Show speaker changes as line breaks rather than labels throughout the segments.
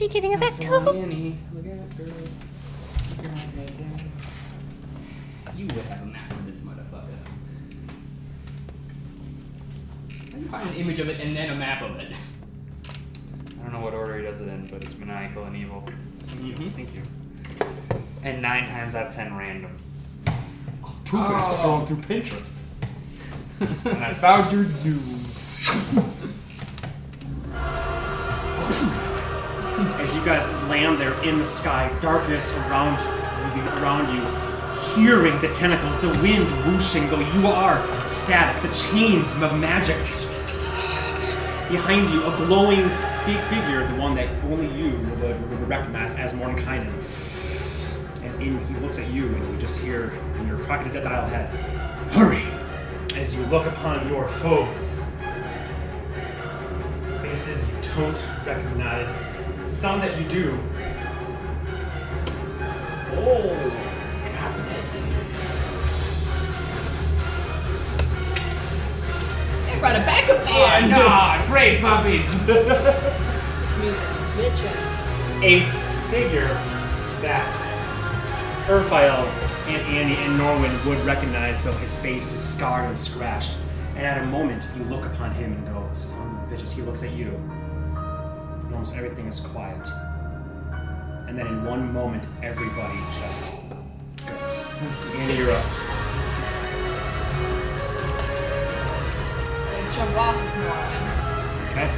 you getting a back too?
Annie, look at her. Look at her right there. You would have mapped this motherfucker. I can find an image of it and then a map of it.
I don't know what order he does it in, but it's maniacal and evil. Thank you.
Mm-hmm.
Mhm.
Thank you. And nine times out of ten, random. Off
Oh.
scrolling through Pinterest. and I
That's
found your doom.
As you guys land there in the sky, darkness around moving around you, hearing the tentacles, the wind whooshing, though you are static, the chains of magic. Behind you, a glowing big figure, the one that only you would, would recognize as Mordenkainen. And in he looks at you, and you just hear in your crocodile head, Hurry! As you look upon your foes faces you don't recognize, some that you do. Oh!
I brought a backup
Ah,
band.
nah, great puppies.
This music's bitchin'.
A figure that Urfael and Andy and Norwin would recognize, though his face is scarred and scratched. And at a moment, you look upon him and go, son of a bitch, as he looks at you. And almost everything is quiet. And then in one moment, everybody just goes. Andy, you're up.
I jump off of Norman.
Okay?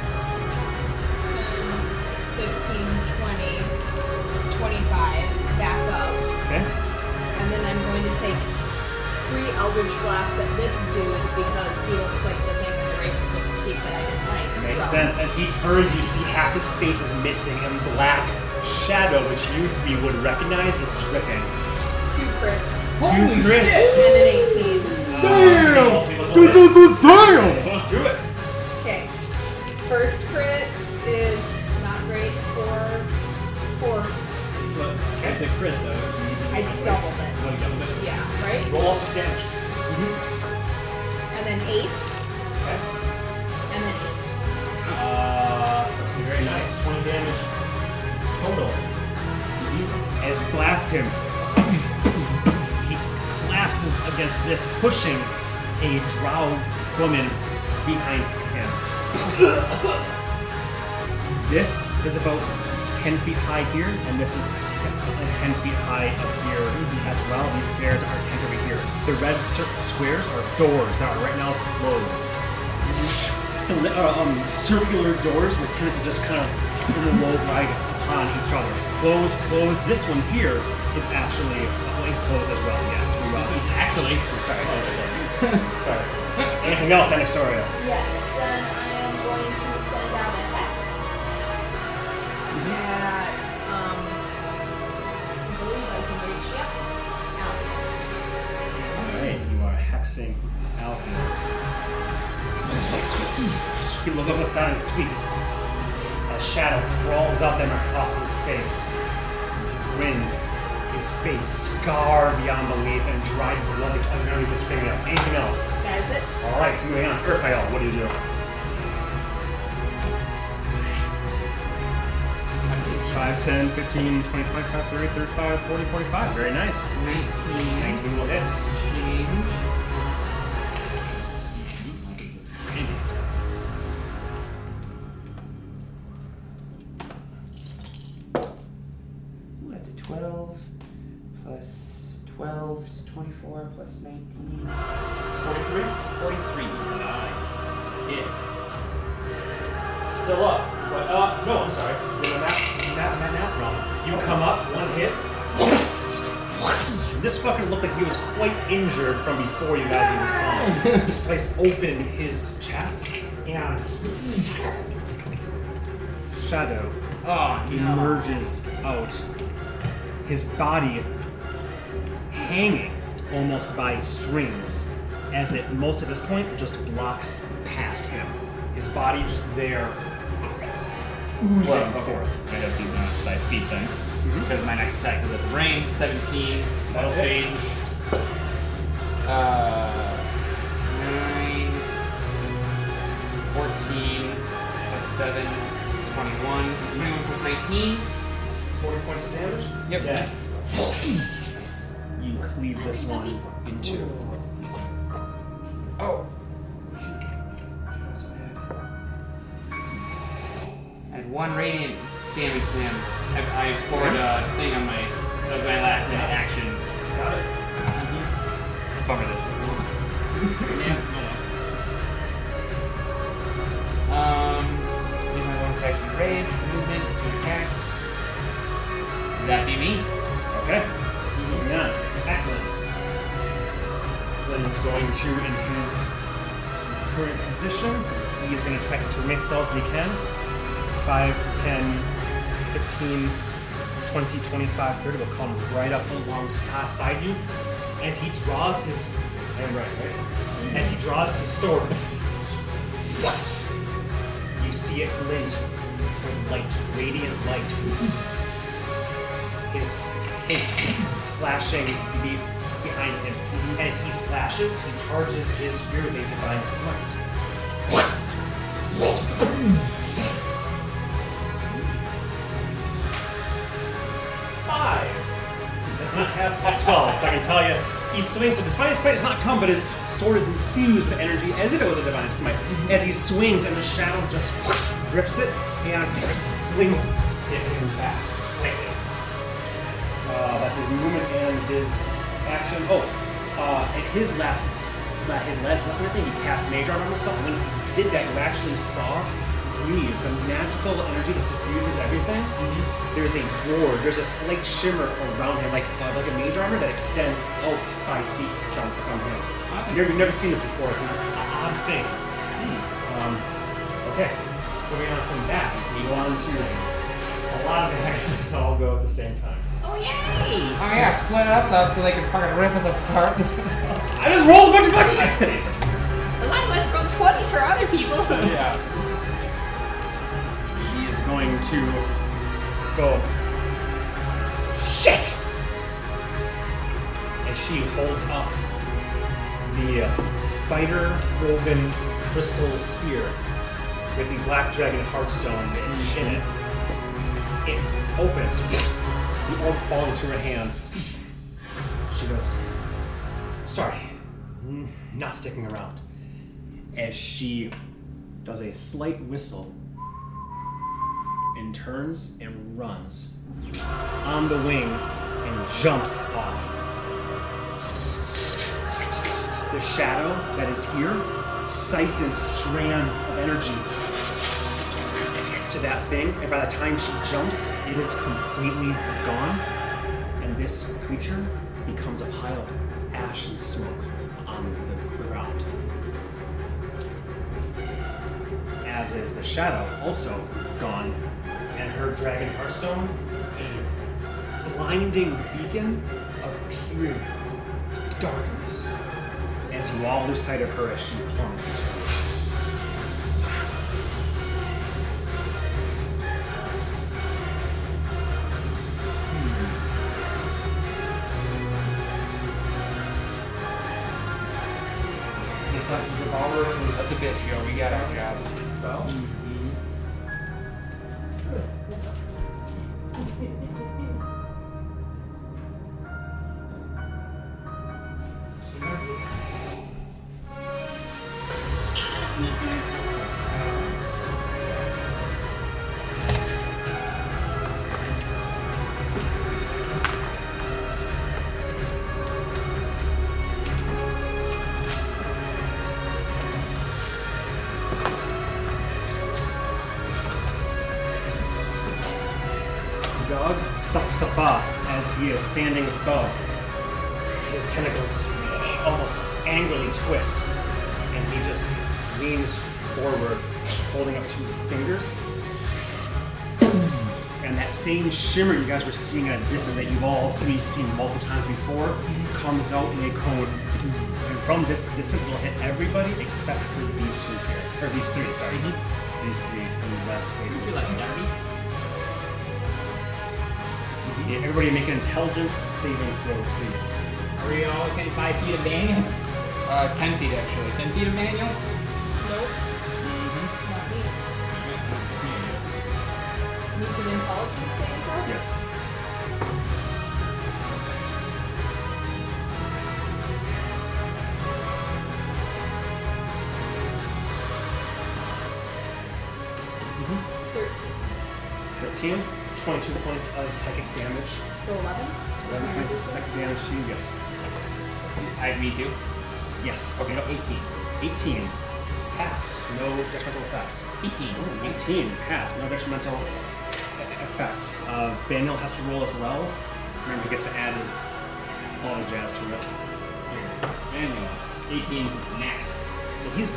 10, 15, 20, 25, back up.
Okay?
And then I'm going to take three Eldritch Blasts at this dude because he looks like the thing in the right stick that I can find.
Makes
so.
sense. As he turns, you see half his face is missing, and black shadow, which you three would recognize, is dripping.
Two crits.
Two crits.
And an 18.
Damn! Let's do it.
Okay. First crit is not great for four.
But it's a crit though.
I doubled it.
Like, double it.
Yeah, right?
Roll off the damage.
And then eight.
Okay.
And then eight.
Uh, very nice. 20 damage total. As you blast him, he collapses against this, pushing a drow woman behind him. This is about 10 feet high here, and this is 10, uh, 10 feet high up here as well. These stairs are 10 over here. The red cir- squares are doors that are right now closed. Cyli- uh, um, circular doors with tentacles just kind of interlobe right upon each other. Close, close. This one here is actually uh, is closed as well. Yes, we
It's
lost.
Actually,
Sorry, close it. Sorry. Anything else, Anaxoria?
Yes, then I am going to send out a hex. At, um, I believe I can reach, yep. Out.
Alright, you are hexing Alvin. He look- looks down at his feet. A shadow crawls up and across his face. He grins, his face scarred beyond belief and dried blood underneath his fingernails. Anything else?
That is it.
Alright, moving on. Urfael, what do you do?
It's 5, 10, 15, 20, 25, 30, 35, 40, 45.
Very nice.
19
19 will hit.
change.
Ooh, that's a 12 plus 12 is 24 plus 19.
43? 43. Nice. Hit.
Still up. But, uh, no, I'm sorry. Did my math, math, my math wrong. You come up, one hit. This fucker looked like he was quite injured from before you guys even saw him. You slice open his chest and shadow
Oh, no.
emerges out. His body hanging almost by strings as it, most at this point, just blocks past him. His body just there, oozing
Well,
forth.
I have to uh, by feet then.
Because my next attack is at the rain. 17. That'll
That'll hit.
change. Uh, 9. 14. Plus 7.
21. 21 plus 19.
40 points of damage.
Yep.
Dead. You cleave this one in two.
Oh. Shoot. I also had- I had one radiant damage to him. I, I poured a thing on my. That was my last minute action.
Got it.
Bummer this. yeah. no. Um. Use my bonus action to rage, movement to attack. That be me?
Okay. Moving on. Ackland. Ackland is going to, in his current position, he's going to try to cast as many spells as he can. 5, 10, 15, 20, 25, 30 will come right up alongside you. As he draws his. I am right, right? As he draws his sword, you see it glint with light, radiant light his cape flashing be- behind him. And as he slashes, he charges his fury with a divine smite. Five. That's not half plus twelve, so I can tell you. He swings, so despite his smite does not come, but his sword is infused with energy as if it was a divine smite. As he swings and the shadow just grips it and flings it him back slightly. Uh, that's his movement and his action. Oh, uh, and his last, la- his last, last minute thing, he cast Mage Armor on himself. And when he did that, you actually saw breathe the magical energy that suffuses everything. There's a ward, there's a slight shimmer around him, like uh, like a Mage Armor that extends out five feet from, from him. You've you've never seen this before. It's an o- odd thing. Um, okay, moving on from that, we go on to a lot of actions that all go at the same time.
Oh yay!
Oh yeah, split us up so they can fucking rip us apart.
I just rolled a bunch of fucking shit.
A lot of us rolled twenties for other people.
yeah.
He is going to go. Shit! And she holds up the uh, spider woven crystal sphere with the black dragon heartstone in it. It opens. The orb falls into her hand. She goes, Sorry, n- not sticking around. As she does a slight whistle and turns and runs on the wing and jumps off. The shadow that is here siphons strands of energy to that thing, and by the time she jumps, it is completely gone, and this creature becomes a pile of ash and smoke on the ground. as is the shadow, also gone, and her dragon heartstone, a blinding beacon of pure darkness. As you all lose sight of her as she plummets.
It's up to the baller and it's up to bitch, yo. We got our jobs. Mm.
Well,
Dog Saf- Safa, as he is standing above, his tentacles almost angrily twist, and he just leans forward, holding up two fingers. And that same shimmer you guys were seeing at a distance that you've all three seen multiple times before comes out in a cone. And from this distance, it'll hit everybody except for these two here. Or these three, sorry. These three, and the last faces. Yeah, Everybody make an intelligence saving throw, please.
Are we all within five feet of Daniel?
Uh, 10 feet actually.
Ten feet of Daniel?
Nope. Not me.
Mm-hmm.
Right, no, it's me, I guess.
saving throw?
Yes.
Thirteen.
13, 22 points of psychic damage.
So eleven.
Eleven points of psychic damage to you, yes.
I me too.
Yes.
Okay, no, 18.
18. Pass. No detrimental effects.
18.
18. Pass. No detrimental e- effects. Uh, Daniel has to roll as well. Remember, he gets to add his all his jazz to it.
Manual. 18. Nat.
Well, he's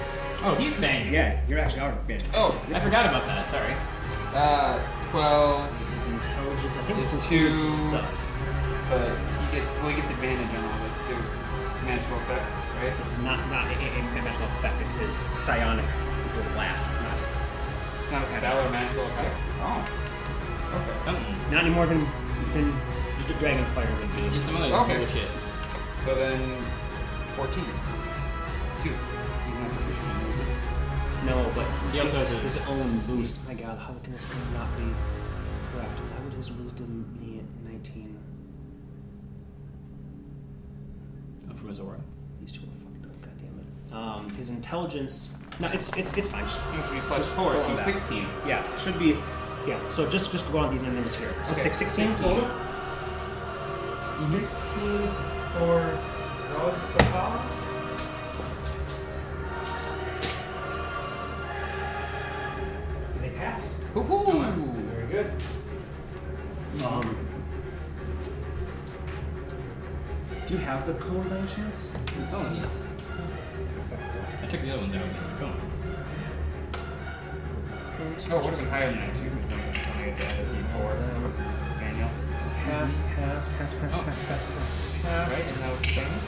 Oh, he's banging.
yeah. You're actually out of Daniel.
Oh, I forgot about that. Sorry.
Uh, 12,
His intelligence. I think it's
Just
includes
two-
his stuff.
but
He gets well. He gets advantage on all this too. Magical effects, right?
This is not not a, a, a magical effect. It's his psionic blast. It's not
It's not a spell or magical effect. Oh. Okay.
Something.
not any more than than just a dragon fire would be.
Just some other
Okay.
bullshit.
So then, 14. Two. He's not proficient in those.
No, but
He also
his,
has a-
his own boost. My God, how can this thing not be correct? Why would his wisdom be at 19?
I'm from Azora.
These two are fucked up. God damn it. Um, his intelligence. No, it's it's it's fine. Just,
It should be plus four,
go
so
on back.
16.
yeah, it should be. Yeah. So just just go on these numbers here. So
Okay,
six, 16 total.
16 for Rod Sahal.
Is a pass.
Woohoo!
Very good.
Um. Do you have the code by any chance?
Oh, yes. I took the other ones out of the cone.
Oh, what is higher than that? You would know that when I had that at before. Daniel.
Pass, pass, pass, pass,
Oh.
pass, pass,
Right?
pass, pass.
And now it's Daniel?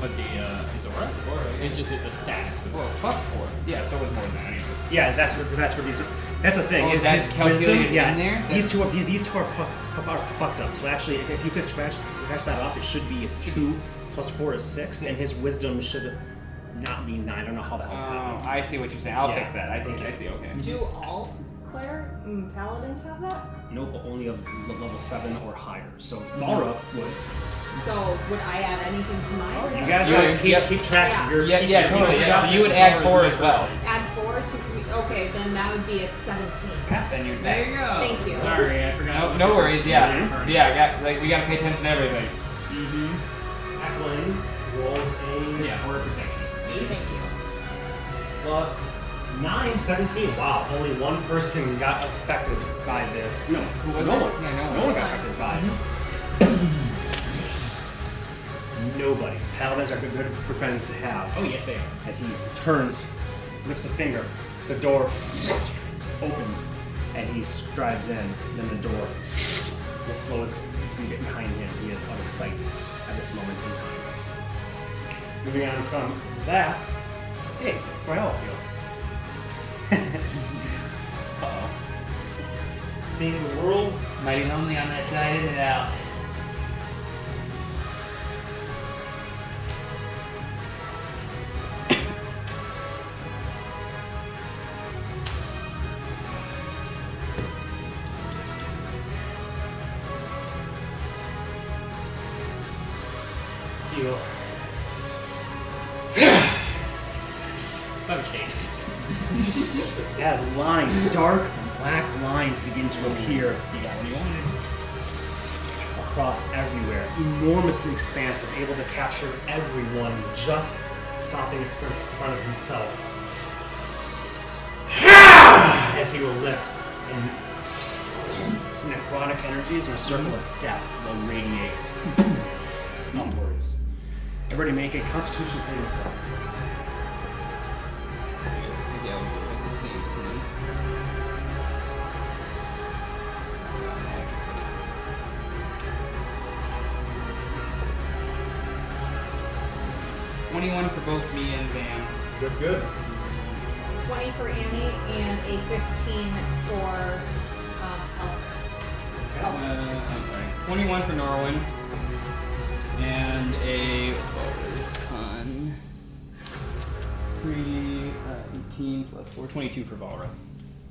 But the uh, Azora?
Or
It's just a, a stat.
Well, plus four. Yeah, so it was more than that anyway.
Yeah, that's what that's what these. Are, that's the thing.
Oh,
is
that's
his
calculated
wisdom,
in
yeah,
there?
These two are these, these two are fucked, are fucked up. So actually, if, if you could scratch scratch that off, it should be two plus four is six, and his wisdom should not be nine. I don't know how the hell. it
Oh,
happened.
I see what you're saying. I'll
Yeah.
fix that. I see. I see. Okay.
Do all Claire mm, paladins have
Uh.
that?
Nope, but only of le- level seven or higher. So Mara would.
So would I add anything to mine?
You
got-
guys
Yeah.
gotta keep,
Yep.
keep track. of your-
Yeah,
keep
yeah,
your
totally,
people's
yeah.
stuff.
So you would add four as well.
Add four to three. Okay, then that would be a seventeen.
Then you
There you go.
Thank you.
Sorry, I forgot.
No, no worries. Yeah,
Mhm.
yeah. I got like we gotta pay attention to everything.
Eklund rolls Mm-hmm. a
Yeah.
horror protection.
Thank you.
plus 9, 17. Wow, only one person got affected by this. No,
was
no
it?
one.
Yeah, no one.
one. got affected by it. Nobody. Paladins are good, good for friends to have.
Oh, yes, they are.
As he turns, lifts a finger, the door opens, and he strides in. Then the door will close. You get behind him. He is out of sight at this moment in time. Moving on from that, hey, for Elfield.
Uh-oh.
Seeing the world,
Mighty lonely on that side of it out.
you will As lines, dark black lines begin to appear across everywhere, enormously expansive, able to capture everyone, just stopping in front- in front of himself. As he will lift, and necrotic energies in a circle of death will radiate upwards. Everybody make a constitution saving throw.
Twenty-one for both me and Van.
Good, good.
Twenty for Annie and a fifteen for uh, Elvis.
Uh, I'm sorry. Twenty-one for Norwin. And a twelve is con. Three, uh, eighteen plus four. Twenty-two for Valra.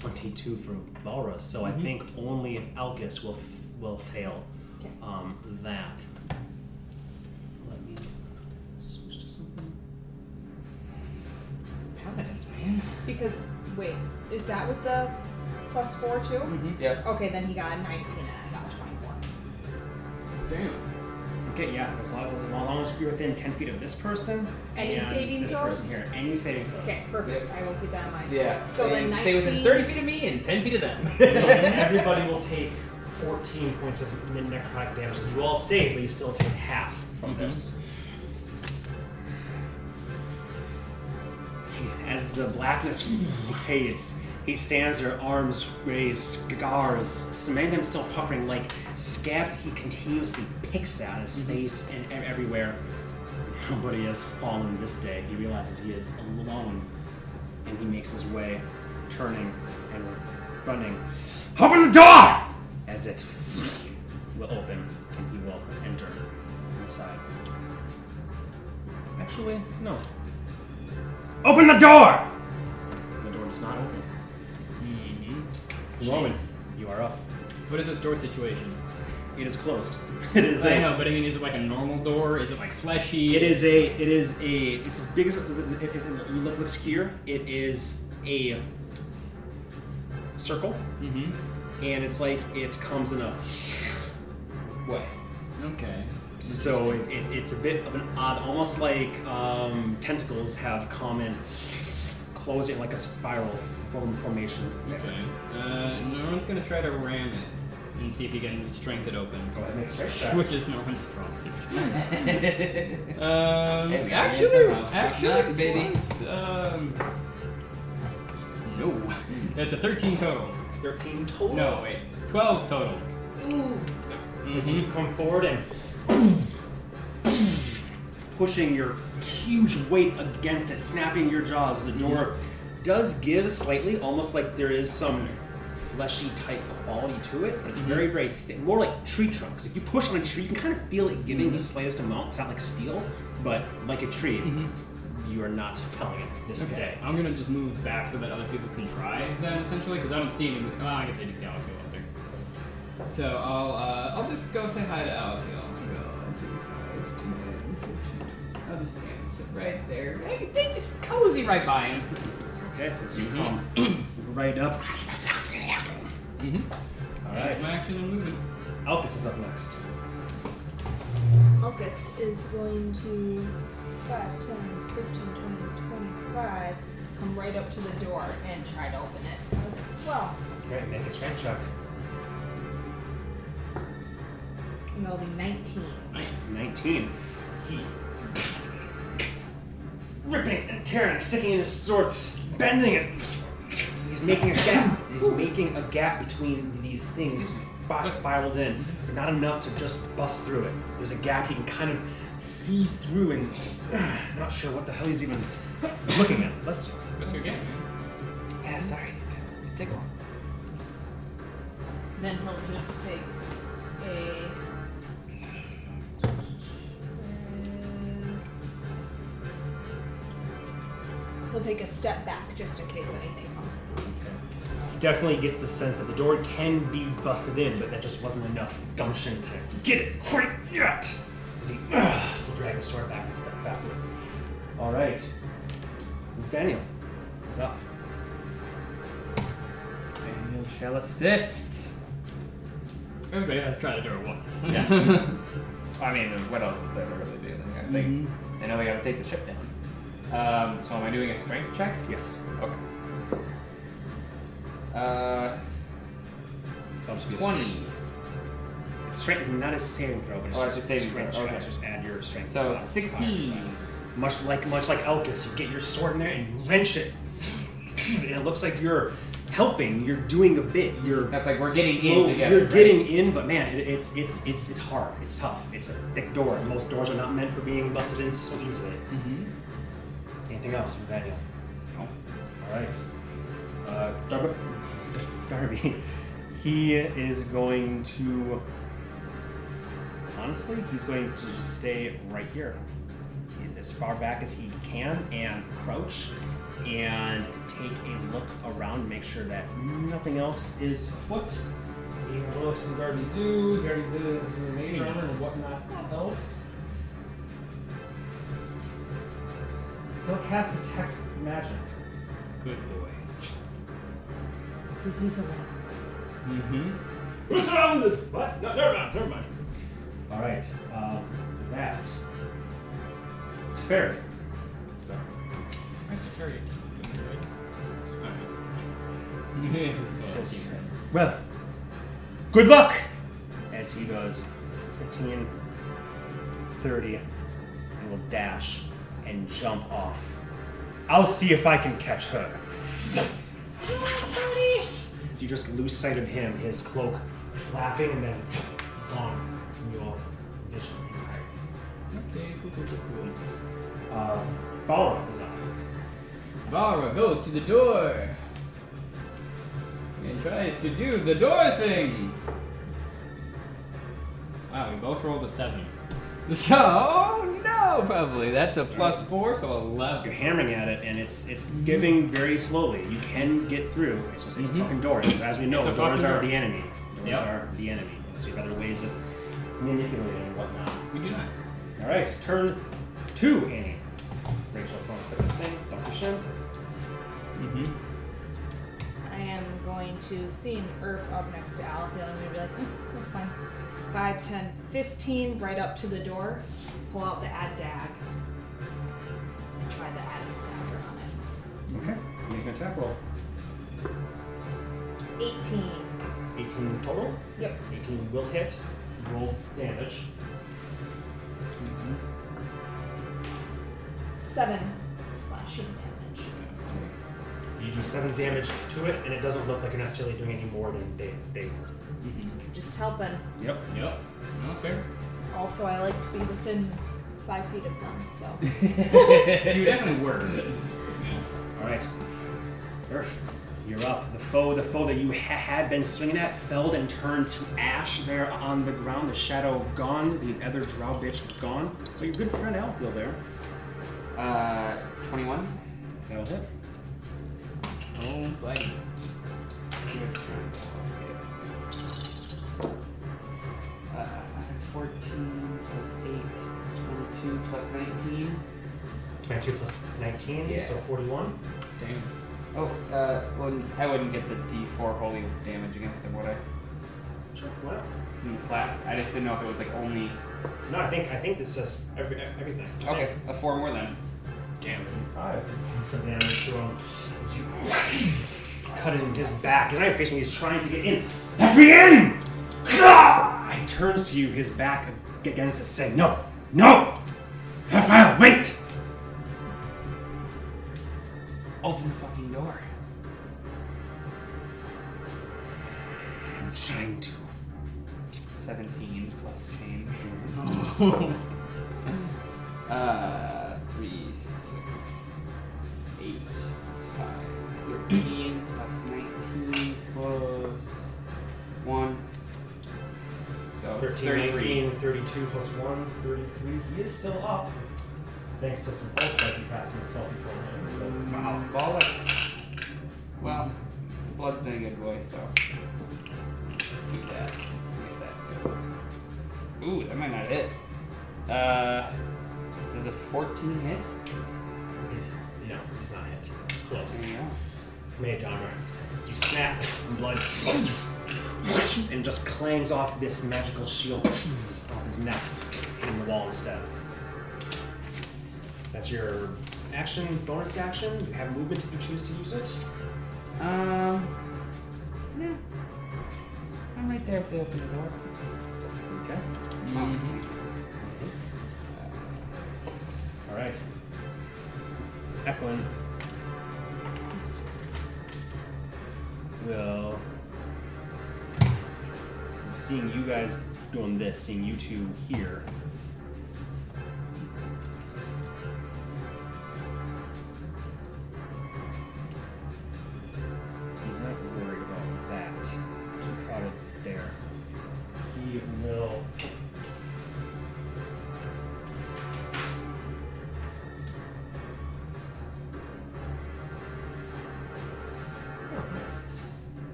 22 22 for Valrus, so I think only an Alcus will will fail
Okay.
um, that. Let me switch to something.
Paladins, man.
Because wait, is that with the plus four too?
Yep.
Okay, then he got a nineteen and I got a twenty-four.
Damn.
Okay, yeah, as long as, as long as you're within 10 feet of this person.
Any
and
saving
this
throws?
person here. Any saving throws.
Okay, perfect. I will keep that in mind.
Yeah.
So
stay,
then
stay within
19
30 feet of me and 10 feet of them.
So everybody will take 14 points of min- necrotic damage. You all save, but you still take half from this. As the blackness fades, he stands there, arms raised, scars, some of them still puckering like scabs he continuously picks at his face and ev- everywhere. Nobody has fallen this day. He realizes he is alone and he makes his way, turning and running. Open the door! As it will open, and he will enter inside. Actually, no. Open the door! The door does not open.
Mhm.
Mm-hmm.
Roman, you are up.
What is this door situation?
It is closed. It is.
I
a-
know, but I mean, is it like a normal door? Is it like fleshy?
It is a. It is a. It's as big as. It is, you look looks here. It is a circle,
Mm-hmm.
and it's like it comes in a way.
Okay.
So it, it, it's a bit of an odd, almost like um, tentacles have come and close in like a spiral form formation.
Okay. Uh, Norman's gonna try to ram it and see if he can strength it open.
Go ahead and make a strength check.
Which is Norman's strong suit.
That's
Um,
Hey, man,
actually,
it's a rough
actually,
knock, baby.
plus, Um, no. That's a 13 total.
Thirteen total.
No, wait. 12 total.
As
Mhm.
you come forward and pushing your huge weight against it, snapping your jaws, the door does give slightly, almost like there is some fleshy type quality to it, but it's very, very thin. More like tree trunks. If you push on a tree, you can kind of feel it giving the slightest amount. It's not like steel, but like a tree, you are not felling it this day.
I'm gonna just move back so that other people can try then, essentially, because I don't see any. Well, I guess they just got Alkiel up there. So I'll uh, I'll just go say hi to Alkiel. Go, one, two, five, ten, fifteen. I'll just stand and sit right there. They, they just cozy right by him.
Okay, as you come right up. All
That's my
right,
action and moving.
Alcus is up next.
Alcus is going to 5, 10, 15, 20, 25, come right up to the door and try to open it as well.
Great, make a strength check.
And that'll be 19.
Nice.
19. He. Ripping and tearing, sticking in his sword, bending it. He's making a gap. He's making a gap between these things spi- spiraled in, but not enough to just bust through it. There's a gap he can kind of see through, and not sure what the hell he's even looking at. Let's.
What's your game?
Yeah, sorry. Tickle.
Then he'll just take a. He'll take a step back just in case anything comes through.
He definitely gets the sense that the door can be busted in, but that just wasn't enough gumption to get it quite yet. As he uh, drag his sword back and step backwards. All right, Nathaniel, what's up?
Daniel shall assist.
Everybody has tried the door once.
Yeah. I mean, what else is there to really do? I think.
Mm-hmm.
I know we gotta take the ship down. Um, so am I doing a strength check?
Yes,
Okay. Uh,
so I'll just be a
20.
strength- It's strength, not a saving throw, but it's
Oh, it's
just
a saving
strength
throw,
check.
okay.
Just add your strength.
So
modifier.
16.
Much like much like Elkis, you get your sword in there and wrench it, and it looks like you're helping. You're doing a bit. You're
That's like we're getting
slow-
in together.
You're
right?
getting in, but man, it, it's it's it's it's hard. It's tough. It's a thick door. and Most doors are not meant for being busted in so easily.
Mm-hmm.
Anything else from Daniel?
No.
All right. Uh, Darby, Darby, he is going to. Honestly, he's going to just stay right here, as far back as he can, and crouch and take a look around, make sure that nothing else is afoot.
What else can Gardy do? Gardy did his
Hmm.
mage armor and whatnot else. He'll cast detect magic.
Good boy.
This is a lot.
Mm-hmm.
We're surrounded! What? No, never mind, never mind.
All right, uh, that. It's fair. So,
Mm-hmm.
says, well, good luck. As he goes, 15, 30, and will dash and jump off. I'll see if I can catch her. So you just lose sight of him, his cloak flapping, and then gone from your vision entirely.
Okay, cool, cool, cool,
Uh, Balrog is up.
cool. Vara goes to the door and tries to do the door thing. Wow, we both rolled a seven. So no, probably that's a plus four, so
You're
eleven.
hammering at it, and it's it's giving very slowly. You can get through. It's just it's a
Mhm.
fucking door. Because as we know,
It's a
doors
fucking
are
door.
the enemy. Doors
Yep.
are the enemy. And so you have other ways of manipulating and whatnot.
We do not.
All right, turn two, Annie. Rachel, phone click the thing. Dr. Shin.
Mm-hmm.
I am going to see an Earth up next to Alphiel. I'm going to be like, "Mm, that's fine. 5, 10, 15, right up to the door. Pull out the add dag. Try the add dagger on it.
Okay, make an attack roll.
18.
18 total.
Yep.
18 will hit. Roll damage.
7 slashing damage.
You do seven damage to it, and it doesn't look like you're necessarily doing any more than they they were.
Just helping.
Yep.
Yep. No fair.
Also, I like to be within 5 feet of them, so.
You definitely were. Yeah.
All right, Earth, you're up. The foe, the foe that you ha- had been swinging at, felled and turned to ash there on the ground. The shadow gone. The other drow bitch gone. But your good friend Alfield there.
Uh, 21.
That'll hit.
Oh, buddy.
Uh, 14 plus 8 is 22 plus 19.
22 plus 19,
Yeah.
so 41.
Damn.
Oh, uh, well, I wouldn't get the d4 holy damage against him, would I?
Sure. Why not?
From the class? I just didn't know if it was like only.
No, I think I think this does every, everything.
Okay, a 4 more then.
Damn.
And some damage to him. As you cut him his back. He's not even facing you, he's trying to get in. Let me in! Ah! He turns to you, his back against it, saying, No, no! Raphael, wait!
Open the fucking door.
I'm trying to.
17 plus change. uh, 3, 6, 8 plus 5, 13 plus 19 plus 1. So
13,
33.
19, 32 plus 1, 33. He is still up. Thanks to some false light he cast himself before him.
Wow, bollocks. Well, blood's been a good boy, so keep that. Let's see if that goes. Ooh, that might not hit. Uh, does a 14 hit?
He's, no, it's not hit. It's
I
close.
don't know.
Mage armor. As you snap, blood and just clangs off this magical shield off his neck, hitting the wall instead. That's your action, bonus action. You have movement if you choose to use it.
Um, no. I'm right there if they open the door.
Okay. All right. Eklund will. Seeing you guys doing this, seeing you two here. He's not worried about that. Too crowded there. He will.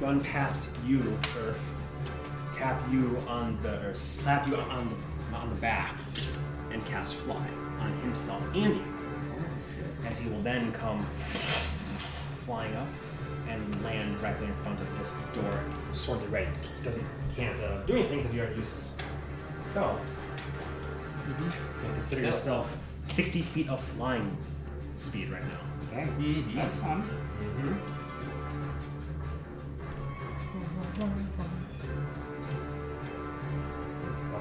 run past you, Earth, tap you on the, or slap you on the, on the back, and cast Fly on himself and you. As he will then come flying up and land directly in front of this door, sword to ready. Doesn't, can't uh, do anything because you already used his go. And consider yourself 60 feet of flying speed right now.
Okay.
Mhm.
That's fun.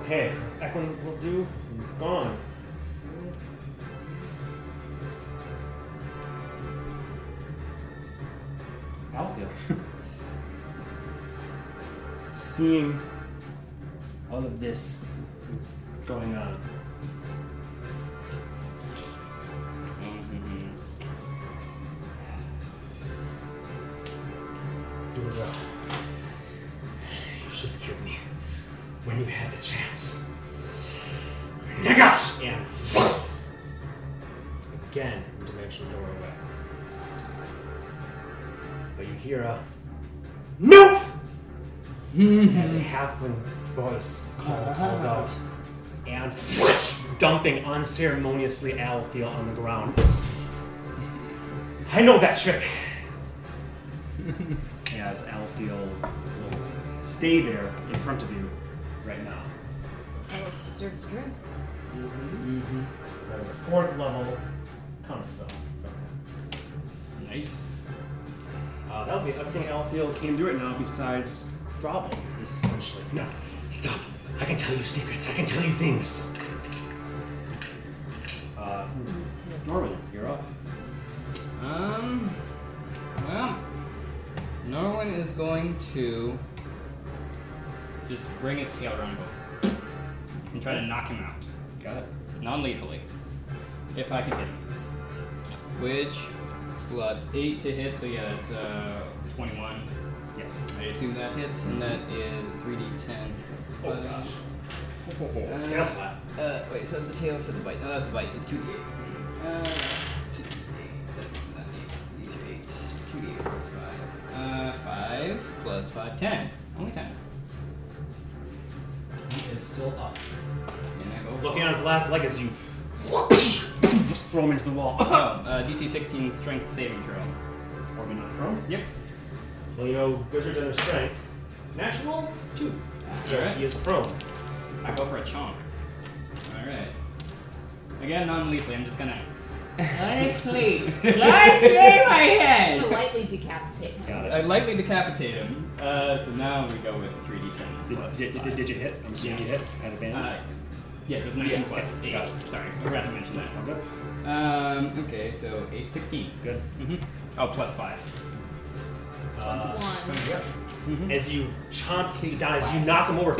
Okay, that's Eklund will do. Gone.
Outfield.
Seeing all of this going on, do it well. You should have killed me when you had the chance. Niggas! And again, dimension doorway. But you hear a nope. As a halfling voice calls, calls out, and dumping unceremoniously Alfiel on the ground. I know that trick. As Alfiel will stay there in front of you right now.
Alex deserves a drink.
That is a fourth level counter spell.
Nice.
Uh, that'll be everything Alfiel can do right now besides throbbing, essentially. No, stop. I can tell you secrets. I can tell you things. Uh, Norman, you're up.
Um. Well, Norwin is going to just bring his tail around him and try to knock him out.
Got it.
non-lethally, if I can hit him. Which plus eight to hit, so yeah, it's uh, 21.
Yes.
I assume that hits, and that is 3d10.
Oh, gosh.
Uh, Uh, wait, so the tail to the bite. No, that's the bite. It's 2d8. Uh, 2d8. That's not eights. These are eights. 2d8 plus 5. Uh, 5 plus 5, 10. Only 10.
He is still up.
And I go.
Looking on his last leg as you just throw him into the wall.
Oh, uh, DC 16 strength saving throw.
Or we not throw him?
Yep.
Well, you know, wizards and their strength. National two. So
Alright.
he is prone.
I go for a chonk. Alright. Again, non lethally, I'm just gonna. Lightly! Lightly my
We'll
head!
lightly decapitate him.
Got
I lightly decapitate him. Uh, so now we go with 3d10 plus.
Did, did, did,
five.
did you hit? I'm assuming you hit at advantage.
Uh, yes, it's 19
Yeah,
plus
okay,
8.
got
Sorry, I forgot to mention
All
that.
good.
Um, okay, so 8, 16.
Good.
hmm Oh, plus 5.
Uh,
One.
Yep.
Mhm.
As you chomp, he dies. You knock him over.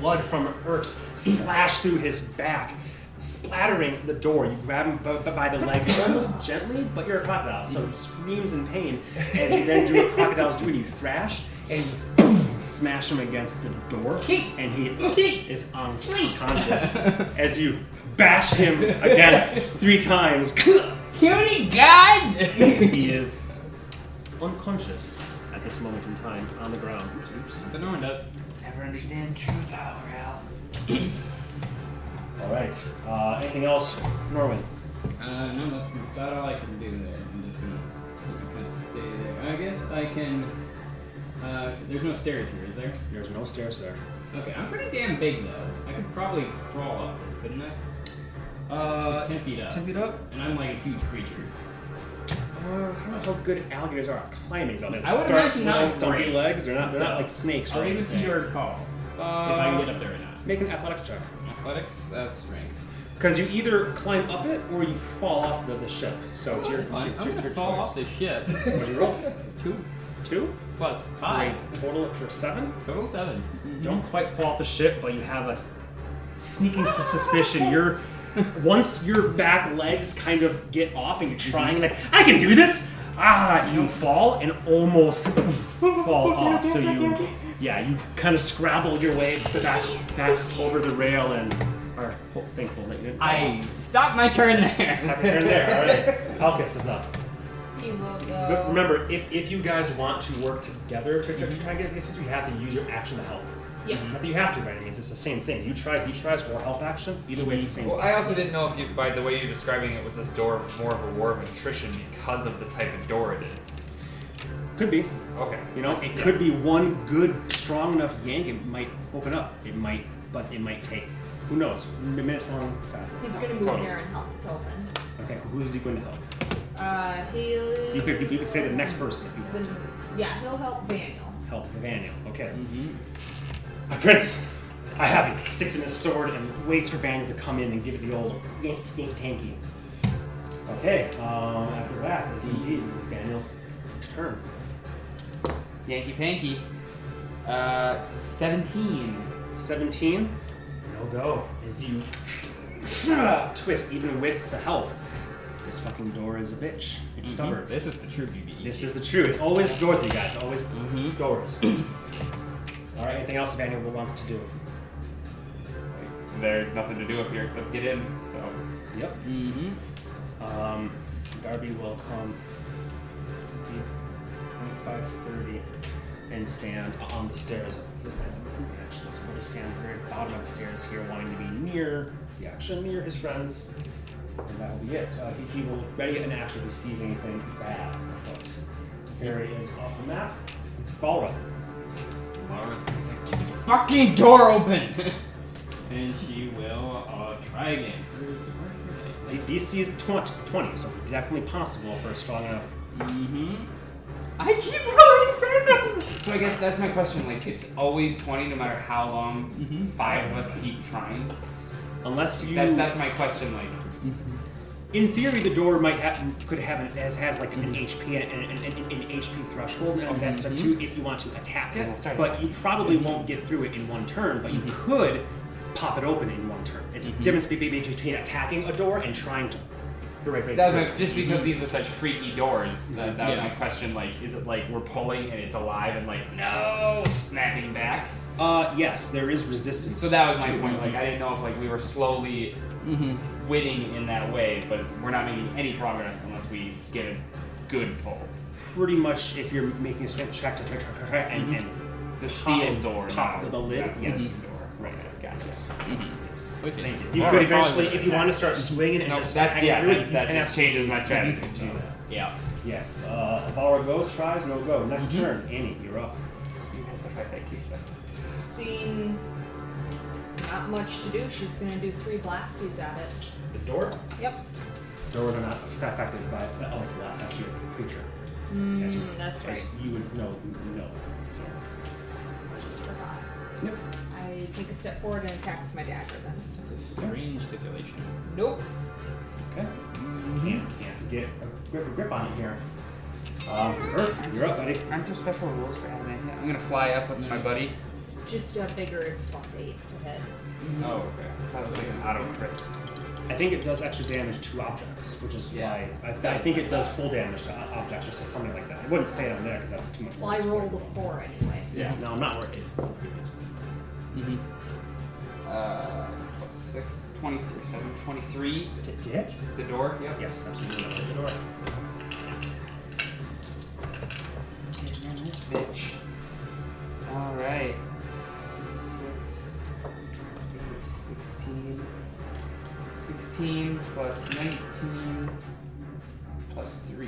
Blood from Earth's slash through his back, splattering the door. You grab him b- by the leg, almost gently, but you're a crocodile, so he screams in pain. As you then do what crocodiles do, and you thrash and smash him against the door, and he is unconscious. As you bash him against three times,
Puny God!
he is unconscious at this moment in time on the ground. Oops.
so no one does.
Never understand true power, Al.
All right. Uh, anything else, Norman?
Uh, no, that's about all I can do there. I'm just gonna kind of stay there. I guess I can. Uh, there's no stairs here, is there?
There's no stairs there.
Okay, I'm pretty damn big though. I could probably crawl up this, couldn't I?
Uh,
It's ten feet up,
feet up.
and I'm like a huge creature.
Uh, I don't know how good alligators are at climbing though. They
I would
start
imagine
with
not
nice stumpy
great.
legs. They're not. They're not
So-
like snakes,
I'll
right?
leave it to your call if I can get up there or not.
Make an athletics check.
Uh, Athletics, that's strength.
Because you either climb up it or you fall off the, the ship. So it's your,
That's fine.
it's
I'm
your, it's
gonna
your
fall off
choice.
this ship.
What'd you roll?
Two
Two.
plus five,
Great. Total for 7
total 7
You don't quite fall off the ship, but you have a s- sneaking sus- suspicion. You're once your back legs kind of get off and you're trying like I can do this. Ah, you fall and almost fall off. So you, yeah, you kind of scrabble your way back back over the rail and are ho- thankful that you didn't. fall
I stopped my turn there.
off. Happy turn there. All right, Alcus is up.
He will go.
But remember, if, if you guys want to work together to, to try to get this, you have to use your action to help.
Yeah.
Mm, Not that you have to by any means. It's the same thing. You try, he tries, or help action. Either way, it's the same.
Well, I also didn't know if you, by the way you're describing it, was this door more of a war of attrition because of the type of door it is.
Could be.
Okay.
You know, it could be one good, strong enough yank. It might open up. It might, but it might take. Who knows? M- Minutes long. Assassin.
He's gonna move here and help. It's open.
Okay. Who's he going to help?
Uh, he.
You could you could say the next person if you want
The- yeah, he'll help Daniel.
to help Vaniel. Okay.
Mm-hmm.
Uh, Prince, I have you. Sticks in his sword and waits for Vaniel to come in and give it the old yank yank tanky. Okay. Um, after that, it's
Mm-hmm.
indeed Vaniel's turn.
Yankee Panky. Uh, 17.
17. No go. As you twist, even with the help. This fucking door is a bitch. It's stubborn.
This is the true
E.
BBE.
This is the truth. It's always Dorothy, guys. Always doors. All right. Anything else Daniel wants to do?
There's nothing to do up here except get in. So
Yep. Mm-hmm. Um, Darby will come deep 25, 30, and stand on the stairs. He's not the movie actually, so we'll just stand at the very bottom of the stairs here, wanting to be near the action, near his friends. And that will be it. Uh, he, he will ready an action if he sees anything bad. Folks. Here he is off the map. Balra.
Laura's gonna say, "Keep this fucking door open! and she will uh, try again.
The DC is 20, 20, so it's definitely possible for a strong enough.
Mm-hmm.
I keep rolling 7!
So I guess that's my question. Like, it's always 20 no matter how long
Mhm.
five of us keep trying.
Unless you.
That's that's my question. Like,
In theory, the door might have could have an, has has like an HP and an, an, an HP threshold and that stuff too if you want to attack
Yeah,
it.
we'll Mm-hmm. start Mm-hmm.
But you probably won't get through it in one turn. But you could pop it open in one turn. It's
Mm-hmm.
the difference be- be- between attacking a door and trying to. Right, right,
that was my, just because these are such freaky doors. That, that was
Yeah.
my question. Like, is it like we're pulling and it's alive and like no snapping back?
uh, yes, there is resistance.
So that was my
to-
point. Like, I didn't know if like we were slowly
Mm-hmm.
winning in that way, but we're not making any progress unless we get a good pull.
pretty much if you're making a strength check to try, try, try, try and, and
Mm-hmm. The
Pop
steel
it-
door.
pop
now. Mm-hmm.
the lid,
Not the
yes.
steel door. Right. Gotcha.
yes, yes.
Okay.
You
All
could
right, probably
eventually,
with
if you
attack.
want to start swinging and
No,
just
that,
hacking
yeah,
through,
that,
you
that
can
just changes my strategy.
absolutely do that.
Yeah.
Yes. Uh, Avara goes, tries, no go. Next
Mm-hmm.
turn, Annie, you're up.
Seeing not much to do, she's gonna do three blasties at it.
The door.
Yep.
Door are not affected by the oh, the last that's your creature. That's your-
Mm, that's
as
right.
You would know. you would know. So.
I just forgot.
Nope.
I take a step forward and attack with my dagger then.
That's a strange stipulation.
Nope.
Okay.
Mm-hmm.
Can't can't get a grip, a grip on it here. Um, Earth, you're up, buddy.
Aren't there special rules for having
I'm gonna fly up with my buddy.
It's just a bigger, it's plus eight to hit.
Oh, okay. I thought it was like an auto crit.
I think it does extra damage to objects, which is
Yeah.
why I, I think it does full damage to o- objects, just something like that. I wouldn't say it on there because that's too much.
Well, I
risk.
rolled a four anyway. so-
Yeah. No, I'm not worried. It's the previous thing.
Uh, plus six, is 23, seven, 23.
Did it?
The door. Yep.
Yes, absolutely. Open the door.
this bitch? Alright. 6, 16. 16 plus 19 plus 3.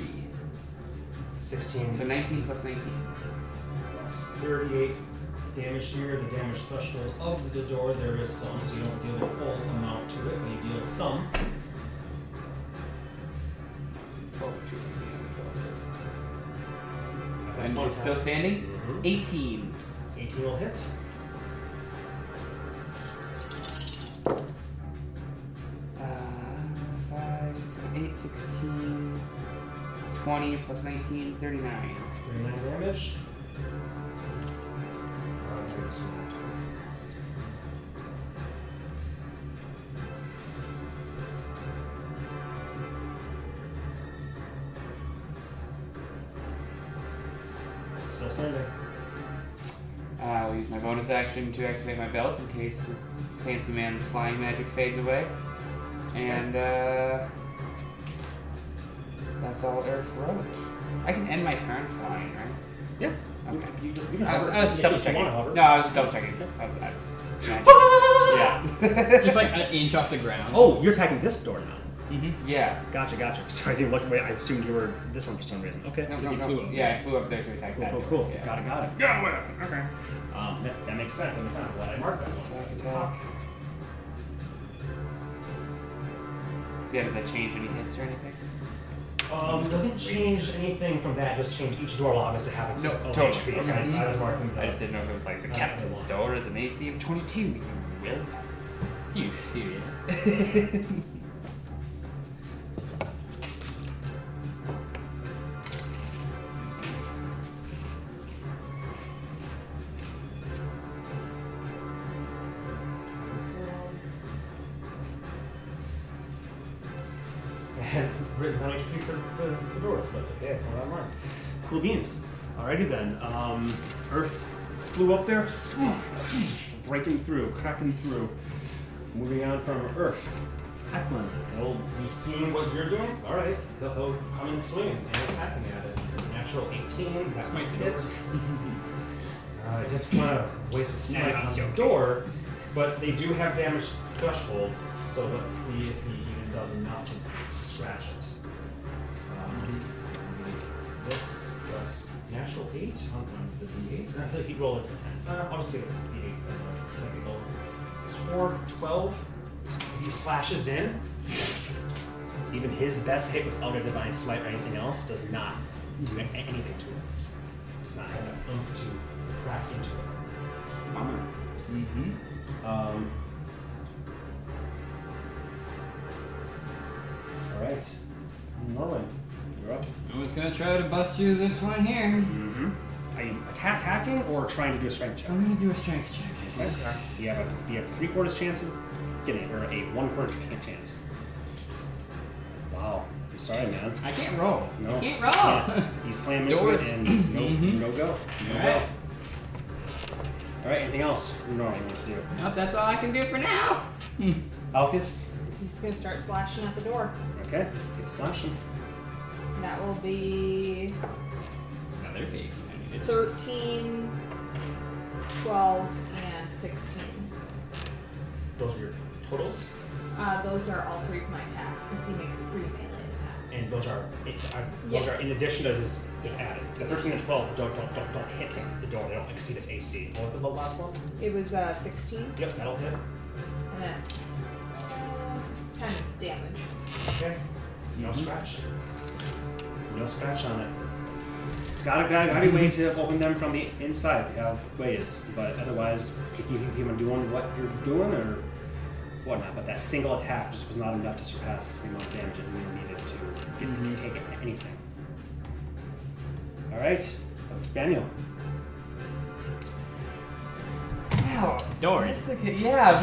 16.
So 19 plus 19.
Yes.
38 damage here. The damage threshold of the door, there is some, so you don't deal the full amount to it, but you deal some.
12, two, yeah,
That's
And
one
it's still
attack.
standing?
Mhm.
18.
18 will hit.
Uh, 5, 6, 8, 16. 20 plus 19, 39.
39 damage. Still standing.
I will use my bonus action to activate my belt in case the fancy man's flying magic fades away. And uh, that's all Earth wrote.
I can end my turn flying, right?
Yeah.
Okay.
You, you can
I was,
hover.
I was just
Yeah,
double
if you
checking.
wanna hover.
No, I was just double checking. I, I, I just- yeah.
Just like an inch off the ground.
Oh, you're attacking this door now.
yeah.
Gotcha, gotcha. Sorry, I didn't look away. I assumed you were this one for some reason. Okay.
No,
Because
no,
he
no.
flew up
yeah, I flew up there to attack
Cool,
that.
cool,
door,
cool.
Yeah.
Got it, got it.
Get away! Okay.
Um, that, that makes sense. That makes sense. I'm glad I marked that one.
Yeah, does that change any hits or anything?
Um, doesn't change anything from that. Just change each door log as it happens.
No,
It's all
totally.
HP.
Okay.
I, I was marking
I
that.
just didn't know if it was like the
Uh,
captain's
one.
door is an AC of 22. You will.
You serious?
I had written down HP for the, the doors, but it's okay. I found online. Cool beans. Alrighty then. Um, Earth flew up there, breaking through, cracking through. Moving on from Earth. Eklund.
He'll be seeing what you're doing. All right, he'll, he'll come and swing and attacking at it. Natural 18. That might hit. Uh, I just want to waste a
Nah,
snipe
I'm
on the
joking.
door, but they do have damaged thresholds, so let's see if he even does enough to scratch it. Um, this plus natural 8 on on the d8. I think he rolled it to 10. Uh, I'll just give it a d8. I think he rolled it. It's 4, 12.
He slashes in. Even his best hit without a divine smite or anything else does not do a- anything to it. Does not have enough oomph to crack into it.
Mm-hmm.
Um, all right, Merlin, you're up.
I was gonna try to bust you this one here.
Mm-hmm. Are you attack attacking or trying to do a strength check?
I'm gonna do a strength check.
Okay. You have a you have three quarters chance of getting it, or a one quarter ch- chance. Wow, I'm sorry, man.
I can't roll.
No.
I can't roll.
Yeah. You slam into
Doors.
it and no,
Mhm.
no go. No
All
go.
right.
All right. Anything else? you normally want to do.
Nope, that's all I can do for now.
Alcus.
He's gonna start slashing at the door.
Okay. Get slashing.
And that will be
Another save.
13, 12, and 16.
Those are your totals,
Uh, those are all three of my attacks because he makes three melee attacks.
And those are, it, are those
Yes.
are in addition to his, his
Yes.
added. The 13 and 12 don't, don't, don't, don't hit the door. They don't exceed its AC. What was the last one?
it was uh, 16,
Yep, that'll hit.
and that's uh, 10 damage.
Okay. No scratch. No scratch on it. It's got a guy, got a way to open them from the inside if you have ways, but otherwise, if you keep on doing what you're doing or whatnot, but that single attack just was not enough to surpass the amount of damage that you needed to get to take anything. Alright, Daniel.
Wow.
Doors.
Yeah.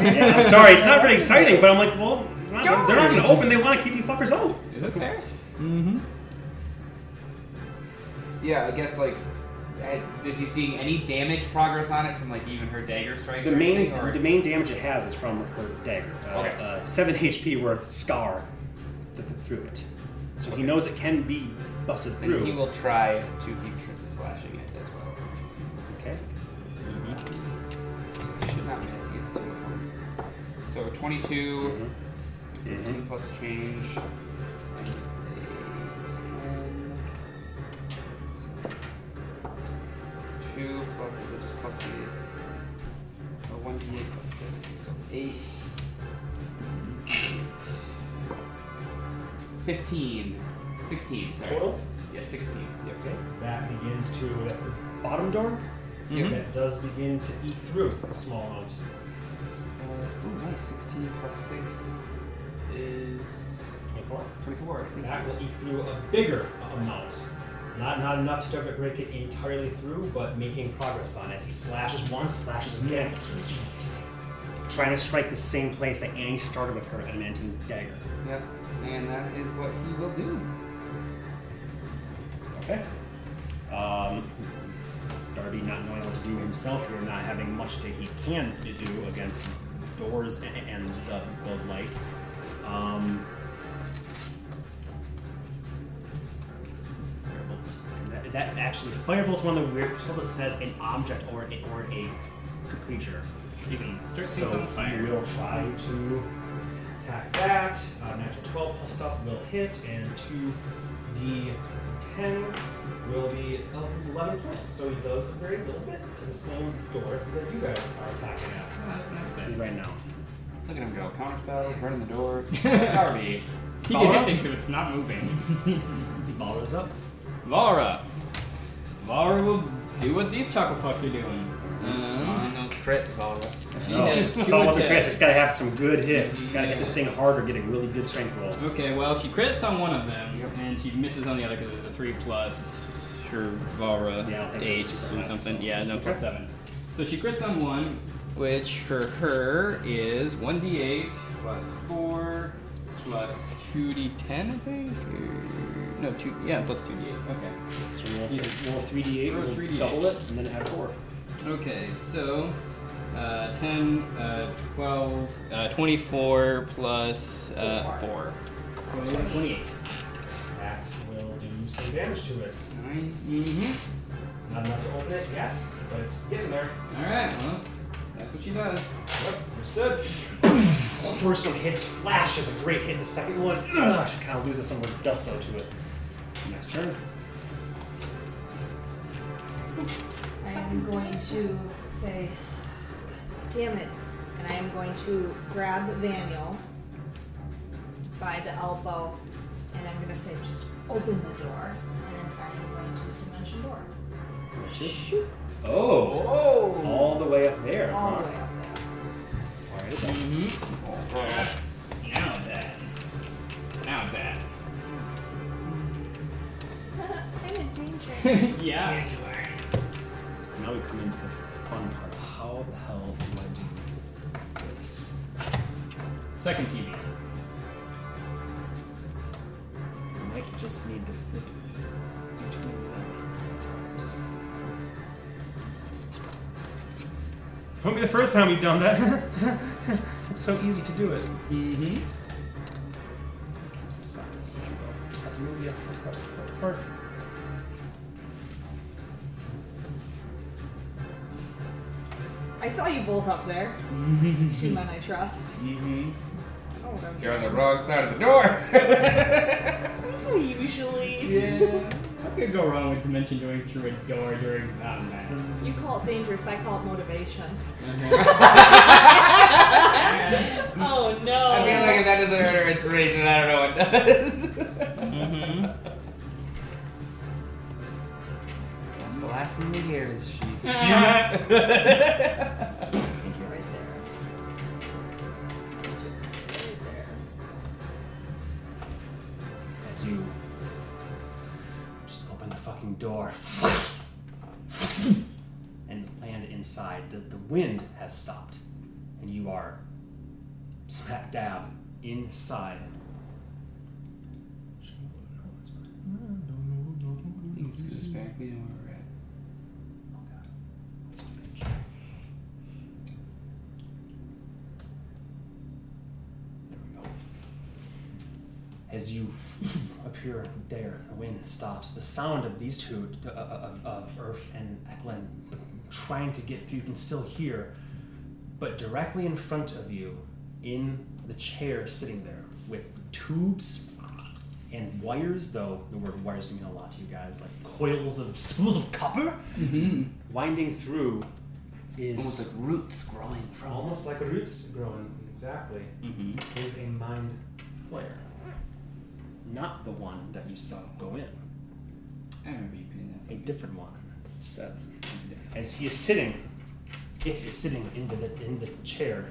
Yeah, I'm sorry, it's not very exciting, but I'm like, well, they're not- they're not gonna
Darn.
open, they wanna keep you fuckers out.
Is that fair?
Yeah, I guess like, I- is he seeing any damage progress on it from like even her dagger strikes?
The
or
main,
anything, or-
the main damage it has is from her dagger. Uh,
Okay.
uh, seven HP worth scar th- th- through it. So he knows it can be busted
Then
through.
he will try to keep tr- slashing it as well.
Okay.
Should not miss. He gets two of them. So 22,
Mhm.
15
Mhm.
plus change. I would say 10. So, Two plus is it just plus the eight? Oh, one d eight plus six, so eight. Eight. Fifteen. Sixteen. Sorry.
Total?
Yeah, sixteen. Yep.
that begins to, that's the
Bottom door.
Mm-hmm.
Yeah, that does begin to eat through a small amount.
Uh, ooh, nice. Sixteen plus six is
24.
twenty-four.
That will eat through a bigger amount.
Not not enough to break it entirely through, but making progress on it. He slashes once, slashes again, trying to strike the same place that Annie started with her adamantine dagger.
Yep, and that is what he will do.
Okay. Um, Darby not knowing what to do himself here, not having much that he can do against doors and, and the, the like. Um, terrible. that actually firebolts one of the weird spells that says an object or a, or a creature.
You can start things
So
on
he
fire.
will try to attack that. Uh, natural 12 plus stuff will hit, and 2d10 will be uh, 11 points. So he does a very little bit to the same door that you guys are attacking at.
Ah, that's not bad.
Right now.
Look at him go. Counter spells, burning the door. Harvey.
He can hit things if it's not moving.
Ball is up.
Laura. Laura will do what these chuckle fucks are doing. Um,
On those crits, Valda.
she
Oh,
has
it's
two
all with the crits. It's
attacks.
gotta have some good hits. It's gotta get this thing harder, get a really good strength roll.
Okay, well, she crits on one of them,
Yep.
and she misses on the other because it's a 3 plus sure, Valra
Yeah, I don't think
8
it's a super
or
high,
something.
so-
Yeah, no, plus 7. So she crits on one, which for her is 1d8 plus 4 plus 2d10, I think? Or- No, 2, yeah, plus 2d8. Okay.
So roll, th- roll 3d8,
Roll
roll
3d8.
double it, and then add 4.
Okay, so uh, 10, uh, 12, uh, 24 plus uh, 4.
28.
That will do some damage to it.
Mm-hmm.
Not enough to open it yet, but it's getting there.
Alright, well, that's what she does.
Yep, understood.
First one hits flash is a great hit. The second one, ugh, she kind of loses some more gusto to it. Next turn.
I am going to say, "God damn it. And I am going to grab Vaniel by the elbow and I'm going to say, just open the door. And I am going to dimension door.
Shoot. Oh,
Oh!
all the way up there.
All
huh?
the way up there.
All right, then.
Mm-hmm. Now that. Now that.
I'm in danger.
yeah.
Now we come into the fun part. How the hell do I do this?
Second TV.
I might just need to flip between them times. Won't be the first time we've done that. it's so easy to do it.
Mm-hmm.
Sucks to suck, though. Just have to move the upper part to the upper part.
I saw you both up there. Two men I trust.
Mm-hmm.
Oh, what I'm
You're on the
doing.
wrong side of the door.
That's what usually.
Yeah. What could go wrong with dimension going through a door during combat?
You call it dangerous, I call it motivation.
Uh-huh.
Oh no.
I feel like if that doesn't hurt her inspiration, I don't know what does.
mm-hmm.
That's the last thing we hear is she.
I think you're right there. Right there.
As you just open the fucking door and land inside, the, the wind has stopped, and you are smack dab inside.
You can scoot us back. We know where we're at.
Oh god, it's a bitch. There we go. As you appear there, the wind stops. The sound of these two, uh, of, of Earth and Eklund, trying to get through, you can still hear. But directly in front of you, in the chair sitting there, with tubes and wires, though the word wires can mean a lot to you guys, like coils of spools of copper winding through
Almost like
is
roots growing from.
Almost like roots growing, exactly,
Mm-hmm.
is a mind flare.
not the one that you saw go in,
I remember you being
a different one instead. As he is sitting, it is sitting in the in the chair.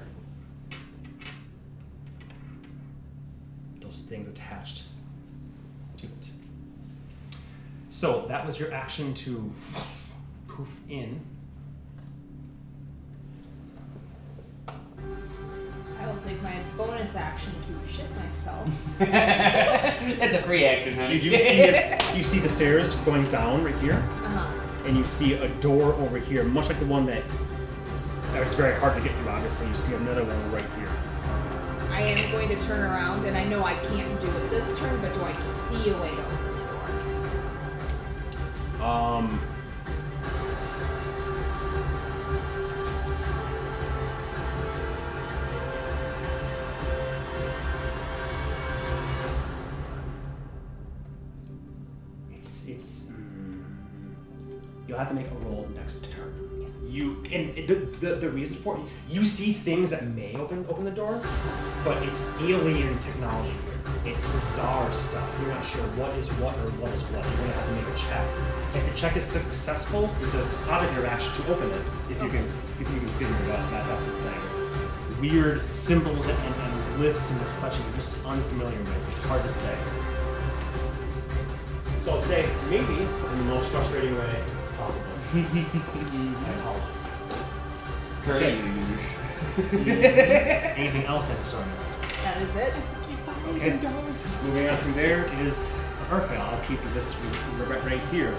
Those things attached to it. So that was your action to poof in.
I will take my bonus action to shit myself.
that. That's a free action, honey.
You do see it, you see the stairs going down right here.
Uh-huh.
and you see a door over here, much like the one that that was very hard to get through, obviously. You see another one right here.
I am going to turn around, and I know I can't do it this turn, but do I see a way to open the door?
Um, it's it's. mm, You'll have to make a roll next turn. You and the, the, the reason for it, you see things that may open open the door, but it's alien technology. It's bizarre stuff. You're not sure what is what or what is what. You're gonna have to make a check. If the check is successful, it's a out of your action to open it. If you can if you can figure it out, that, that's the thing. Weird symbols and, and, and lifts into such you're just unfamiliar with. It's hard to say. So I'll say maybe in the most frustrating way possible. I apologize.
Great.
Anything else, I'm sorry.
That is it.
Okay. Moving on from there is perfect. I'll keep this r- r- right here.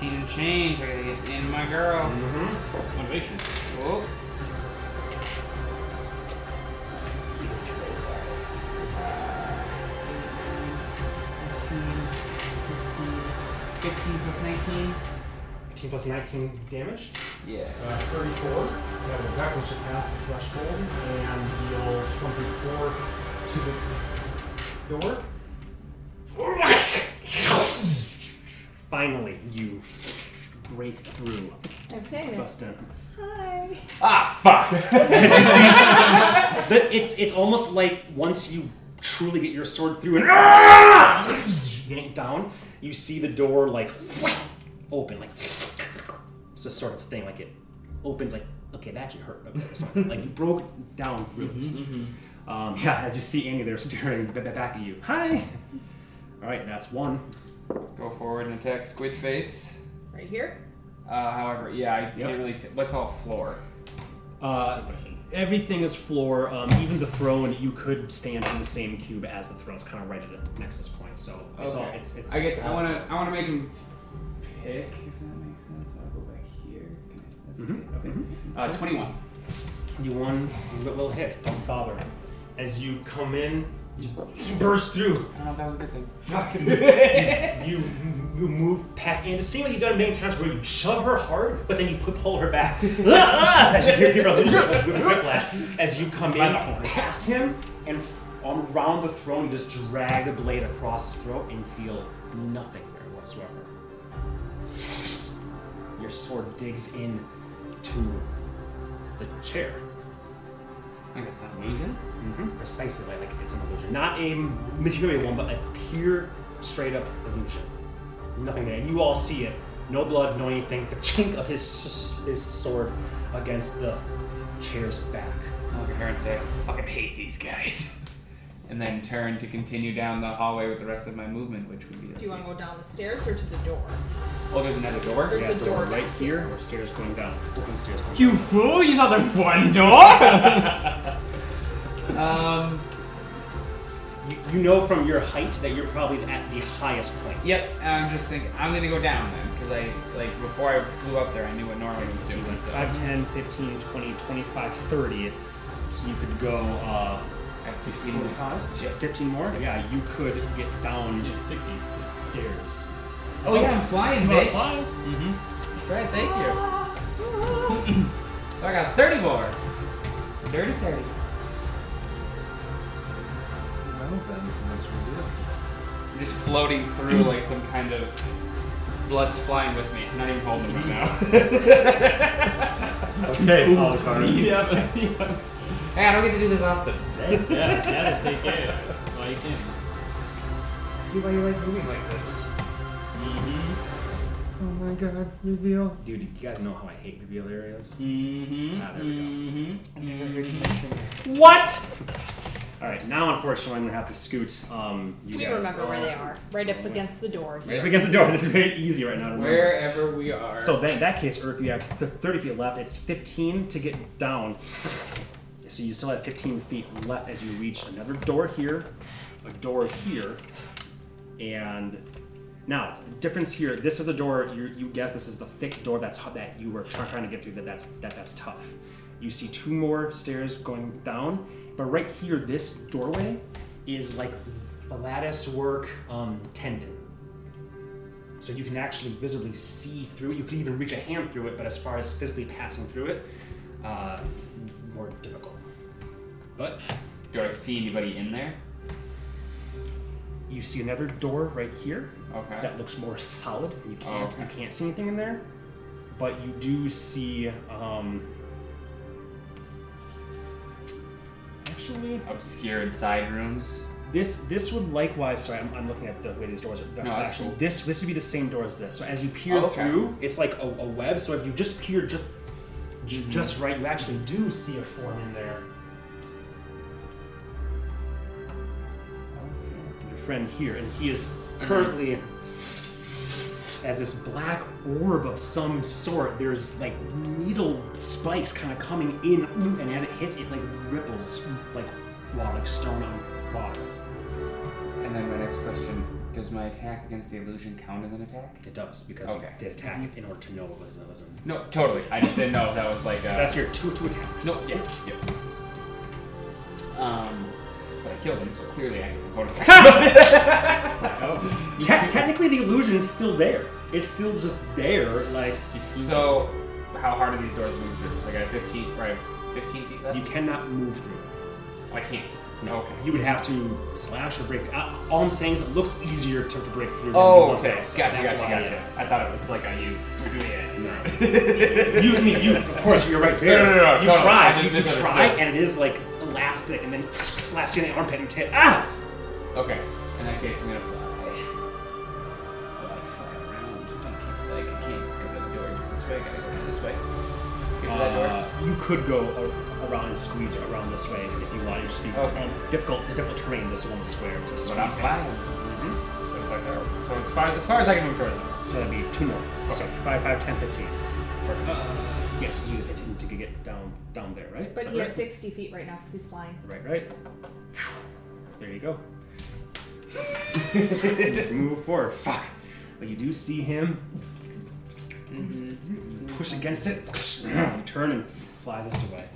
16 and change. I gotta get in my girl.
Mm-hmm.
Motivation.
Oh. Fifteen plus nineteen.
15 plus 19 damage.
Yeah.
Uh, 34. That will definitely surpass the threshold and deal 24 to the door.
Finally, you break through,
I'm saying it.
Bustin.
Hi.
Ah, fuck.
As you see, the, it's it's almost like once you truly get your sword through and Ah! yank down, you see the door like open, like it's this sort of thing. Like it opens, like okay, that actually hurt. Okay, sorry. like you broke down through it. Um, Mm-hmm, yeah, as you see Amy there staring b- b- back at you. Hi. All right, that's one.
Go forward and attack Squid Face.
Right here.
Uh, however, yeah, I
Yep.
can't really. T- what's all floor?
Uh, everything is floor. Um, even the throne, you could stand in the same cube as the throne. It's kind of right at the nexus point, so it's all.
Okay.
It's, it's,
I guess
it's
I
all-
wanna I wanna make him pick if that makes sense. I'll go back here. Can I, that's
Mhm,
it? Okay. Uh, twenty one.
You won. You will hit. Don't bother. As you come in, you burst through.
I don't know if that was a good thing.
You you move past, and the same way you've done many times, where you shove her hard, but then you pu- pull her back. Ah, ah, as you hear people whiplash as you come in past him and f- around the throne, you just drag the blade across his throat and feel nothing there whatsoever. Your sword digs in to the chair.
I got that illusion.
Mm-hmm. Precisely, like, like it's an illusion. Not a material one, but a pure, straight up illusion. Nothing there. You all see it. No blood, no anything. The chink of his, s- his sword against the chair's back.
I'll look at her and say, I fucking hate these guys. And then turn to continue down the hallway with the rest of my movement, which would be.
Do you want to go down the stairs or to the door?
Oh, there's another door.
There's a door,
right here, or stairs going down. Open stairs going
You fool! You thought there's one door.
Um.
down. You, you know from your height that you're probably at the highest point.
Yep. I'm just thinking. I'm gonna go down then, because I like before I flew up there, I knew what Norman was doing. So I
5, 10, 15, 20, 25, 30. So you could go uh,
have to feel-
45?
Yep.
15 more? Yeah, you could get down the stairs.
Oh yeah, I'm flying,
You wanna
bitch.
fly?
That's right. Thank you. so I got thirty more. Dirty thirty. I'm just floating through like some kind of blood's flying with me. Not even holding right now.
Okay, oh, it's hard.
yeah.
Hey, I don't get to do this often.
Ah,
Yeah. Take it. Well, you can.
I see why you like moving like this.
Dude, you guys know how I hate reveal areas.
Mm-hmm.
Ah, there we go.
Mm-hmm.
What? All right, now unfortunately I'm gonna have to scoot. Um, you
We
guys.
remember where they are. Right up against the doors.
Right up against the door. This is very easy right now. To remember.
Wherever we are.
So then, in that case, Earth, you have th- 30 feet left. It's 15 to get down. So you still have 15 feet left as you reach another door here, a door here, and now the difference here. This is the door. You, you guess this is the thick door that's hu- that you were try- trying to get through. That that's that that's tough. You see two more stairs going down, but right here, this doorway is like lattice work um, tendon So you can actually visibly see through it. You can even reach a hand through it, but as far as physically passing through it, uh, more difficult. But
Do I see anybody in there?
you see another door right here
Okay.
that looks more solid. and You can't
Okay.
you can't see anything in there, but you do see. Um, actually,
Obscured side rooms.
This this would likewise. Sorry, I'm, I'm looking at the way these doors are. they're
No, that's
flashing.
cool.
This this would be the same door as this. So as you peer
Oh, okay.
through, it's like a, a web. So if you just peer ju- ju-
Mm-hmm.
just right, you actually do see a form in there. Your friend here, and he is currently as this black orb of some sort. There's like needle spikes kind of coming in, and as it hits, it like ripples like water, like stone on water.
And then my next question: Does my attack against the illusion count as an attack?
It does because
Okay.
you did attack it in order to know it was. It was a, so
No, totally. I just didn't know if that was like. A,
that's your two two attacks.
No, yeah, yeah. Um, but I killed him, so clearly I have a bonus action.
Te- technically, the illusion is still there. It's still just there. Like
so, how hard are these doors move through? Like I have 15, or I have 15 feet left?
you cannot move through. it.
I can't. Okay.
You would have to slash or break. Uh, all I'm saying is it looks easier to, to break through.
Oh,
than the
okay.
one- so
Gotcha,
that's
gotcha,
why,
gotcha. I thought it was like on you.
yeah. You, I mean, you. Of course, you're right there.
No, no, no, no,
you
totally. I
try.
just
You, you
misunderstood.
try, and it is like elastic, and then slaps you in the armpit and tip. Ah!
Okay. In that case, I'm gonna fly. I like to fly around. I can't, like, I can't go to the door just this way. I gotta go down this way. Get to that door.
Uh, you could go a- around and squeeze around this way if you want. It just be
Okay.
um, difficult, the difficult terrain. This one square to
So
squeeze
not
past.
So, it's like that. so as, far, as far as I can move towards them.
So that'd be two more. So five, five, ten, fifteen. yes, you need fifteen to get down, down there, right?
But
Is that
he
right?
has 60 feet right now because he's flying.
Right, right. There you go. Just move forward. Fuck. But you do see him. Push against it. You turn and fly this away.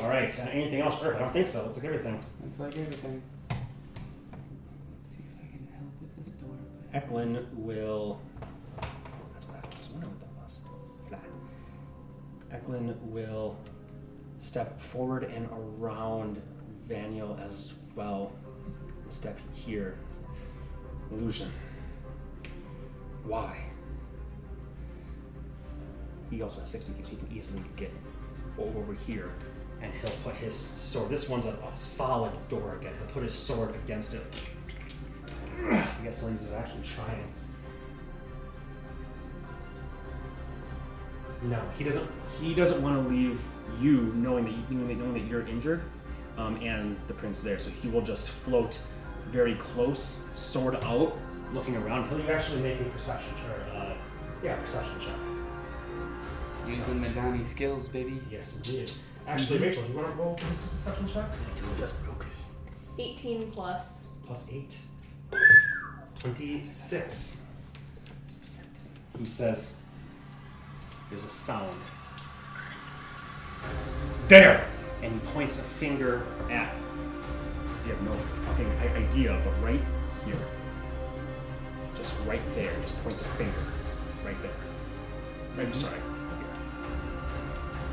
All right. so anything else? Earth? I don't think so. Looks like everything.
That's like everything. Let's see if I can help with this door.
Eklund will. That's what I was wondering what that was. Flat. Eklund will step forward and around Vaniel as well. Step here. Illusion. Why? He also has 60 feet, so he can easily get over over here. And he'll put his sword. This one's a, a solid door again. He'll put his sword against it. I guess I'll use his action to try and. No, he doesn't. He doesn't want to leave you, knowing that you, knowing that, knowing that you're injured, um, and the prince there. So he will just float very close, sword out, looking around. He'll actually make a perception check. Uh, yeah, perception check.
Using Madani skills, baby.
Yes, indeed.
Actually, Rachel, you want to roll a perception check?
18 plus.
plus 8. 26. He says, There's a sound. There! And he points a finger at. You have no fucking i- idea, but right here. Just right there. Just points a finger. Right there. Right, sorry. Here.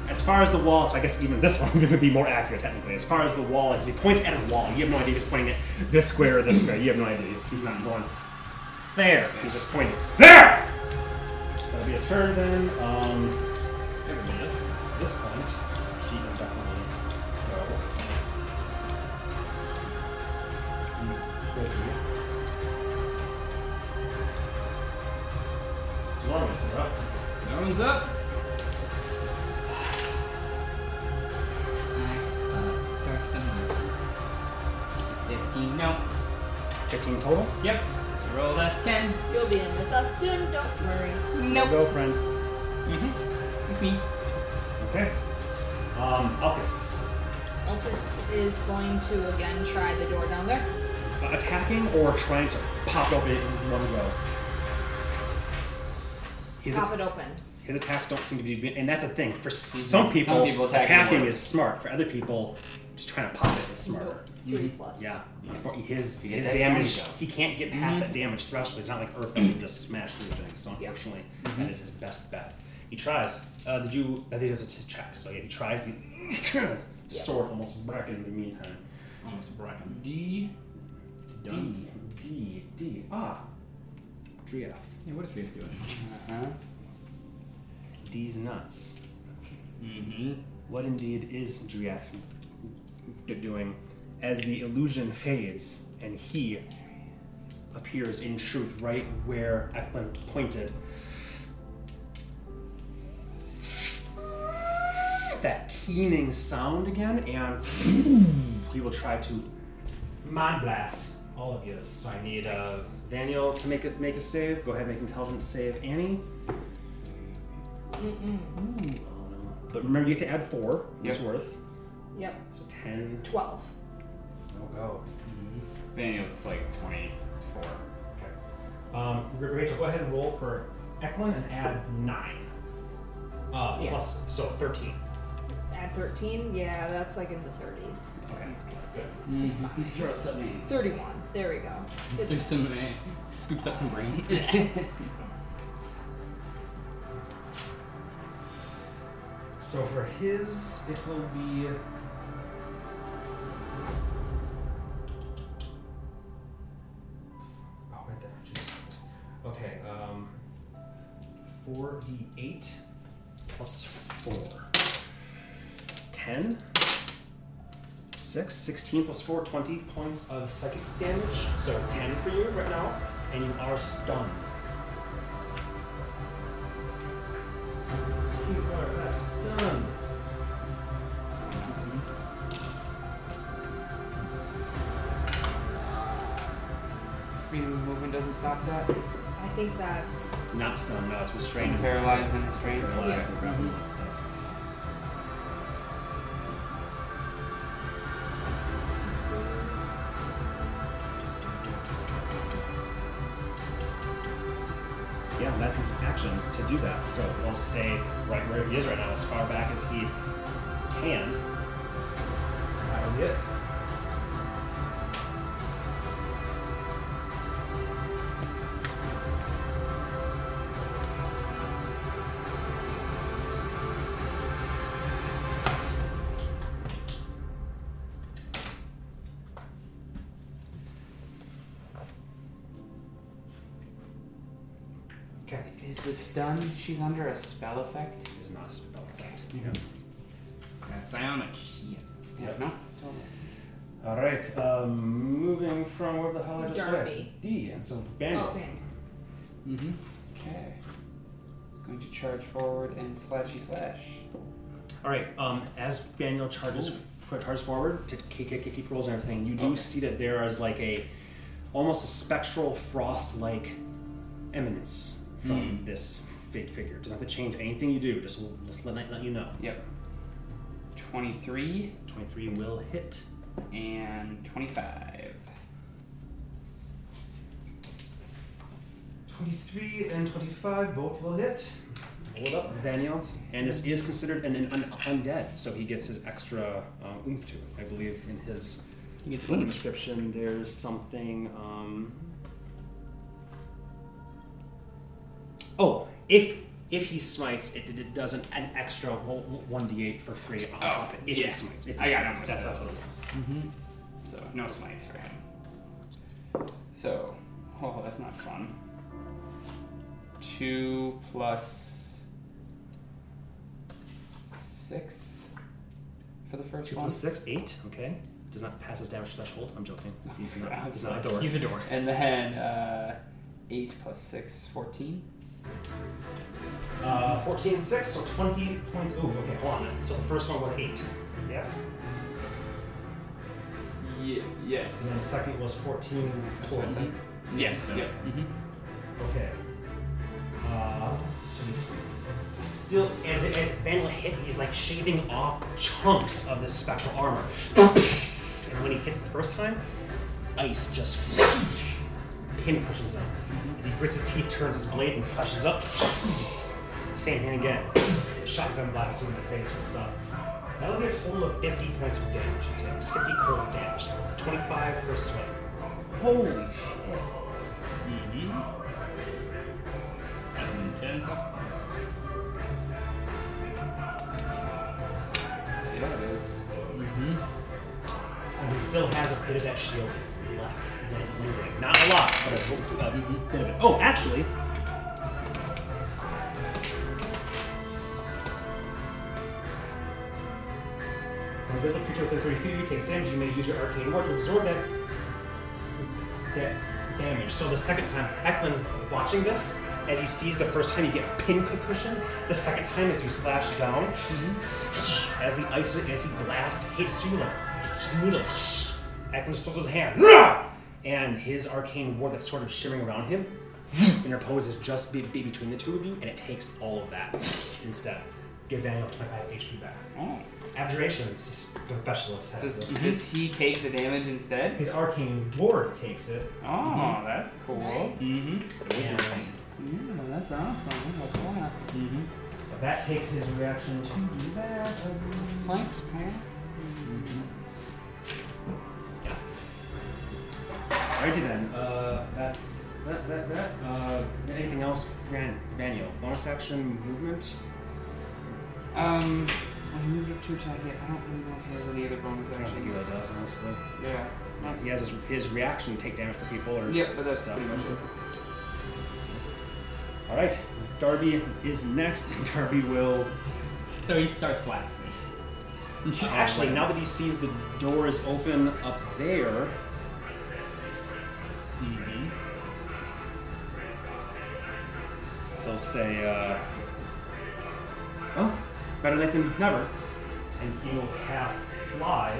As far as the wall, so I guess even this one would be more accurate technically. As far as the wall is, he points at a wall. You have no idea if he's pointing at this square or this square. You have no idea. He's, he's not going there. He's just pointing there. That'll be a turn then. Um, everybody else, at this point, she can definitely go. He's busy. Lauren, you're up.
That one's up.
Uh, Fifteen. No.
15 total.
Yep.
Roll a ten.
You'll be in with us soon, don't worry.
No girlfriend.
Mm-hmm. It's me.
Okay. Um, Alcus.
Elpis is going to again try the door down there.
Uh, attacking or trying to pop open it in one go? His,
Pop
at-
it open.
his attacks don't seem to be, and that's a thing. For s- some people,
Some people attacking
attacking
works.
is smart. For other people, just trying to pop it is smarter.
Oh, three plus.
Mm-hmm. Yeah. For- His
get
his
that
damage,
damage up.
he can't get past that damage threshold. It's not like Earth that can just smash through things. So
Mm-hmm. Yeah.
unfortunately, that is his best bet. He tries. Uh, did you? I think it was his check. So yeah, he tries. He turns sword almost bracken in the meantime.
Almost brought him.
D D
Duns.
D D ah. Driaf.
Yeah, what is Reef doing?
Uh-huh.
D's nuts.
Mm-hmm.
What indeed is Driaf d- doing? As the illusion fades and he appears in truth right where Eklund pointed. That keening sound again, and he will try to mind blast all of you. So I need uh, Daniel to make a, make a save. Go ahead, make intelligence save, Annie. Ooh, oh no. But remember, you get to add four. It's
Yep.
worth.
Yep.
So ten.
Twelve.
We'll go.
Daniel looks like 24.
Okay. Um, R- Rachel, go ahead and roll for Eklund and add nine. Uh,
Yeah.
plus, so 13.
Add thirteen. Yeah, that's like in the thirties.
Okay, good.
He throws something.
Mm-hmm.
Thirty-one. There we go. Did
There's some uh, scoops up some brain.
So for his, it will be. Oh, right there. Jesus Christ. Okay, um. 4d8
plus four. 10. 6. 16 plus 4, 20 points of psychic damage. So 10 for you right now, and you are stunned. You are uh, stunned.
Freedom movement doesn't stop that.
I think that's
Not stunned, no, it's restrained.
Paralyzed and restrained.
Paralyzed and grappled and stuff. Yeah, that's his action to do that. So he'll stay right where he is right now, as far back as he can.
That'll be it.
Okay. Is the stun? She's under a spell effect.
It is not a spell effect.
Uh, Psionic. Shit.
Yeah.
Yep.
No.
All right. Um, moving from where the hell I just
Darby.
read. D. And so Banner.
open.
Mm-hmm.
Okay. He's going to charge forward and slashy slash.
All right. Um, as Daniel charges f- charges forward to kick, kick, kick, kick rolls and everything, you do see that there is like a almost a spectral frost like eminence from this fig figure. Doesn't have to change anything you do. Just just let let you know.
Yep. 23
Twenty three will hit.
and 25.
23 and 25 both will hit.
Hold up, Daniel. And this is considered an, an un- undead, so he gets his extra um, oomph to it. I believe in his
He gets
In the
one.
description, there's something. Um... Oh, if if he smites, it, it does an, an extra one d eight for free on top of it. If
yeah.
he smites, if he
I got
smites,
it.
that's, that's what it was.
So, no smites for him. So, oh, that's not fun. 2 plus 6 for the first
Two
one.
plus six, eight. Okay, does not pass his damage threshold. I'm joking. It's easy.
crap.
It's not a door.
He's a door.
And then uh, 8 plus 6, 14.
Uh, 14 and 6, so 20 points. Ooh, okay, hold on.
So the first one was eight.
Yes.
Ye-
And then the
yes.
second was 14
That's what I
points.
said. Yes. Yep.
Okay. Uh, so he's
Still, as as Vandal hits, he's like shaving off chunks of this spectral armor. and when he hits the first time, ice just pincushions him. As he grits his teeth, turns his blade, and slashes up. Same thing again.
shotgun blasting in the face with stuff.
That'll be a total of 50 points of damage he takes. 50 cold damage. 25 per swing.
Holy shit.
Mm-hmm. That's an intense offense.
Yeah, it is.
Mm-hmm.
And he still has a bit of that shield left. Like, lingering. Not a lot, but a, a bit of it. Oh, actually, When a visible creature within 30 feet of you takes damage, you may use your arcane ward to absorb that, that damage. So the second time, Eklund watching this, as he sees the first time you get a pincushion, the second time as you slash down, as the ice as he blast hits you like needles, Eklund throws his hand, "Rah!" and his arcane ward that's sort of shimmering around him interposes just be, be between the two of you, and it takes all of that instead. Give Daniel 25 HP back.
Oh.
Abjuration s- specialist has
Does,
this.
does he take the damage instead?
His arcane ward takes it.
Oh, that's cool.
Nice.
Mm-hmm.
Mm-hmm. and-
Yeah, that's awesome. That's awesome.
but that takes his reaction to do that.
Thanks, man.
Alrighty then. Uh, that's that. That. that. Uh, anything else, Van Vaniel? Bonus action movement.
Um, I moved up to attack it. I don't really know if he has any other bonus
I don't think he really
actions.
does, honestly.
Yeah. Not-
He has his, his reaction to take damage for people or
Yep, but that's
stuff.
pretty much it.
All right, Darby is next. Darby will um,
So he starts blasting.
Actually, now that he sees the door is open up there,
Mm-hmm.
he'll say, uh, "Oh, better late than never," and he will cast fly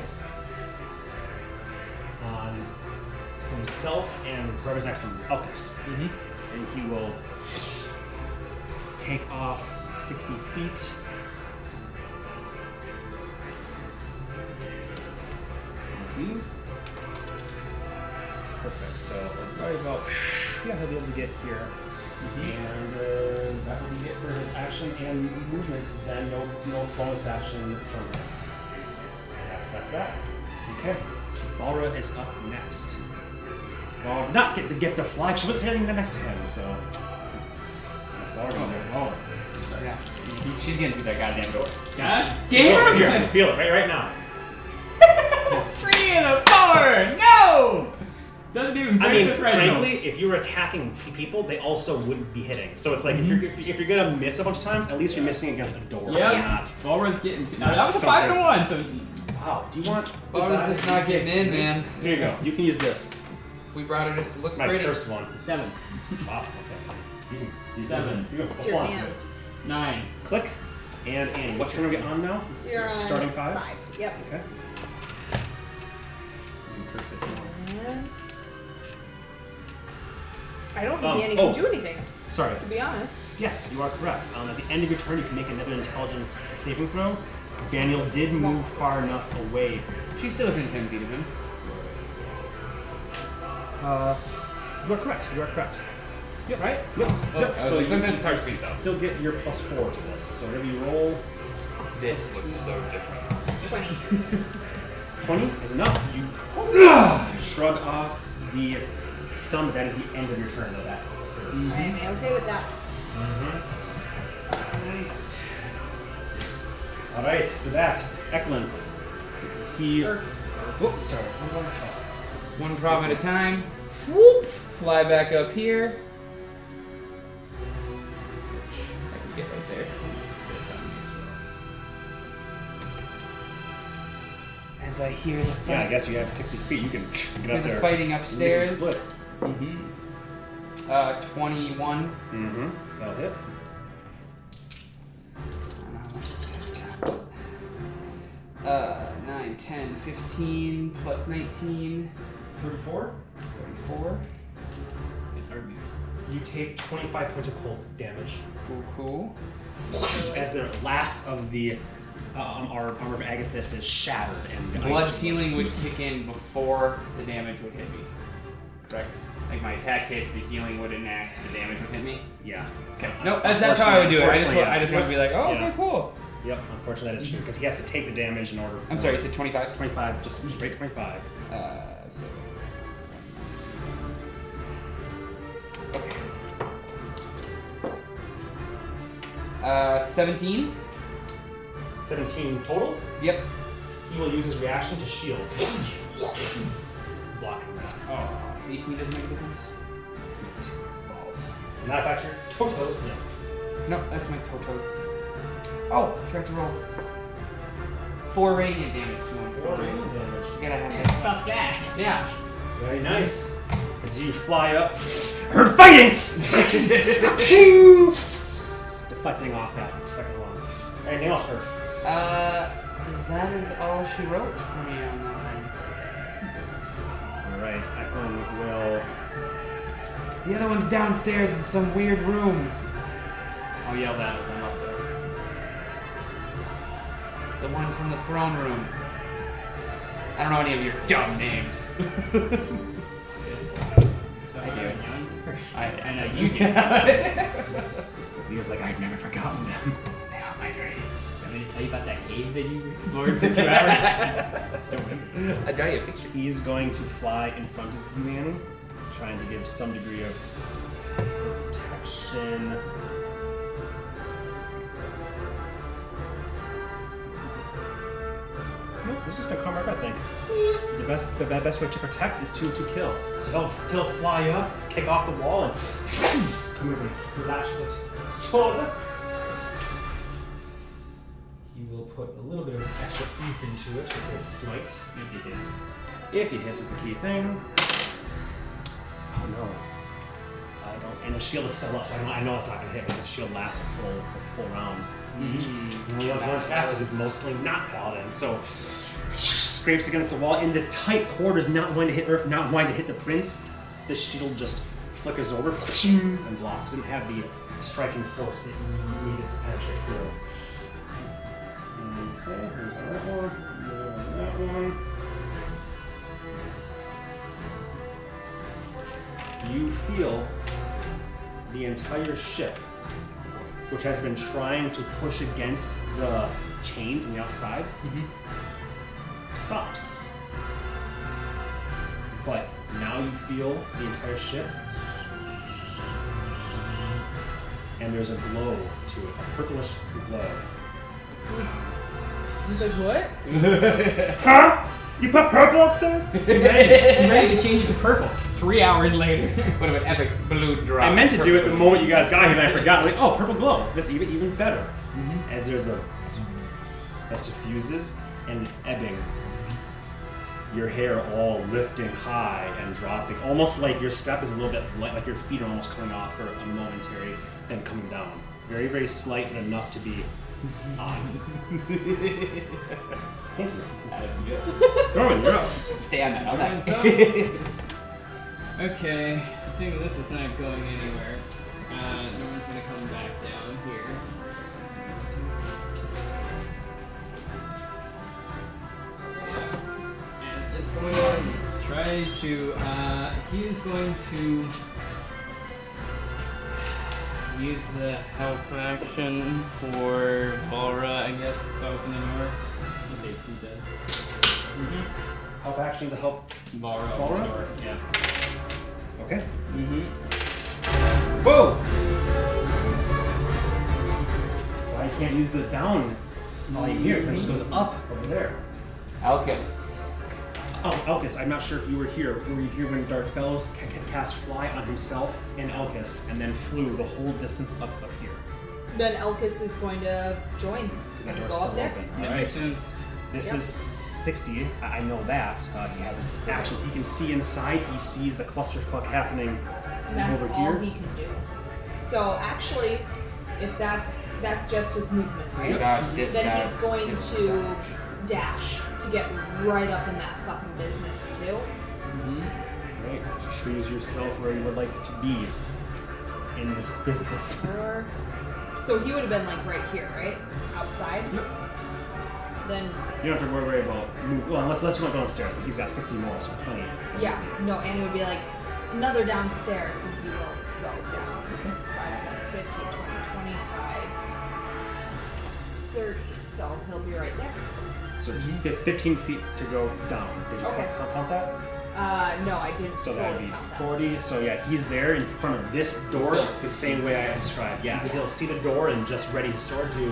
on himself and whoever's next to him, Elkis,
Mm-hmm.
and he will take off sixty feet. Perfect. So probably about yeah, he'll be able to get here. Mm-hmm. And uh, that will be it for his action and movement. Then no no bonus action from him. That's that's that. Okay. Balra is up next. Balra did not get the gift of fly. She was standing next to him, so that's Balra. Oh,
Yeah. She's getting through that goddamn door.
God
Here, here, I
damn!
can feel it right right now.
Three and a four! No! Doesn't even
I
break
mean,
the threshold.
frankly, if you were attacking pe- people, they also wouldn't be hitting. So it's like if you're if you're- if you're gonna miss a bunch of times, at least you're missing against a door.
Yep.
Not.
Balra's getting. No, that was a five to one. So
Wow. Do you want?
Barbara's just not getting in, man.
Here you go. You can use this.
We brought her just to
This
look
is my
pretty.
first one.
seven,
Wow. Okay. You can- you can-
Seven.
You can
It's your
hold on to
hand.
it.
nine.
Click. And and what turn are we on now?
You're on
Starting five?
Five. Yep.
Okay.
And I don't think
Um,
Danny
oh.
can do anything.
Sorry.
To be honest.
Yes, you are correct. Um, at the end of your turn, you can make another intelligence saving throw. Daniel did move far enough away.
She's still within 10 feet of him.
Uh, you are correct. You are correct.
Yep. Right? Okay.
Yep. Yep. So Oh, you
Sometimes it's hard to
s-
beat, though.
still get your plus four to this. So whatever you roll,
This looks so different.
Twenty.
twenty is enough. You shrug off the stun, but that is the end of your turn. Though that. occurs.
I am okay with that.
Mm. All right. For that, Eklund. He. Whoop, sorry. I'm going to-
One problem at a time.
Whoop.
Fly back up here. I can get right there. As I hear the
Yeah, I
fight,
guess you have sixty feet. You can get
hear
up
the
there.
fighting
You can
upstairs.
split.
Mm-hmm. Uh, 21.
Mm-hmm. That'll hit.
Uh, 9, 10, 15, plus 19,
Thirty-four.
34.
It's hard to
You take twenty-five points of cold damage.
Cool, cool.
as the last of the uh, um, our armor of Agathis is shattered and the
Blood
ice
healing would kick in before the damage would hit me.
correct.
Like my attack hits, the healing would enact, the damage would hit me.
Yeah.
No, that's, that's how I would do it. I just,
Unfortunately,
wa- I just
yeah.
want to be like, oh,
Yeah.
okay, cool.
Yep, unfortunately that is true because he has to take the damage in order.
I'm
for-
sorry, you said 25?
25, just straight 25.
Uh, so. Okay. Uh, 17?
17 total.
Yep.
Oh,
He will use his reaction to shield. Blocking that.
Oh, 18 doesn't make a difference.
It's neat. Balls. Not if that's your total. No.
No, that's my Toto. Oh, tried to roll. Four radiant damage to him.
Four radiant damage.
You gotta have that.
Fuck that.
Yeah.
Very nice. As you fly up, her fighting! Ching! Deflecting off that second one. Anything else, Earth?
Uh, that is all she wrote for me on that one.
Alright, Eklund will.
The other one's downstairs in some weird room.
I'll yell that as I'm up there.
The one from the throne room. I don't know any of your dumb names.
I
do.
I, I know you do.
He was like, I've never forgotten them.
They are my dreams.
I'm gonna tell you about that cave that you explored for two hours.
I got you a picture.
He is going to fly in front of you, Annie, trying to give some degree of protection. Nope, this is gonna come up, I think. The best, the best way to protect is to, to kill. So he'll, he'll fly up, kick off the wall, and come over and slash this sword.
He will put a little bit of extra oomph into it with his smite.
If he hits. If he hits is the key thing. Oh no. I don't, and the shield is still up, so I, don't, I know it's not going to hit because the shield lasts a full, a full round. And He has one attack because he's mostly not paladin, so scrapes against the wall in the tight quarters, not wanting to hit Earth, not wanting to hit the prince. The shield just flickers over and blocks. Didn't have the striking force that you needed to penetrate through. Okay, here's that one. here's That one. You feel the entire ship, which has been trying to push against the chains on the outside, stops. But now you feel the entire ship, and there's a glow to it, a purplish glow.
He's like, what?
Huh? You put purple upstairs? I'm ready to change it to purple.
Three hours later.
What of an epic blue drop.
I meant to do it the moment you guys got here, and I forgot. Like, oh, purple glow. That's even even better. As there's a that suffuses and ebbing. Your hair all lifting high and dropping, almost like your step is a little bit light, like your feet are almost coming off for a momentary, then coming down. Very, very slight, but enough to be on. Thank you. Norman, you're up.
Stay on that. on that.
okay, seeing this is not going anywhere, uh, no one's gonna come back down here. Yeah. And it's just going to try to. Uh, he is going to use the help action for Volra, I guess, to open the door. Okay, he does.
Help action to help.
Volra, open
Volra?
the door. Yeah.
Okay.
Mm-hmm.
Whoa! That's why you can't use the down all you hear, because it just goes up over there.
Alcus.
Oh, Elkis, I'm not sure if you were here. Were you here when Darth Bellows ca- ca- cast Fly on himself and Elkis, and then flew the whole distance up up here?
Then Elkis is going to join.
Because that
Go
door's
up
still
there.
open.
That makes sense.
This
Yep.
is 60. I I know that. Uh, he has his action. He can see inside. He sees the clusterfuck happening
And that's
over
all
here.
he can do. So actually, if that's that's just his movement, right?
Dodge, dip,
Then
dodge,
he's going
dip,
to
dodge.
dash to get right up in that fucking business too.
Right. Choose yourself where you would like to be in this business.
Or so he would have been like right here, right? Outside. Then
You don't have to worry, worry about move. Well, unless, unless you want to go downstairs, but he's got 60 more, so plenty.
yeah, no, Annie would be like another downstairs and he will go down. 5, 15, 20, 25. 30, so he'll be right there.
So it's fif- 15 feet to go down. Did you
Mm-hmm. Okay.
count, count that?
Uh, no, I didn't.
So that
fully
would be
count that.
40. So yeah, he's there in front of this door,
So-
the same way I described. Yeah, he'll see the door and just ready his sword to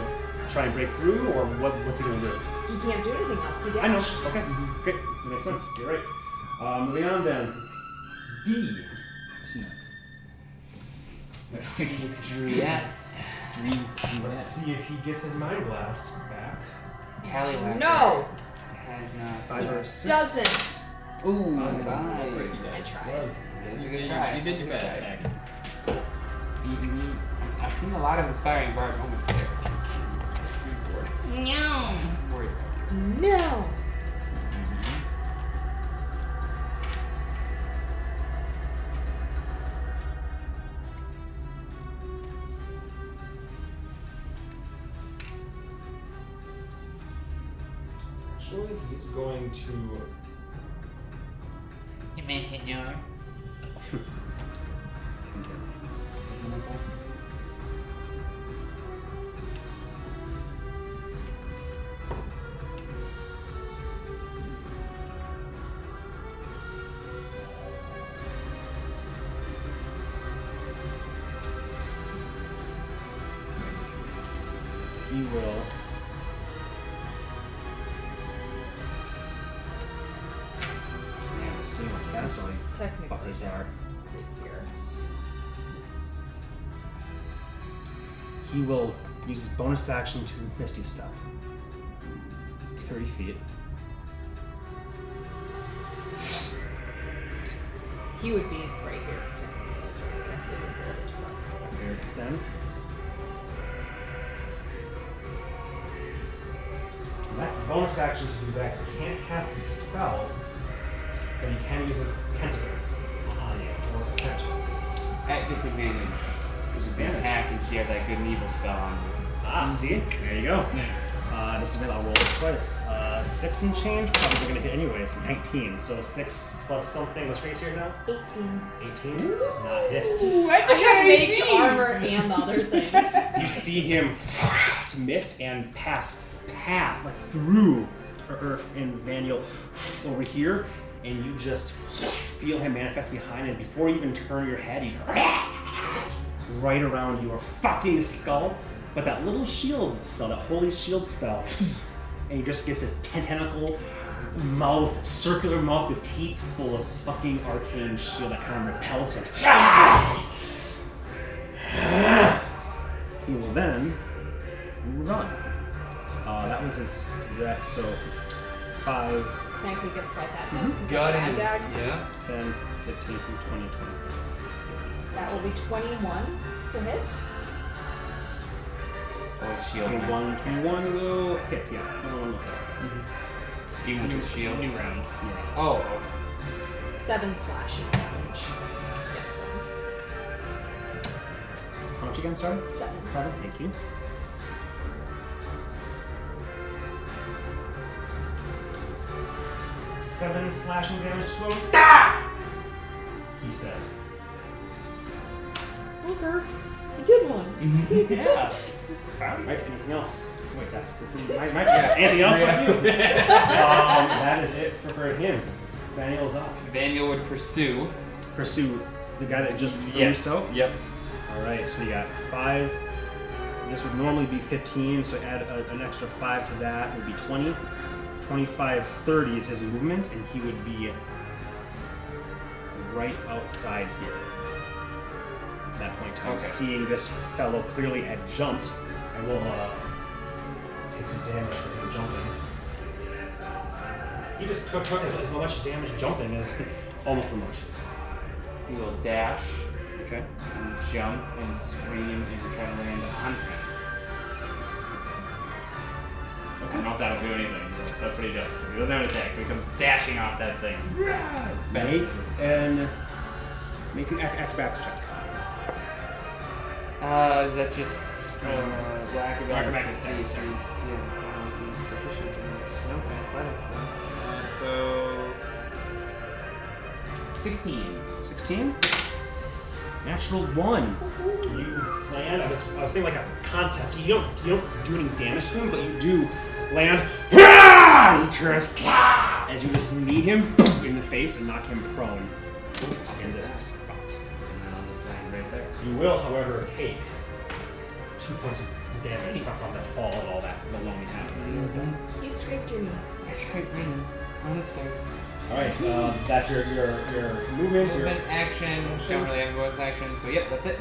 try and break through, or what, what's he going to do?
He can't do anything else. He
I know.
dashed.
Okay. Great. That makes sense. You're right. Um, moving on then. D.
Yes.
Let's see if he gets his mind blast back.
Tallywhacker.
No,
Has not.
Five or six.
doesn't.
Ooh,
Five.
five.
I tried.
Does
That was a
You
good
did-
try.
You did your
Good
best,
try.
Max.
You- you need- I've seen a lot of inspiring bard moments there.
No.
Worried about you.
No.
Actually, he's going to.
You mentioned your.
He will. Man, this thing like that's all you
Technically,
fuckers are.
right here.
He will use his bonus action to Misty Step. 30 feet.
He would be right here. So that's right there.
Here, then.
That's his bonus action to do that. He can't cast a spell, but he can use his tentacles
Ah,
on you, or catch it.
At disadvantage.
Disadvantage.
Attack Mm-hmm. if you have that good and evil spell on you.
Ah, see? There you go.
Nice.
Uh, disadvantage, I'll roll it twice. Uh, 6 and change, probably gonna hit anyways. 19. So 6 plus something. What's race here now?
18.
18 does not hit.
I have mage armor and the other thing.
You see him to mist and pass, pass like through Earth and Vaniel over here, and you just feel him manifest behind. And before you even turn your head, he's right around your fucking skull. But that little shield spell, that holy shield spell, and he just gets a ten- tentacle mouth, circular mouth with teeth full of fucking arcane shield that kind of repels him. He will then run. Uh, that was his rec, so 5,
Can I take a swipe at him? 'Cause
Got
I have
it.
Dag.
Yeah.
10, 15, 20, 25.
That will be 21 to hit.
Oh, shield.
21, 21 will hit, yeah. 21 will hit.
You want the shield?
New round.
Yeah.
Oh, okay.
7 slashing damage. Yeah, so
How much again, sorry?
7.
7, thank you.
Seven slashing damage to him.
Ah!
He says.
Booger. I did one.
Yeah.
Right, anything else? Wait, that's, that's me. My, my, yeah. Anything else but you? um, that is it for, for him. Daniel's up.
Daniel would pursue.
Pursue the guy that just
Yes.
released out.
Yep.
All right, so we got five. This would normally be 15, so add a, an extra five to that would be 20. 25, 30 is his movement, and he would be right outside here. At that point in time,
Okay.
seeing this fellow clearly had jumped,
I will uh, take some damage for him jumping.
he just took, took as, as much damage jumping as almost as much.
He will dash
Okay.
and jump and scream and try to land on him. I don't know if that'll do anything. but That's what he does. He doesn't have an attack, so he comes dashing off that thing.
Make an make an ac- acrobatics check.
Uh, is that just uh, lack of
Acrobatics,
accuracy?
yeah.
Yeah, I don't know if he's proficient in this. No, athletics though.
Uh, so.
Sixteen.
16. Natural one.
You
land. I was, I was thinking like a contest. You don't you don't do any damage to him, but you do land. He turns as you just knee him in the face and knock him prone in this spot. You will, however, take two points of damage from from that fall and all that baloney happening.
Mm-hmm.
You scraped your knee.
That's quite green. On his face.
All right, um, that's your your your movement. Your,
Movement, action. Don't really have a bonus action, so yep, that's it.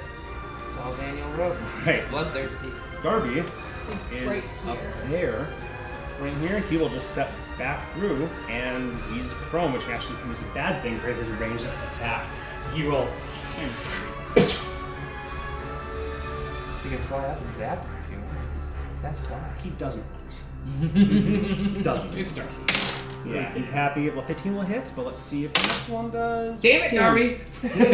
It's all Daniel Rowe.
Right.
Bloodthirsty.
Garby
He's
is
right
up
here.
there. Right here, he will just step back through, and he's prone, which actually is a bad thing for his ranged attack. He will.
You can fly up and zap if you want. That's fine.
He doesn't want. it. doesn't. It's dark. Yeah, he's happy. Well, 15 will hit, but let's see if the next one does.
Damn it,
15.
Darby! Damn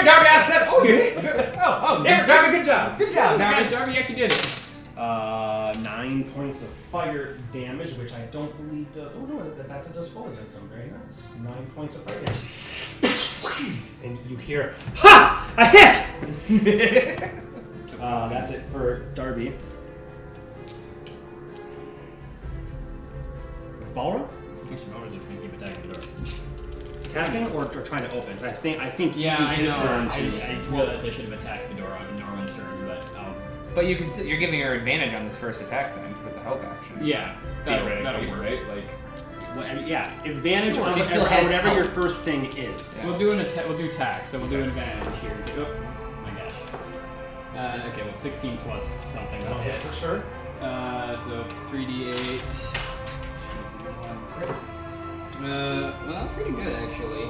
it, Darby! I said, oh, you hit. Oh, oh, damn it, Darby! Good job. Good job, Darby.
Darby actually did it.
Uh, nine points of fire damage, which I don't believe does. Oh no, that, that does fall against him. Very nice. Nine points of fire damage. and you hear, "Ha! A hit!" uh, that's it for Darby. Balra,
Actually, Bowers is gonna keep attacking Darby.
attacking or, or trying to open? I think I think
Yeah,
he's
I
his
know.
turn
I,
to.
I realized I should have attacked the door on Norman's turn, but um,
But you can, s- you're giving her advantage on this first attack then with the help action.
yeah, that'll, that'll
Theoretically.
work, right? Like,
Well, I mean, yeah, advantage
Sure,
on
she
whatever,
still has
whatever your
help.
first thing is.
we'll do an attack. We'll do tax, then we'll do an advantage here. Oh my gosh. Uh, okay, well, 16 plus something. That'll
don't hit
hit.
for sure.
Uh, so 3d8. Uh, well, that's pretty good actually.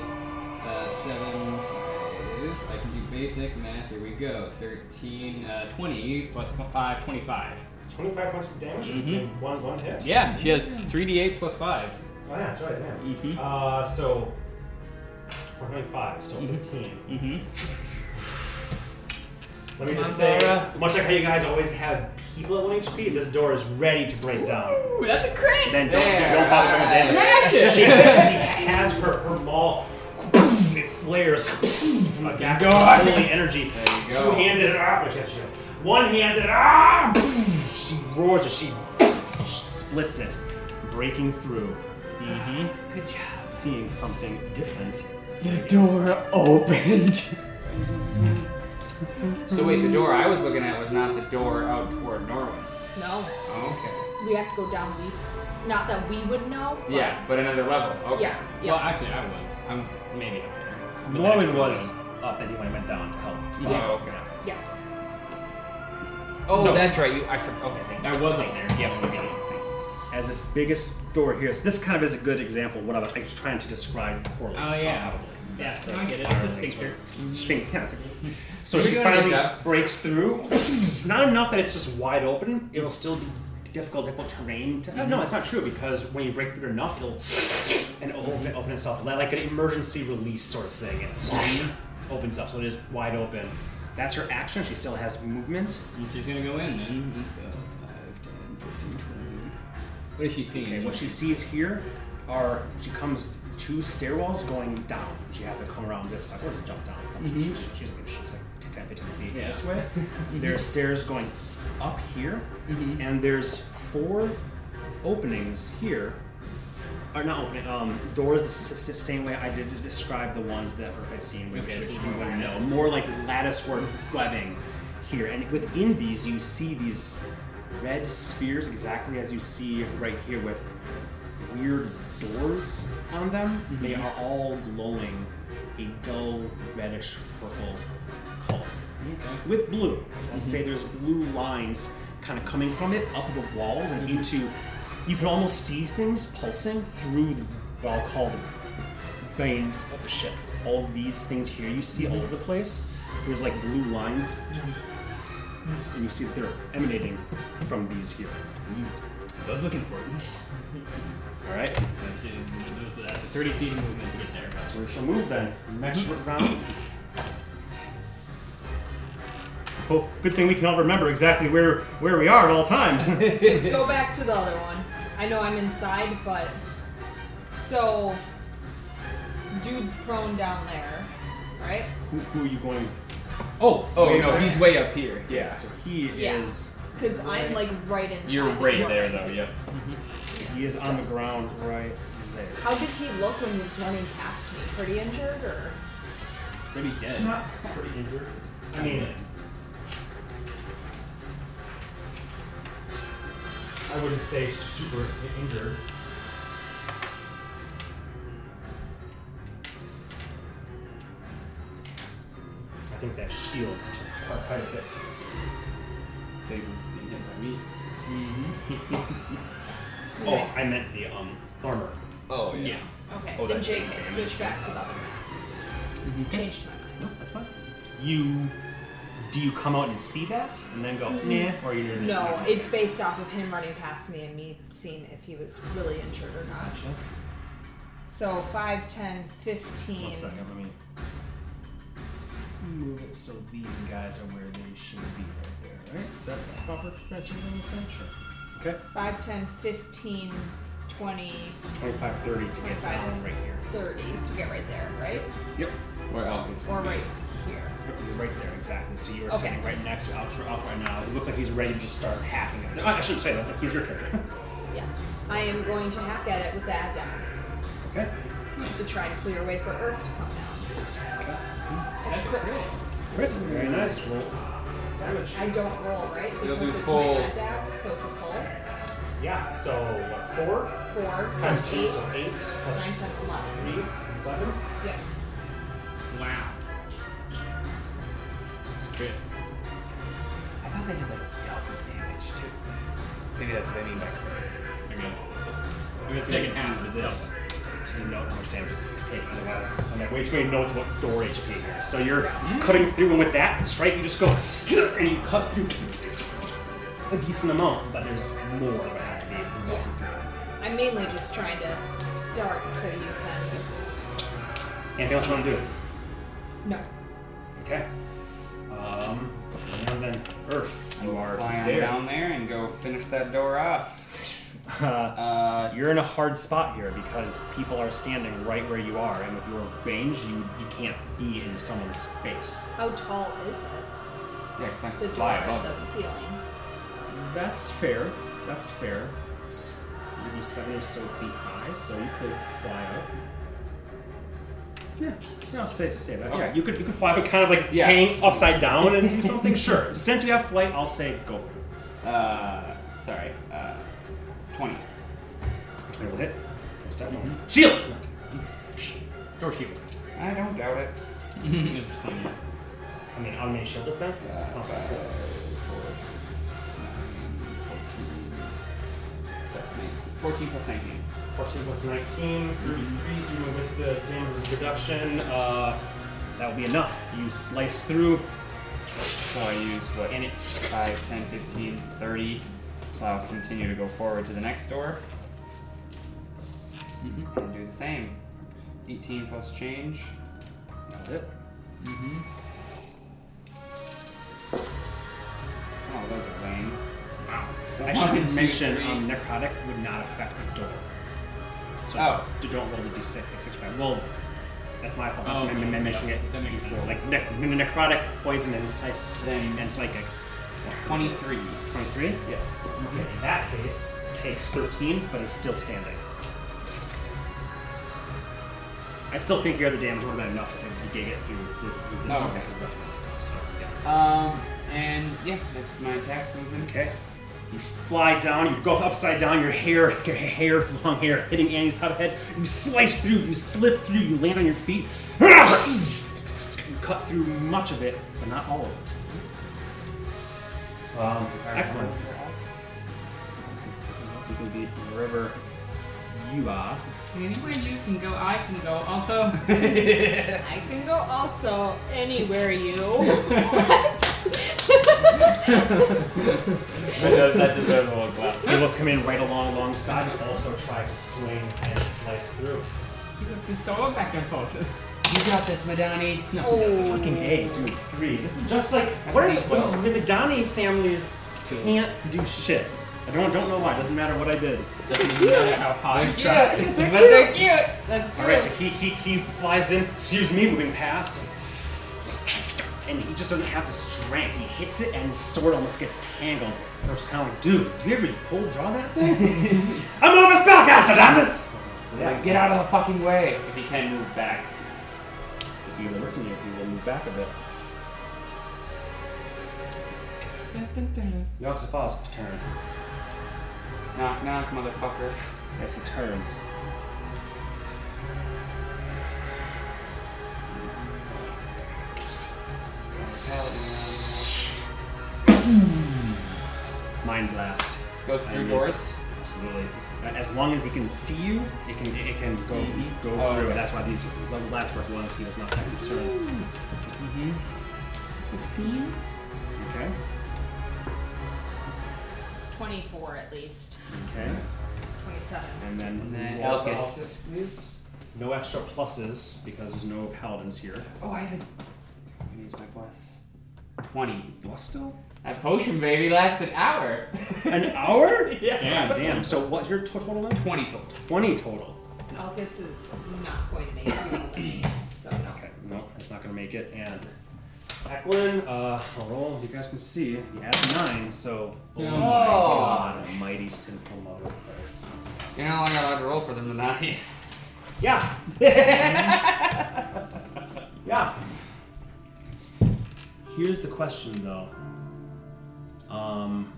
Uh, seven. five. I can do basic math. Here we go. 13, uh, 20 plus 5, 25.
25 points of damage
Mm-hmm.
in one, one hit.
Yeah, she has 3d8 plus 5.
Oh, yeah, that's right, yeah.
Mm-hmm.
Mhm.
Mm-hmm.
Uh, so, 25, so 15.
Mm-hmm.
Let me
Come
just
on,
say,
Laura.
much like how you guys always have people at 1 HP, this door is ready to break down.
Ooh, that's a crit!
Then don't,
There,
don't bother with
alright.
damage.
Smash
She, she
it!
has her, her maul. It flares from the back of
God.
her holy energy.
There you go.
Two-handed
oh,
ah, which yes, she has. One-handed ah.
She roars as she splits it, breaking through, E
Good job.
seeing something different.
the door opened.
So wait, the door I was looking at was not the door out toward Norway.
No,
Oh,
we have to go down these. Not that we would know.
okay. Yeah, but another level. Okay.
Yeah.
Well,
Yeah.
actually, I was. I'm maybe up there. But then I
Norman
fell
was
down.
up and he went went down to help.
Oh, okay.
yeah.
Oh,
So-
that's right. You, I forgot. Okay, thank you.
I was up there.
Yeah, we got it.
As this biggest door here, so this kind of is a good example of what I was like, trying to describe poorly. Uh,
Oh, yeah. Yeah,
That's the
no, I get it.
spiral
It's a
things
sphincter.
where- Sphinx, yeah, it's like- So
You're
she
doing a good
finally
job.
breaks through. Not enough that it's just wide open. It'll still be difficult, difficult terrain. To, uh, No, it's not true because when you break through enough, it'll and it'll open, open itself like like an emergency release sort of thing. It opens up, so it is wide open. That's her action. She still has movement.
And She's gonna go in then. Let's go. Five, 10, 15, 20. What is she seeing?
Okay, what she sees here are she comes two stairwells going down. She had to come around this side or just jump down. She, she, she doesn't give a shit. It's like 10, 15 feet
Yeah.
this way. There's stairs going up here, and there's four openings here. Or not opening, um, doors the s- s- same way I did describe the ones that Earth had seen, which
Okay,
is
so
you wouldn't know. More like lattice work webbing here. And within these, you see these red spheres exactly as you see right here with weird doors on them. They are all glowing a dull reddish purple color with blue. I'll say there's blue lines kind of coming from it up the walls and into. You can almost see things pulsing through the, what I'll call the veins of the ship. All these things here you see all over the place. There's like blue lines, and you see that they're emanating from these here. Mm-hmm.
Those look important.
All right,
So she, those, that's a 30 feet of movement to get there. That's
so we shall move then. Next round. Well, good thing we can all remember exactly where where we are at all times.
Just go back to the other one. I know I'm inside, but so dude's prone down there. right?
Who, who are you going?
Oh, oh
Wait,
no, he's way up here. Yeah.
So he
Yeah.
is
Because I'm like right inside.
You're
the
right
door.
there though, yep.
he is on the ground right there.
How did he look when he was running past me? Pretty injured, or
Pretty dead.
Not pretty injured. I mean, I wouldn't say super i- injured.
I think that shield took
Quite, quite a bit.
Save him from being hit by me.
Oh, I meant the um armor.
Oh yeah.
okay?
Oh,
then
that's
Jake
the
can
damage.
switch back to the other map. Changed my mind.
No, that's fine. You do you come out and see that and then go nah, or you
Mm-hmm. No, it's based off of him running past me and me seeing if he was really injured or not. So 5, 10, 15.
One second, let me move it so these guys are where they should be right there. Right? Is that proper professor on this side? Sure. Okay.
5, 10, 15, 20,
25, 30 to get down right here.
30 to get right there, right?
Yep.
Where Alpha's
Or right here.
You're right there, exactly. So you are
Okay.
standing right next to Alex or Alex right now. It looks like he's ready to just start hacking at it. No, I shouldn't say that. but He's your character.
Yeah. I am going to hack at it with that dagger
okay.
to try to clear a way for Earth to come down. It's crit.
Great. Very nice. Roll.
Damage.
I don't roll, right?
You'll
Because
do
it's
full-
my attack, so it's a pull.
Yeah, so what, four?
Four, so
Times two,
eight,
so eight.
nine,
Plus
ten, eleven.
three, eleven.
Yeah.
Wow. Crit.
I thought they did like double damage too. Maybe that's what I mean by crit.
I got it. I'm gonna take an half of
this to denote how much damage it's taking. Otherwise, I'm like way too many notes about door HP here. So you're cutting through, and with that strike, you just go and you cut through a decent amount, but there's more that I have to be busting through.
I'm mainly just trying to start so you can.
Anything else you want to do?
No.
Okay. Um, and then Earth, you are
Fly on
there.
down there and go finish that door off.
Uh,
Uh,
you're in a hard spot here because people are standing right where you are, and with your range, you, you can't be in someone's space.
How tall is it?
yeah, 'cause
The
I can
door,
fly above
the
them.
ceiling.
That's fair. That's fair. It's maybe seven or so feet high, so you could fly up. Yeah, yeah, I'll say, say that. Yeah,
Okay.
you could you could fly, but kind of like
Yeah.
hang upside down and do something. sure. Since you have flight, I'll say go for it.
Uh, sorry. Uh, 20.
It'll hit. Most definitely. Shield.
Mm-hmm. Door shield.
I don't doubt it.
it's funny.
I mean, automated shield defense. This is not that cool.
That's nice. 14 plus 19.
14 plus 19,
33, even with the damage reduction.
reduction. Uh, that will be enough. You slice through,
So I use what?
and it
5, 10, 15, 30. So I'll continue to go forward to the next door. And do the same. 18 plus change.
That's it.
Oh, those are lame.
I should
One, two,
mention
three.
um, necrotic would not affect the door. So
Oh.
d- don't roll the d6 six back. Well, that's my fault. That's
Oh,
my, my,
okay.
my mentioning it
That makes
before.
sense.
Like nec- the necrotic, poison, and, psy-
Then-
and psychic.
23.
23.
Yes.
Okay, in that case, takes 13, but is still standing. I still think your other damage would have been enough to get it through with, with this
Oh, okay.
with the weapon and stuff. So yeah.
Um, and yeah, that's my attack movement.
Okay. You fly down, you go upside down, your hair, your hair, long hair, hitting Annie's top head. You slice through, you slip through, you land on your feet. You cut through much of it, but not all of it. Um, Eklund. You can be wherever you are.
Anywhere you can go, I can go. Also,
I can go also anywhere you. what?
That does- that deserves a little clap.
They will come in right along alongside and also try to swing and slice through.
he looks his solo back and forth.
You got this, Madani.
No,
Oh.
fucking A, dude. Three. This is just like what are the,
Well.
the Nagani families can't do shit. I don't don't know why. Doesn't matter what I did.
Doesn't even matter how high you try.
But they're cute. That's
All right, so he he he flies in. Sees me moving past. and he just doesn't have the strength. He hits it, and his sword almost gets tangled. I was kind of like, dude, do you ever pull draw that thing? I'm more of a spellcaster, damn it! So
Yeah, get out of the fucking way if he can move back.
If you listen, you will move back a bit. Yoxifaw's turn.
Knock, knock, motherfucker.
As he turns, mind blast.
Goes
I
through
mean-
doors.
Absolutely. As long as he can see you, it can it can go go
Oh,
through.
okay.
That's why these the last work ones he does not have concern. Okay.
24 at least.
Okay.
27.
And then,
And then
roll
Elkis.
Elkis, please. No extra pluses because there's no paladins here.
Oh, I haven't. I'm gonna use my plus. 20.
Plus still?
That potion, baby, lasts an hour.
An hour?
yeah.
Damn, damn. So what's your to- total then?
20 total.
Twenty total.
Elkis is not going to make it. so no.
Okay, no, it's not gonna make it. And Eklund, uh, I'll roll. You guys can see he adds nine, so oh my god, a mighty sinful mother of Christ.
You know how long I allowed to roll for them tonight.
Yeah. yeah. Here's the question, though. Um,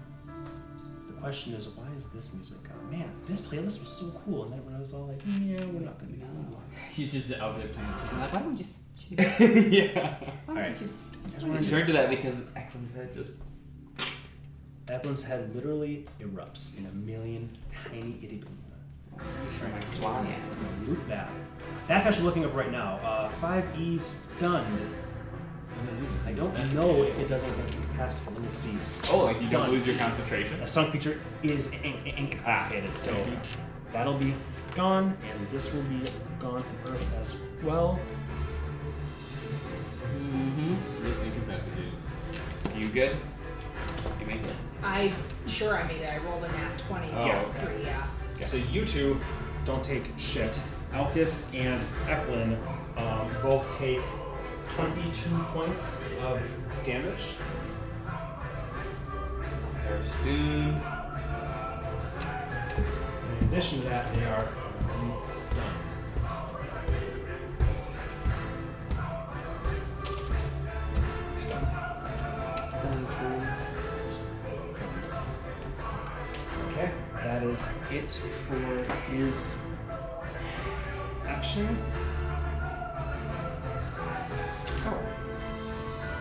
the question is, why is this music on? Man, this playlist was so cool, and then everyone was all like, "Yeah, we're not gonna do that."
He's just out there playing.
Why don't we just yeah.
All right.
I turned to that because Eklund's head just.
Evelyn's head literally erupts in a million tiny itty bitty.
Trying to fly in.
Loop that. That's actually looking up right now. Uh, 5E stunned. I don't know if it does anything past Lunacy
Oh, like you don't
Done.
lose your concentration.
A stun creature is in- in- incapacitated, so that'll be gone, and this will be gone from Earth as well.
You're incapacitated.
You good? You make it.
I sure I made it. I rolled a nat 20
Oh,
plus
okay.
3, yeah.
So you two don't take shit. Alkis and Eklund um, both take 22 points of damage.
There's Doom.
In addition to that, they are stunned. Okay, that is it for his action. Oh.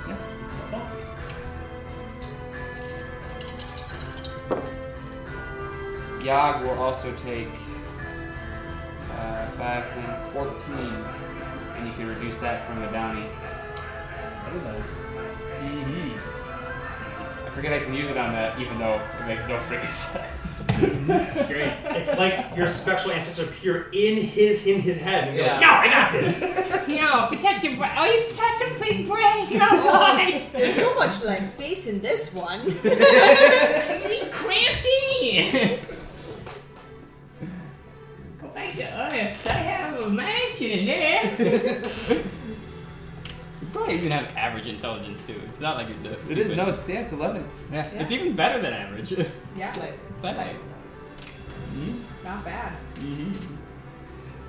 Yep, that's all.
Yog will also take uh, 5, 10, 14, and you can reduce that from the bounty.
Everybody.
Mm-hmm. I forget I can use it on that, even though it makes no freaking sense.
Great. It's like your special ancestor appear in his in his head and go,
Yeah.
No, I got this!
no, protect your brain. Oh, he's such a big brain. No, why?
There's so much less space in this one.
He cramped in here. Go back to Earth. I have a mansion in there.
You probably even have average intelligence too. It's not like you're dead.
It is. No, it stands 11.
Yeah. It's even better than average. it's
yeah, like,
like
not bad.
Mm-hmm.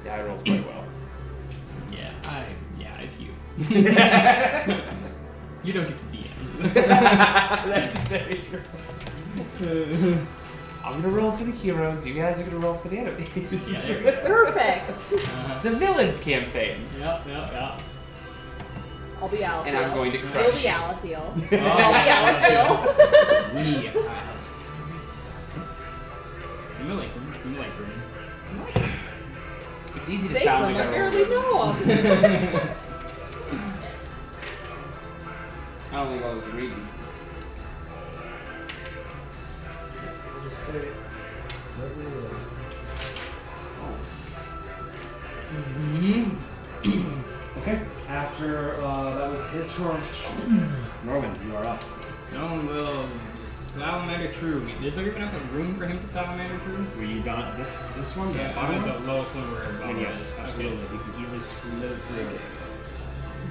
Yeah, I rolled quite well.
yeah, I yeah, it's you. you don't get to DM.
That's very true. I'm gonna roll for the heroes. You guys are gonna roll for the enemies.
Yeah, there we go.
Perfect.
The villains campaign.
Yep, yep, yep.
I'll be Alaphiel.
And I'm going to
You'll
crush.
be Alaphiel.
Oh,
I'll be Alaphiel.
We have. I'm like, I'm like,
It's easy to
Safe one,
sound like
I
I rolled.
barely know Alaphiel.
I don't think I was reading.
Just say whatever it is.
Okay. After uh, that was his turn. Norman, you are up.
no one will salamander through. Is there even enough room for him to salamander through?
Were you done this this one? the
I'm
bottom
at
one?
the lowest one where
Then
I'm
yes,
at. Okay.
absolutely. You can easily slither through.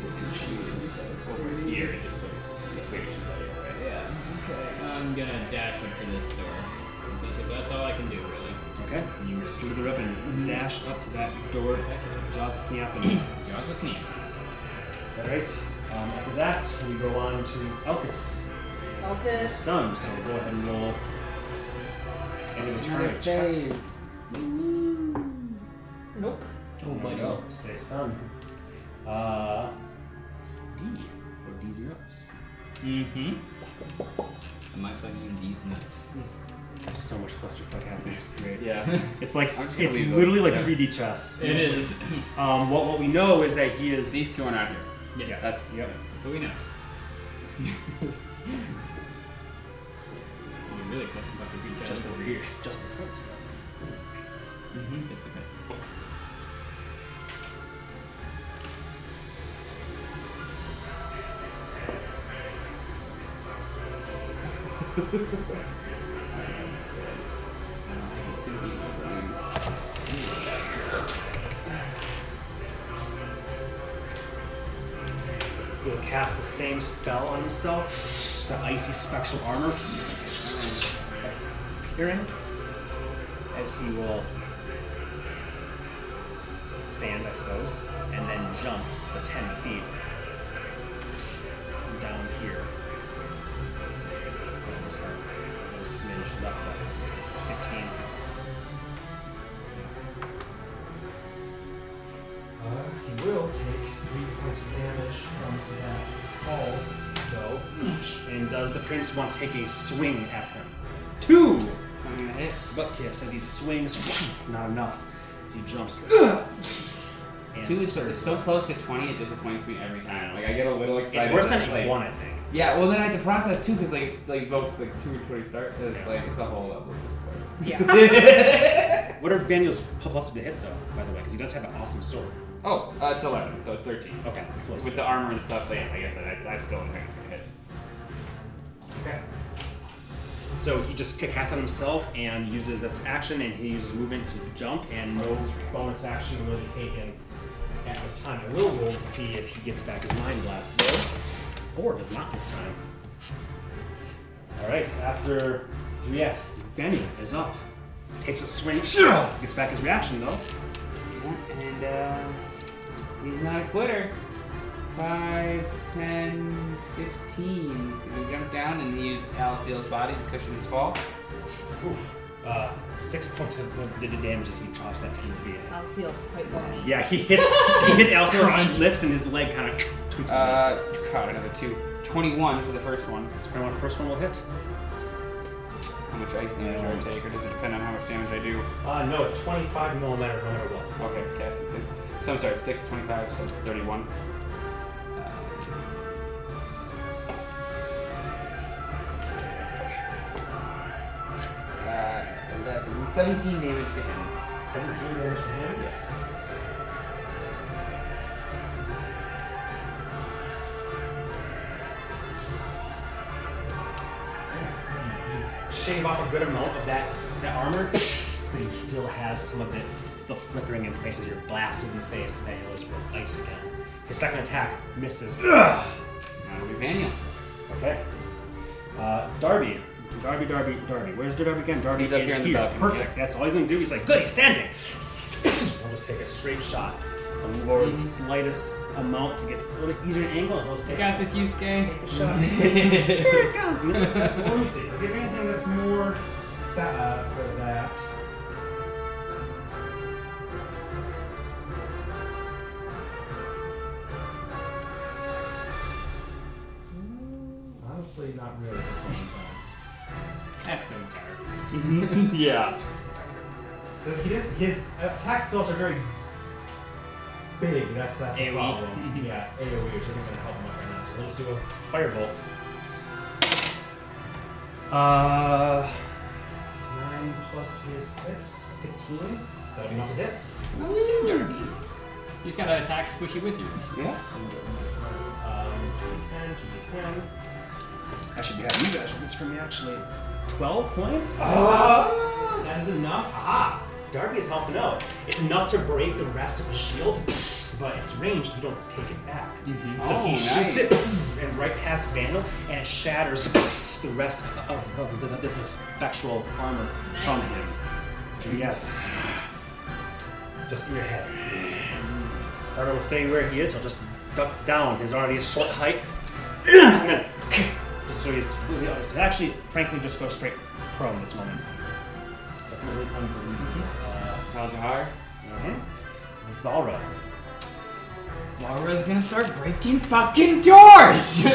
'cause she was over here and just like, yeah, maybe she's like, alright.
Yeah. Okay. I'm gonna dash up to this door. That's- That's all I can do, really.
Okay. You slither up and dash up to that door. Jaws snap and.
Jaws with me.
Alright. Um, after that, we go on to Elkis.
Focus.
Stunned, so go ahead and roll. End of his turn.
Another save.
Nope.
Oh
There we
my
go.
god.
Stay stunned. Uh, D for D's nuts.
Mm-hmm. Am I fucking these nuts?
There's so much clusterfuck happening. It's great.
Yeah.
It's like
I'm just gonna
it's
leave
literally
those.
like
Yeah.
3D chess.
It is.
Um, what what we know is that he is.
These two are not here.
yes.
yes.
that's-
yep.
That's what we know. We're really close to fucking beat
Just over here. Just the prince.
Mm-hmm. Just the cuts.
He'll cast the same spell on himself. The icy spectral armor appearing as he will stand, I suppose, and then jump the ten feet down here. And just have a little smidge left up. It's fifteen.
Uh, he will take three points of damage from that fall, though.
And does the prince want to take a swing at him? Two!
I'm gonna hit.
Butt kiss as he swings. Not enough. As he jumps. And
Two is it's so close to 20, it disappoints me every time. Like, I get a little excited.
It's worse than
like,
a one, I think.
Yeah, well, then I have to process too, because, like, it's like both, like, 2 and 20 start, so it's like, it's a whole level.
Yeah.
What are Daniel's pluses to hit though? By the way, because he does have an awesome sword.
Oh, uh, it's 11, so 13.
Okay, close.
With the armor and stuff, like, like I said, I, I still don't think it's gonna hit.
Okay. So he just casts on himself and uses this action, and he uses movement to jump, and no bonus action really taken at this time. I will roll to see if he gets back his mind blast though. Four does not this time. All right. After Drief, Vanny is up. Takes a swing. Gets back his reaction though.
Yeah, and, uh, he's not a quitter. 5, 10, 15. So we jump down and use Alfield's body to cushion his fall.
Oof. Uh, six points of the the damage as he chops that ten feet.
Al feels quite bony.
Yeah, he hits he hits Alpha's lips and his leg kind of tweaks. Uh,
Uh, God, another 2. 21 for the first one.
Twenty-one first one will hit.
How much ice damage do I take, or does it depend on how much damage I do?
Uh, no, it's twenty-five millimeter no matter what.
Okay, cast it. six- So I'm sorry, 6, 25, so it's 31. Uh, Uh, 11, 17 damage to him.
Seventeen damage to him.
Yes.
Shave off a good amount of that that armor, but he still has some of it the flickering in places. You're blasted in the face, and then he was with ice again. His second attack misses. Ugh!
Now it'll be Vanya.
Okay. Uh, Darby. Darby, Darby, Darby. Where's the Darby again? Darby
He's up
is
here in the balcony,
Perfect.
yeah.
That's all he's gonna do. He's like, good, he's standing. I'll just take a straight shot. I'll move over
Hmm.
the slightest amount to get a little bit easier angle. and I'll just
You
take
got this, Yusuke.
a shot.
Spirit go.
Let me see. Is there anything that's more that uh, for that? Hmm, Honestly, not really this one.
That's so dark.
yeah.
Because he didn't, his attack skills are very big. That's that's the
AoE.
problem. yeah, AOE, which isn't going to help much right now. So we'll just do a
Firebolt. Uh,
nine plus his six, 15. That'll be enough to hit.
What are you doing, Darby? You just gotta attack squishy wizards.
Yeah.
Um, 2d10, 2d10.
I should be having you guys with this for me, actually. 12 points?
Ah, that is enough. Aha!
Darby is helping out. It's enough to break the rest of the shield. but if it's ranged, you don't take it back.
Mhm.
So
Oh,
he shoots
nice.
it and right past Vandal, and it shatters the rest of, of the, the, the spectral armor from
Nice.
him. GF. Just in your head. Ardo will stay where he is, he'll just duck down. His already a short height. And then, just so he's completely other side. Actually, frankly, just go straight prone this moment. So really unbelievable. Uh, Mm-hmm.
Kaldahar?
Valra.
Laura's gonna start breaking fucking doors! Two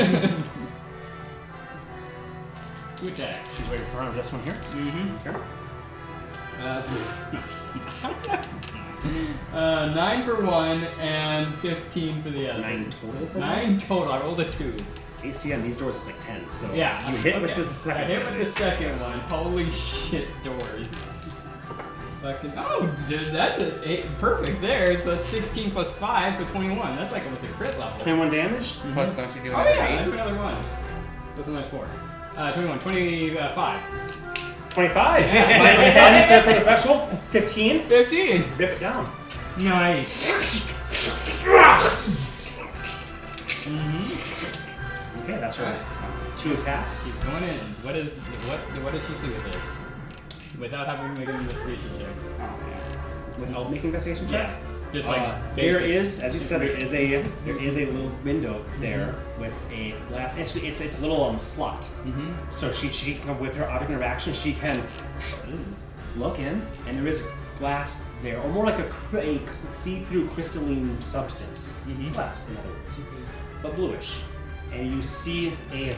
attacks.
She's right in front of this one here.
Mm-hmm.
Here.
Uh, uh, nine for one and fifteen for the other.
Nine total. for that.
Nine total. I rolled a two.
AC on these doors is like ten, so
Yeah.
you hit
okay.
with the second.
I hit with the
it's-
second
yes.
one. Holy shit, doors. Fucking. Oh, dude, that's a eight, perfect there. So that's 16 plus 5, so 21. That's like almost a crit level.
Twenty-one damage.
Plus, don't you do
Oh,
another
yeah, I
eight?
do another one. That's another four. Uh, 21, 25.
Twenty-five minus ten for the threshold. Fifteen.
15!
Rip it down.
Nice.
Okay, that's right. Two attacks.
She's going in. What is what what does she see with this? Without having to make an investigation check.
Without making investigation check.
Yeah. Just like
Uh, there
basic.
is, as you said, there is a there is a little window there with a glass. It's it's, it's a little um slot. Mm-hmm. So she she can with her object interaction she can look in, and there is glass there, or more like a, cr- a see-through crystalline substance,
Mm-hmm.
glass in other words, but bluish. And you see a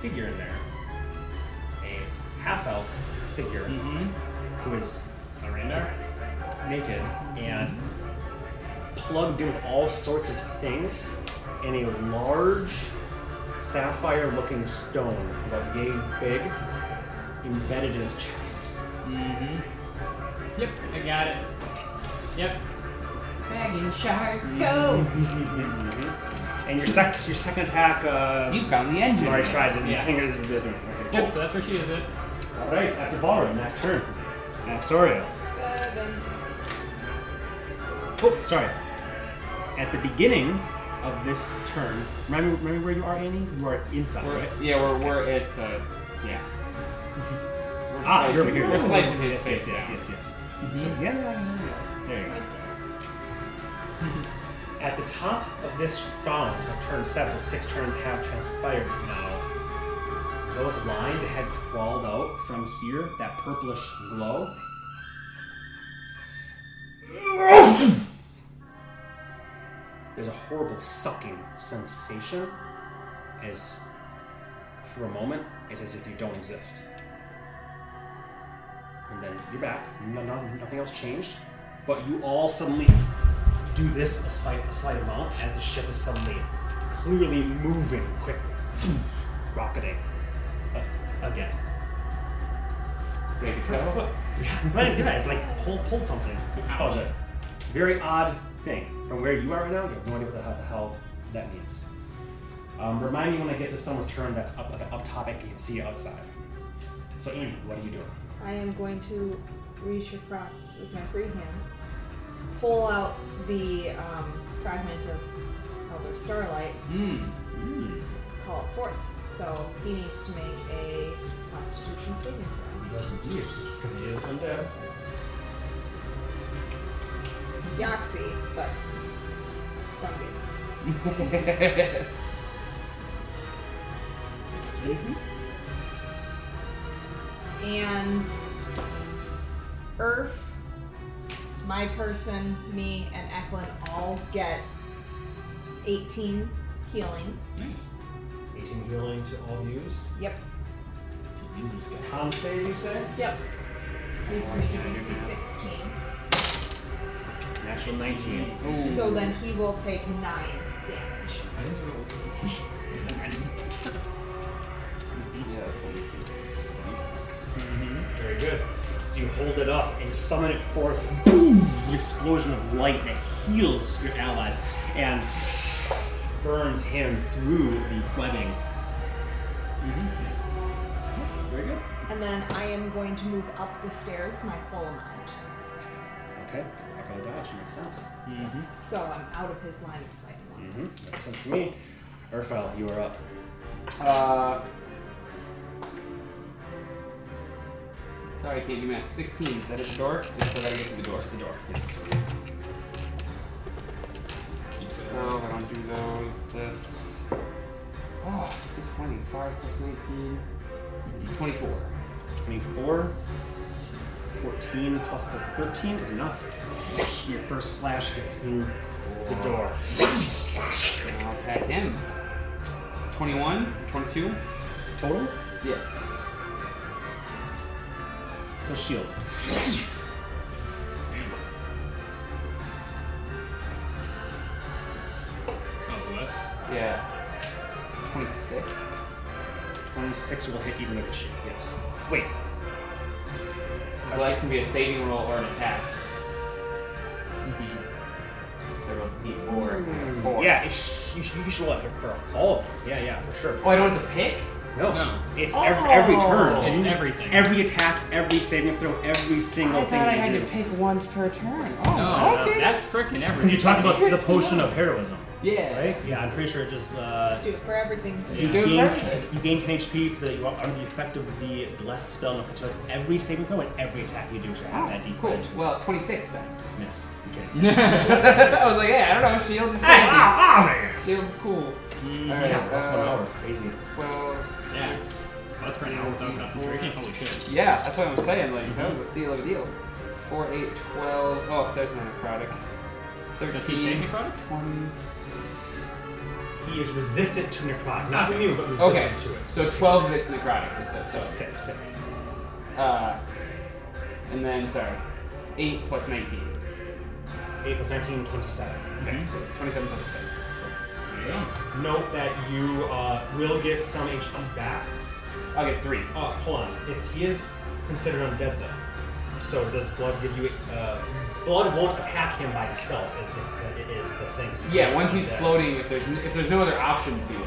figure in there, a half-elf figure
Mm-hmm.
who is a naked and plugged in with all sorts of things and a large sapphire looking stone about yay big embedded in his chest.
Yep, I got it. Yep.
Dragon shark, go!
And your second your second attack uh
You found the engine.
you already tried to
Yeah.
yeah. fingers is doing. Okay, cool.
Yep, so that's where she is it.
Alright, after Valra, next turn. Axoria.
Seven.
Oh, sorry. At the beginning of this turn, remember, remember where you are, Annie? You are inside,
We're,
right?
yeah, we're, we're at the. Yeah. We're
Ah,
slicing-
you're
We're
over here.
Mm-hmm.
Yes,
slicing his
yes,
face
yes, yes,
down.
yes, yes. So, yeah, yeah, yeah, yeah. There you go. At the top of this round of turn seven, so six turns have transpired now. Those lines that had crawled out from here, that purplish glow. There's a horrible sucking sensation as for a moment it's as if you don't exist. And then you're back. No, no, nothing else changed. But you all suddenly do this a slight, a slight amount as the ship is suddenly clearly moving quickly, rocketing uh, again.
Baby toe.
Yeah, why didn't do that? It's like pull, pull something. It's all good. Very odd thing. From where you are right now, you have no idea what the hell, the hell that means. Um, remind me when I get to someone's turn that's up like up top, I can see outside. So, Amy, what are you doing?
I am going to reach across with my free hand, pull out the um, fragment of s- Elder Starlight,
Mm.
Hmm,
call it forth. So he needs to make a Constitution saving throw.
Yes, indeed. Because he is undead.
Yahtzee, but wrong game. And Earth, my person, me, and Eklund all get 18 healing.
18 healing to all views.
Yep.
Con save, you say?
Yep. Needs to make a DC 16.
Natural 19.
So then he will take nine damage.
Mm-hmm. Very good. So you hold it up and summon it forth. Boom! An explosion of light that heals your allies and burns him through the webbing. Very good.
And then I am going to move up the stairs my full amount.
Okay.
I gotta dodge. Makes sense.
So I'm out of his line of sight.
Uh,
Mm-hmm. Makes sense to me. Urfel, you are up.
Uh, sorry, I can't do math. 16. Is that hit the door? So I still gotta get to the door.
It's at the door. Yes.
No, Oh, I don't do those. This. Oh, disappointing. 5 plus 19. It's 24.
24. 14 plus the 13 is enough. Your first slash hits through the door.
And I'll attack him. 21? 22?
Total?
Yes.
Plus shield.
Oh, bless.
Yeah. 26?
26 will hit even with the shield, yes. Wait,
Bless can be a saving roll or an attack. Mm-hmm. So I rolled a d4. and 4.
Yeah, it sh- you, sh- you should roll it for, for all of them. Yeah, yeah, for sure.
Oh, I don't have to pick?
No, Oh,
No.
it's ev- every, turn.
It's
You-
everything.
Every attack, every saving throw, every single
I
thing
thought I
you
had
do.
to pick once per turn. Oh,
No,
okay.
no, that's freaking everything.
You talk about the potion of heroism,
Yeah.
right? Yeah, I'm pretty sure it just uh,
Let's do it for everything.
you,
do
gain,
everything.
you gain 10 HP for the, you are under the effect of the blessed spell. and So that's every saving throw and every attack you do should have
Oh,
that D4
cool.
to
Well, 26 then.
miss. Okay.
I was like, yeah, I don't know. Shield is crazy. Shield is cool. Alright,
yeah, that's one
uh,
hour. Crazy.
Well,
Yeah. That's for an hour without concentration. Holy shit.
yeah, that's what I was saying. Like, that was a steal of a deal. 4, 8, 12. Oh, there's my necrotic.
Does he take
13,
the product?
20.
He is resistant to necrotic. Not immune, but resistant
Okay,
to it.
so 12 of it's necrotic. or So,
So
so.
six. six.
Uh, and then, sorry, 8 plus 19.
8 plus 19, 27.
Mm-hmm. 27 plus 6.
Note that you uh, will get some HP back.
I'll get 3.
Uh, hold on. It's he is considered undead though. So does blood give you? Uh, blood won't attack him by itself. Is the it is the thing.
Yeah, once he's
undead.
floating, if there's, if there's no other options, he will.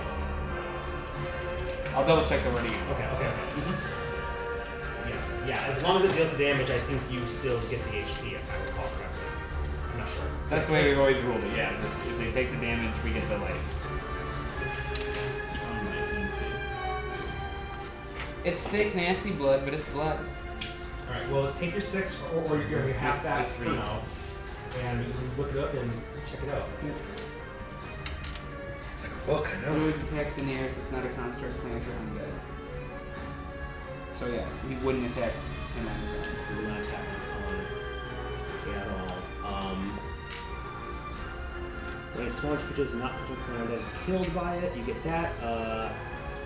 I'll double check the Mm-hmm. wording.
Okay. Okay. okay. Yes. Yeah. As long as it deals the damage, I think you still get the HP if I recall correctly. I'm not sure.
That's the way we've always ruled it, yes. If, if they take the damage, we get the life. It's thick, nasty blood, but it's blood.
All right. Well, take your six or, or your, your half that for now, and you can look it up and check it out.
It's like a book, I
Oh.
It always attacks the nearest, it's not a construct plant or undead. So yeah, he wouldn't attack him on his own.
will not attack us on it at all. Um,
When a smaller creature is not controlled that is killed by it, you get that. Uh,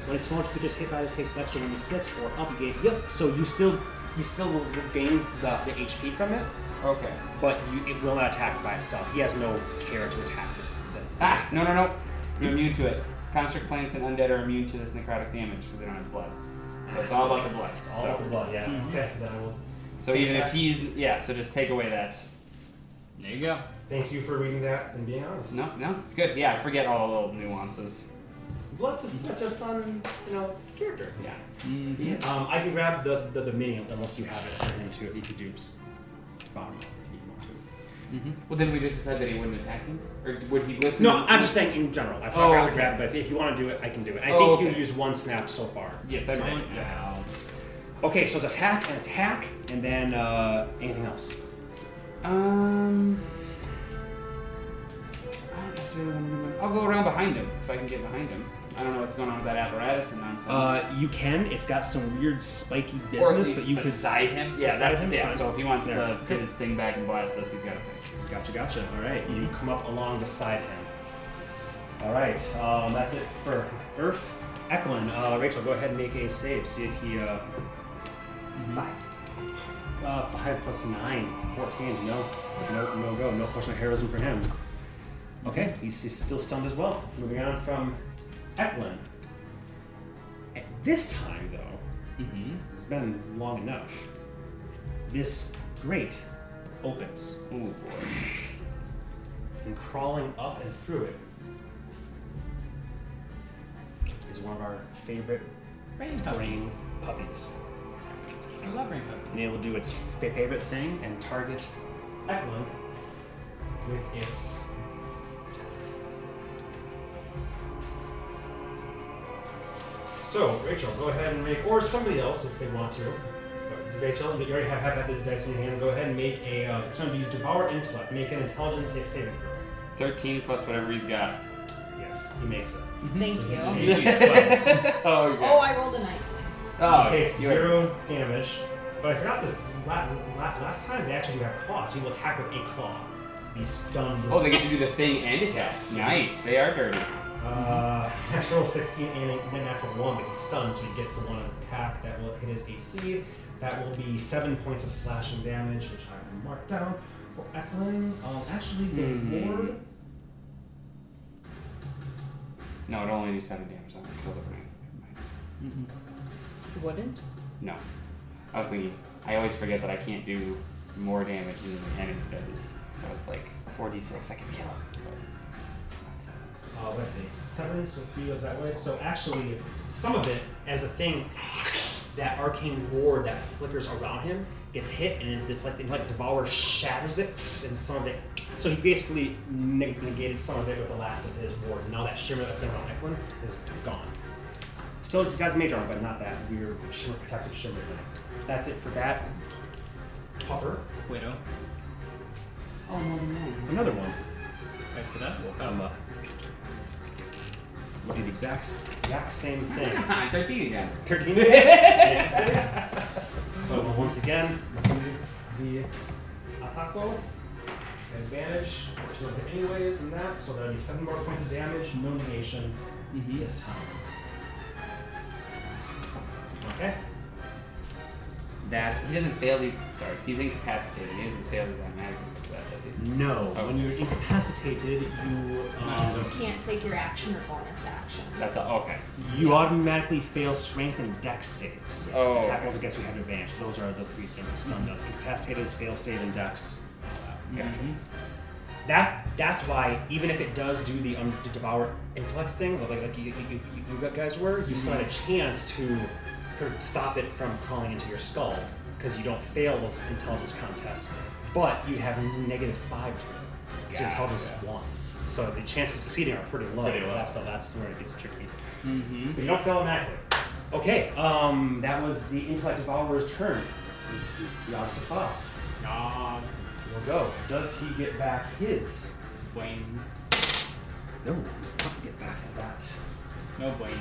when a smaller creature is hit by this, takes an extra 96 or up, you get yep. So you still you still will gain the, the HP from it,
Okay.
but you, it will not attack by itself. He has no care to attack this. thing.
Ah, no, no, no. You're immune to it. Construct plants and undead are immune to this necrotic damage because they don't have blood. So it's all about the blood.
all
so,
up the blood, yeah.
Mm-hmm.
Okay, then I will.
so even if he's yeah, so just take away that.
There you go.
Thank you for reading that and being honest.
No, no, it's good. Yeah, I forget all the little nuances.
Blood's just such a fun, you know, character.
Yeah.
Um, I can grab the the, the mini.
Unless you have it for him too, if you could do s- bottom. if you want to.
Well, then we just decide that he wouldn't attack him, or would he listen?
No, I'm just saying in general. I forgot
Oh,
to
okay.
grab, but if, if you want to do it, I can do it. I
Oh,
think you
okay.
used one snap so far.
Yes, I did.
Ow.
Okay, so it's attack and attack, and then uh, anything else.
Um. I don't necessarily wanna do that. I'll go around behind him if I can get behind him. I don't know what's going on with that apparatus and nonsense.
Uh, you can. It's got some weird
or
spiky
at
business,
least
but you could
beside him. Yeah,
beside
that's
him's
yeah.
fine.
So if he wants
There.
to hit his thing back and blast us, he's got to pick.
Gotcha, gotcha. All right, you come up along beside him. All right, um, that's it for Earth. Eklund, uh, Rachel, go ahead and make a save. See if he uh,
Five.
uh, five plus nine, 14. No, no, no go. No portion of heroism for him. Okay, he's, he's still stunned as well. Moving on from Eklund. At this time, though,
Mm-hmm.
It's been long enough. This grate opens,
Ooh boy.
and crawling up and through it is one of our favorite
Rain
brain puppies.
I love rain puppies.
And it will do its fa- favorite thing and target Eklund
with its. So, Rachel, go ahead and make, or somebody else if they want to. But Rachel, you already have, have the dice in your hand. Go ahead and make a. Uh, it's going to use devour intellect. Make an intelligence saving throw.
13 plus whatever he's got.
Yes, he makes it.
Thank
So
you.
He takes 12.
Oh,
Oh, I rolled a nine.
Oh,
He takes
you're-
zero damage. But I forgot this last, last time they actually do have claws. So you will attack with a claw. Be stunned.
Oh, they get to do the thing and attack. Nice. They are dirty.
Uh, natural 16 and a and a natural 1, but he's stunned, so he gets the one attack that will hit his AC. That will be 7 points of slashing damage, which I have marked down for Eklund. Um, actually, the
Hmm.
ward.
No, it only do seven damage. I'm gonna kill the brain. Never mind.
Wouldn't?
No. I was thinking, I always forget that I can't do more damage than the enemy does. So it's like 46, I can kill him. But
Uh, let's see, 7, so if he goes that way. So actually, some of it, as the thing, that arcane ward that flickers around him gets hit, and it's like the like devourer shatters it, and some of it. So he basically neg- negated some of it with the last of his ward. Now that shimmer that's been around Eklund is gone. Still, it's guys mage armor, but not that weird shimmer protective shimmer thing. That's it for that. Popper,
Widow.
another one.
Right for that. Emma.
Um, uh, Did the exact s- exact same thing.
that's 13 again.
13 Makes it safe. But once again, the Ataco advantage, 14 anyways, and that, so that'll be 7 more points of damage, no negation E this time. Okay?
That he doesn't fail the sorry, he's incapacitated. He doesn't fail his automatic for that, does he?
No. When you're incapacitated, you um,
You can't take your action or bonus action.
That's all okay.
You automatically fail strength and dex saves.
Oh.
Attack rolls against you have advantage. Those are the three things a stun does. Incapacitated is fail save and dex.
Gotcha.
That that's why even if it does do the um, devour intellect thing, like like you, you, you, you guys were, you still had a chance to per- stop it from crawling into your skull because you don't fail those intelligence contests, but you have negative five to it. So
Gotcha.
intelligence is one. So the chances of succeeding are pretty low.
Pretty low.
So that's where it gets tricky.
Mm-hmm.
But you don't fail automatically. Okay, um, that was the intellect devourer's turn. The opposite file.
God.
We'll go. Does he get back his?
Blaine.
No, he's not gonna get back at that.
No Blaine.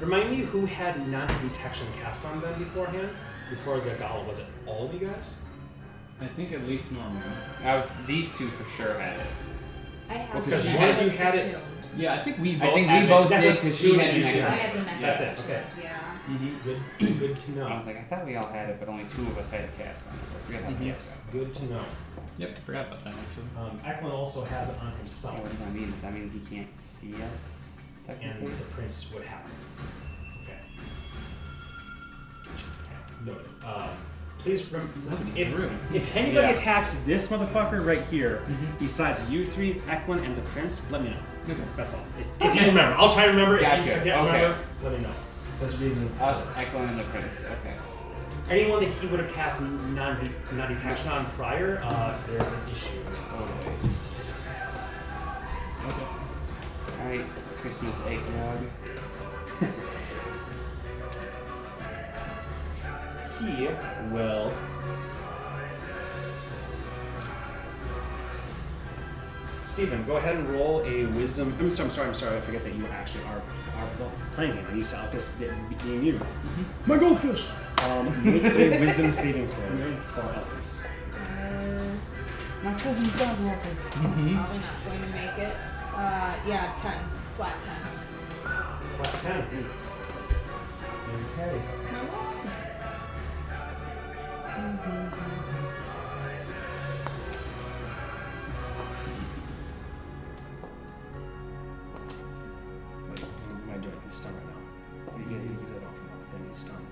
Remind me who had non-detection cast on them beforehand? Before the gala, was it all of you guys?
I think at least normal.
I was these two for sure had it.
I have
Well, 'cause
the
you had-
Magus
you had it-
attuned.
Yeah, I think we both.
I think
had
we
it.
both
That
did
was
because
two
she
and
had
you
an
two.
I
extra.
have the Magus
That's it,
attuned,
okay.
Yeah.
Good, good to
I
know.
was like, I thought we all had it, but only two of us had a cast on it. I forgot about the
Mm-hmm.
Yes, good to know.
Yep, forgot about that actually.
Um, Eklund also has it on
Oh,
himself,
what does that mean? Does that mean he can't see us?
and
Technically?
the prince would have it. Okay. Noted. Um, please rem- if,
If anybody
Yeah. Mm-hmm.
attacks this motherfucker right here, besides you three, Eklund, and the prince, let me know.
Okay.
That's all. If, if you remember, I'll try to remember. If you
Gotcha,
can't
okay.
remember, let me know.
That's reason.
Us, Eklund, and the Prince. Okay.
Anyone that he would have cast non detection on prior, uh, there's an issue.
Okay.
Alright, Christmas eggnog.
He will. Steven, go ahead and roll a wisdom. I'm sorry, I'm sorry, I'm sorry. I forget that you actually are, are well, playing him. I used to out this bit being you. My goldfish! Um, make a wisdom saving throw for others.
Yes.
My cousin's dog walking.
Hmm?
Probably not going to make it. Uh, yeah, 10. Flat 10.
Flat 10. Okay.
Wait, what am I doing? He's stunned right now. He, he, he did it off another thing. He's stunned.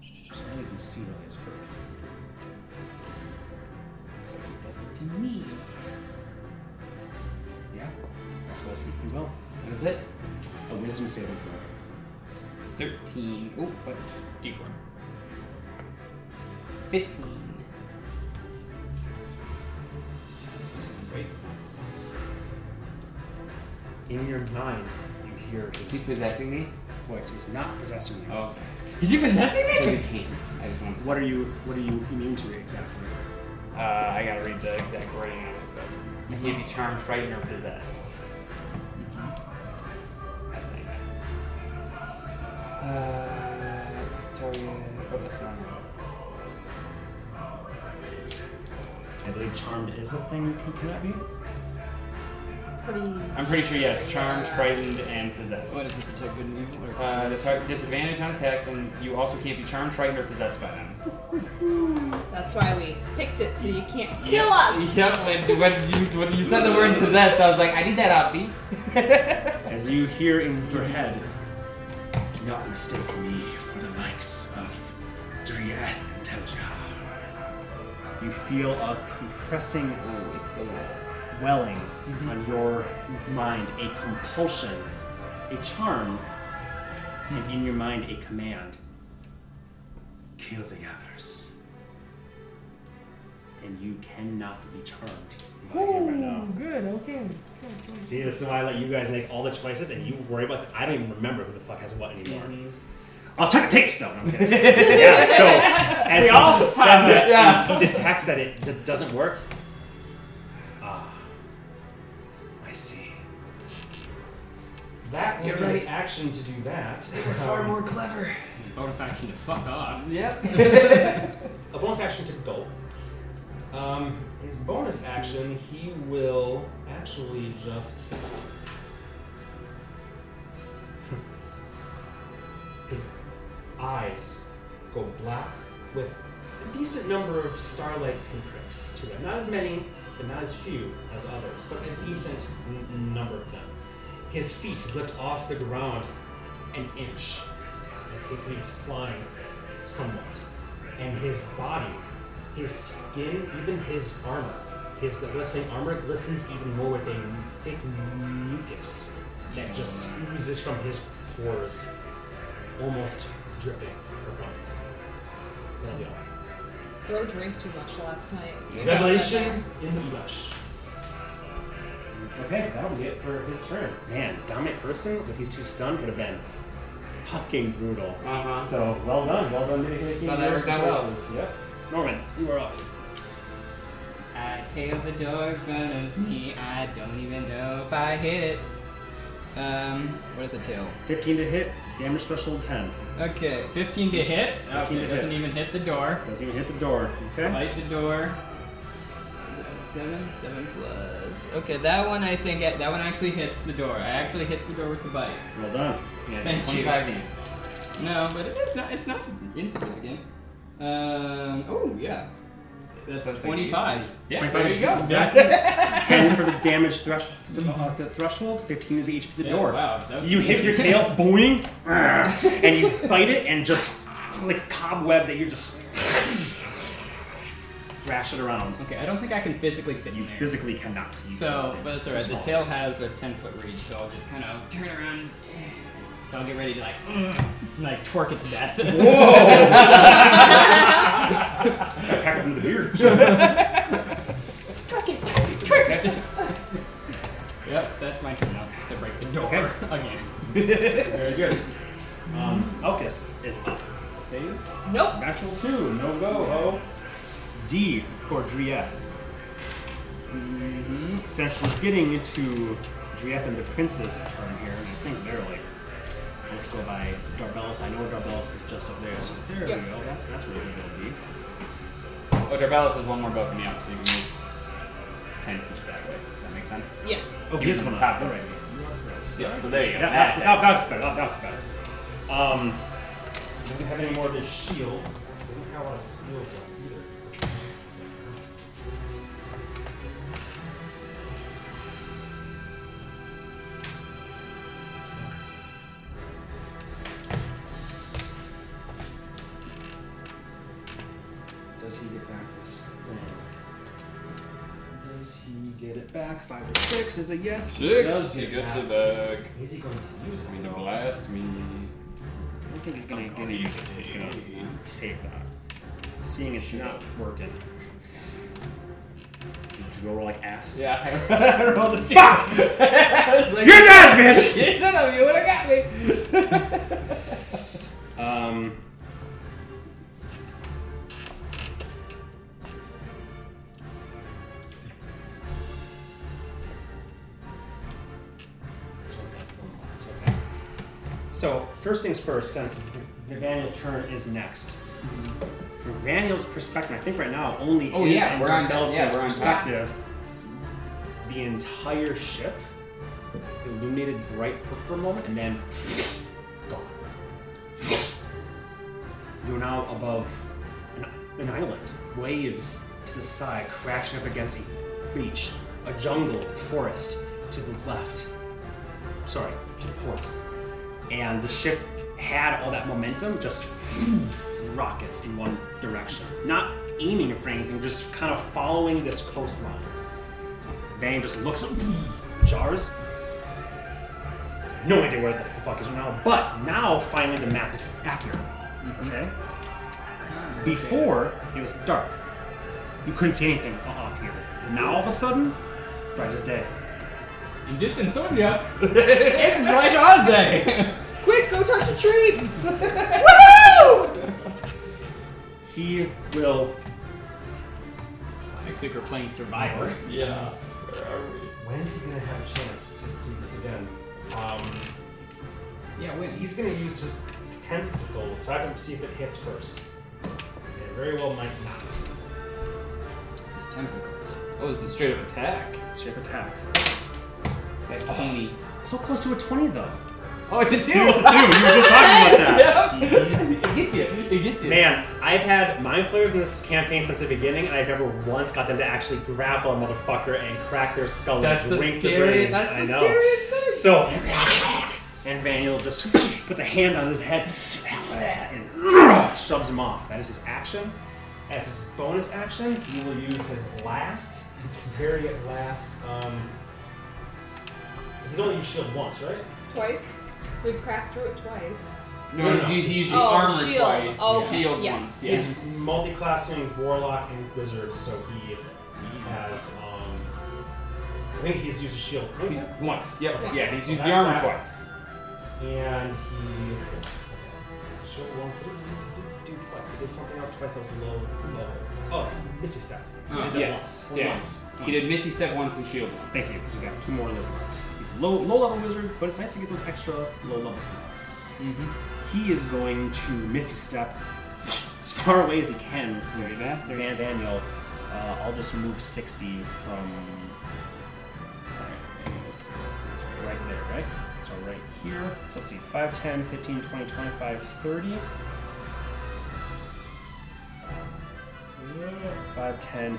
Just I can see really is hurt.
So he does it to me.
doesn't do well.
What is it?
A wisdom saving throw.
13. Oh, but
D4.
15.
Wait.
In your mind, you hear his
He's possessing me?
voice. He's not possessing you.
Oh.
Is he possessing
So
me?
you can't. I just want to.
What are you? What are you immune to exactly?
Uh, I gotta read the exact wording on it, but. I can't be charmed, frightened, or possessed. I think. Uh, Victoria. Oh, that's not right.
I believe charmed is a thing. you Can, can that be?
Pretty.
I'm pretty sure, yes. Charmed, frightened, and possessed.
What is this attack good and evil? Or...
Uh, the tar- disadvantage on attacks, and you also can't be charmed, frightened, or possessed by them.
That's why we picked it, so you can't kill us.
Yep, when, when, you, when you said the word possessed, I was like, I need that out, B.
As you hear in your head, do not mistake me for the likes of Driath and Teljar. You feel a compressing,
Oh,
welling
Mm-hmm.
on your mind, a compulsion, a charm, and in your mind, a command. Kill the others. And you cannot be charmed by him right now.
good, okay.
See, this is why I let you guys make all the choices, and you worry about. The, I don't even remember who the fuck has what anymore.
Mm-hmm.
I'll check the tapes though. No, I'm kidding. yeah. So as he says that, and he detects that it d- doesn't work. Ah, I see.
That would
You're
be his
right.
action to do that. Um,
clever.
Bonus action to fuck off.
Yep.
A bonus action to go. Um, his bonus action, he will actually just. his eyes go black with a decent number of starlight pinpricks to them. Not as many, but not as few as others, but a decent n- number of them. His feet lift off the ground an inch as he's flying somewhat and his body, his skin, even his armor, his glistening armor glistens even more with a thick mucus that just oozes from his pores, almost dripping from him. That'll be all.
Bro drank too much last night.
Revelation in the flesh.
Okay, that'll be it for his turn. Man, dominant person with these two stunned would have been fucking brutal.
Uh-huh.
So well done, well done, making
Thought that
your
worked out well.
choices. Yep. Norman, you are up.
I tail the door in front of me. I don't even know if I hit it. Um, what is a tail?
15 to hit, damage threshold 10.
Okay, 15 to hit.
15
Okay,
to hit.
doesn't even hit the door.
Doesn't even hit the door. Okay.
Light the door. Is that a Seven, seven plus. Okay, that one I think that one actually hits the door. I actually hit the door with the bite.
Well done.
Yeah,
Thank you.
25 you.
No, but it's not. It's not insignificant. Um. Oh yeah. That's
Sounds like
twenty-five. Yeah.
25
there you
is
go.
exactly- 10 for the damage thresh- th- uh, th- threshold, 15 is the HP of the
Yeah,
door.
Wow. That was
You hit your tail, boing, and you bite it and just like a cobweb that you just thrash it around.
Okay, I don't think I can physically fit
You
in there.
physically cannot. You-
so, but it's
too
alright. The
small.
tail has a ten-foot reach, so I'll just kind of turn around. eh. So I'll get ready to like, mm, like twerk it to death.
Gotta pack up into the beard.
yep, that's my turn now to break the door
Okay.
again.
Very good. Um, Elkis is up. Save.
Nope.
Natural two, no go. Ho. D for Drieth. Mm-hmm. Since we're getting into Drieth and the Princess turn here, and I think they're like, let's go by Darbellus. I know Darbellus is just up there, so there
Yeah.
we go. That's that's where they're gonna be.
Oh, Darvalis is one more bow from me up, so you can move 10 feet that way. Does that make sense?
Yeah.
Oh,
he was on top,
All right.
Yeah, so there you go.
That, that,
That's
that, that's better. That, that's better. Um,
Doesn't have any more of his shield. Doesn't have a lot of skills left either.
Does he get back this thing?
Does he get it back? Five or six is a yes. He
Six.
does
he
get it
gets
back.
it back.
Is he going to use
I
it?
mean, to blast me.
I don't think he's gonna do
I'll
anything.
use it.
He's gonna save that. Seeing it's not working. Did you roll like ass?
Yeah.
I rolled a You're dead, bitch!
yeah. Shut up! You would have got me.
Um. So, first things first, since Nathaniel's turn is next. From Nathaniel's perspective, I think right now only
Oh,
his
yeah,
and
we're on-
Darvel's
yeah, we're on-
perspective, the entire ship illuminated bright for, for a moment and then gone. You're now above an, an island. Waves to the side crashing up against a beach, a jungle, forest to the left. Sorry, to the port. And the ship had all that momentum, just rockets in one direction. Not aiming for anything, just kind of following this coastline. Vane just looks up, jars, no idea where the fuck is now. But now finally the map is accurate. Okay. Before it was dark. You couldn't see anything o- off here. Now all of a sudden, bright as day.
And just insomnia. it's bright on day.
Quick, go touch a tree!
He will.
Next week we're playing Survivor.
Yeah. Where are we?
When is he going to have a chance to do this again? Um,
Yeah, when?
He's going to use his tentacles, so I have to see if it hits first. It very well might not.
His tentacles.
Oh, it's a straight up attack.
Shape attack. Oh,
It's like pony.
So close to a 20 though.
Oh, it's a
Two to two. You were
two. Mm-hmm.
just talking about that.
Yep. it gets you. It gets you.
Man, I've had mind flayers in this campaign since the beginning, and I've never once got them to actually grapple a motherfucker and crack their skull
That's
and
the
drink their
scary-
brains.
that's
I
the
know.
scariest thing.
So, and Vaniel just puts a hand on his head and shoves him off. That is his action. As his bonus action,
He will use his last, his very last. Um, he's only used shield once, right?
Twice. We've cracked through it twice.
No,
No, no.
He, he's the
Oh,
armor
shield. Oh,
twice.
Okay,
Shield
yes,
once.
yes.
Yes.
He's multi-classing warlock and wizard, so he has. Um, I think he's used a shield
Once. Yep.
Once.
Yeah. He's
So
used the
that's
armor
that.
twice.
and he hits. Shield once. What did he do twice? He did something else twice that was low level. Oh, Misty Step. He
Oh,
did that
yes,
once. Only
yeah.
Once.
He did Misty Step once and Shield once.
thank you, because we got two more of those slots. He's a low, low level wizard, but it's nice to get those extra low level slots.
Mm-hmm.
He is going to Misty Step as far away as he can from
Very bastard.
Van Daniel. Uh, I'll just move 60 from right there, right? So right here. So let's see, 5, 10, 15, 20, 25, 30. 5, 10,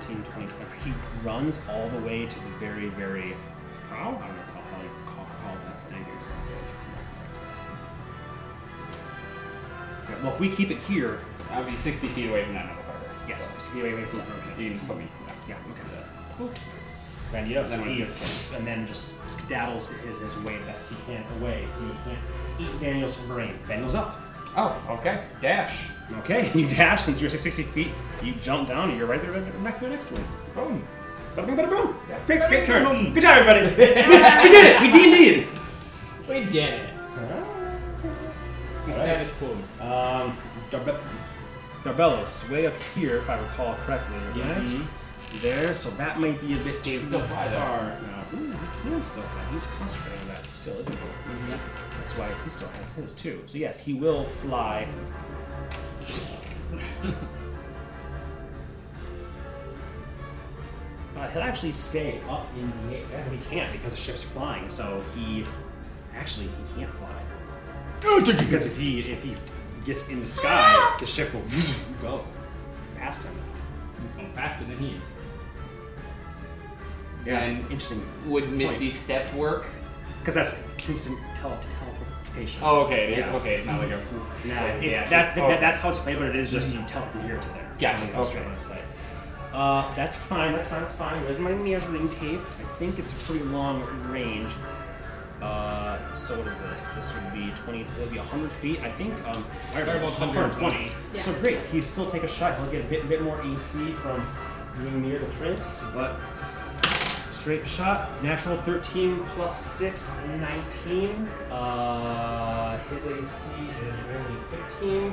15, 20, 25. He runs all the way to the very, very. Oh, I don't know how you call, call that thing here. Yeah, well, if we keep it here,
I'll be 60 feet away from that motherfucker.
yes, just keep it away from the
You can just put me. Yeah.
Yeah, okay. Randy does.
Then
so
we-
he and then just skedaddles his, his way best he can away. So he can't eat Daniel's brain. Daniel's up.
Oh, okay. Dash.
Okay, you dash since you're 60 feet. You jump down and you're right there right back to the next one.
Boom.
Bada bing, bada boom. Great, great turn. Good job, everybody. we did it. We D&D'd.
We did it. Status quo.
Um, Darbe- Darbelos, way up here, if I recall correctly. Right? There, so that might be a bit too
still fly, though.
far. No, Ooh, he can still fly. He's concentrating on that still, isn't he? That's why he still has his too. So yes, he will fly. uh, he'll actually stay up in the air. Yeah, He can't because the ship's flying. So he actually he can't fly because if he if he gets in the sky, the ship will go past him.
It's going faster than he is.
Yeah, it's
And-
interesting
Would Misty Step work?
because that's instant tele- teleportation.
Oh, okay. It is.
Yeah.
Okay. It's not like a.
No,
Yeah,
it's
it's-
that's
oh. Mm-hmm.
that, that's how it's played, but it is just you tell from here to there.
Gotcha,
It's not like
okay.
straight on the site. Uh, that's fine, that's fine, that's fine. Where's my measuring tape? I think it's a pretty long range. Uh, so what is this? This would be 20, it would be 100 feet. I think, um, fireball's 120.
Yeah.
So great, he'd still take a shot. He'll get a bit, bit more AC from being near the prince, but straight shot. Natural 13 plus 6, 19. Uh, his AC is only 15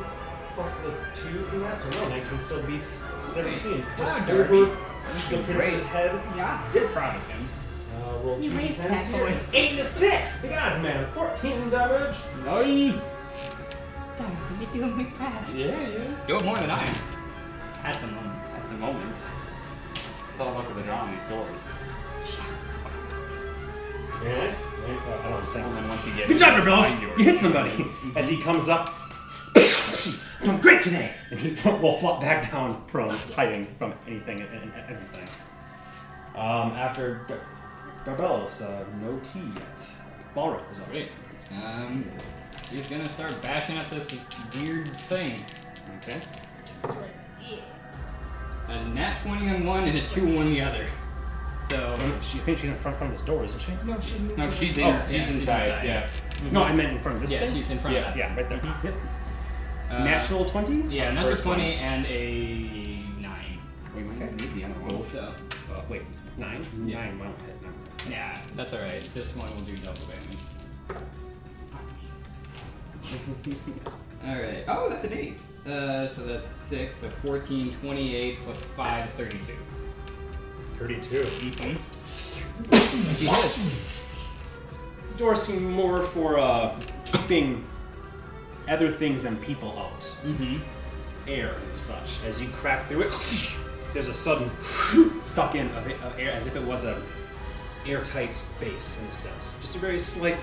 plus the 2 from that, so no, 19 still beats 17. Just
Wow, Darby.
over the prince's head.
Yeah.
Zip proud of him. Uh, roll
He
two
raised that
d10s
boy.
here. Eight to six. The guys, man. Fourteen damage.
Nice.
Don't be doing me bad.
Yeah, yeah.
Do it more than I am. At the moment.
At the moment, it's all about the draw on these doors.
Very nice. Uh, I don't know what I'm saying.
And then once you get
Good
it,
job,
it's
Rebels!
fine, you're-
You hit somebody! As he comes up, doing great today! And he will flop back down prone, hiding from anything and, and everything. Um, after D- Darbelos, uh, no tea yet. Balrog is up.
Great. Um, he's gonna start bashing at this weird thing.
Okay.
A nat 20 on one and a 2 on the other. So.
And She I think she's in front, front of this door, isn't she?
No, she's
No, she's in.
Oh,
she's
yeah, she's
inside.
inside.
Yeah.
No, I meant in front of this
Yeah,
thing.
she's in front of that.
Yeah, right there. Yep.
Uh,
Natural 20?
Yeah, natural
First
20 and a 9.
We might need the other one.
Oh, So,
Uh, wait, 9? 9 won't hit. No.
yeah, that's alright. This one will do double damage. alright. Oh, that's an 8. Uh, so that's 6, so 14, 28 plus 5 is 32.
32.
She hits.
door seemed more for uh, keeping other things and people out,
Mm-hmm.
air and such. As you crack through it, there's a sudden suck in of, of air, as if it was a airtight space in a sense. Just a very slight,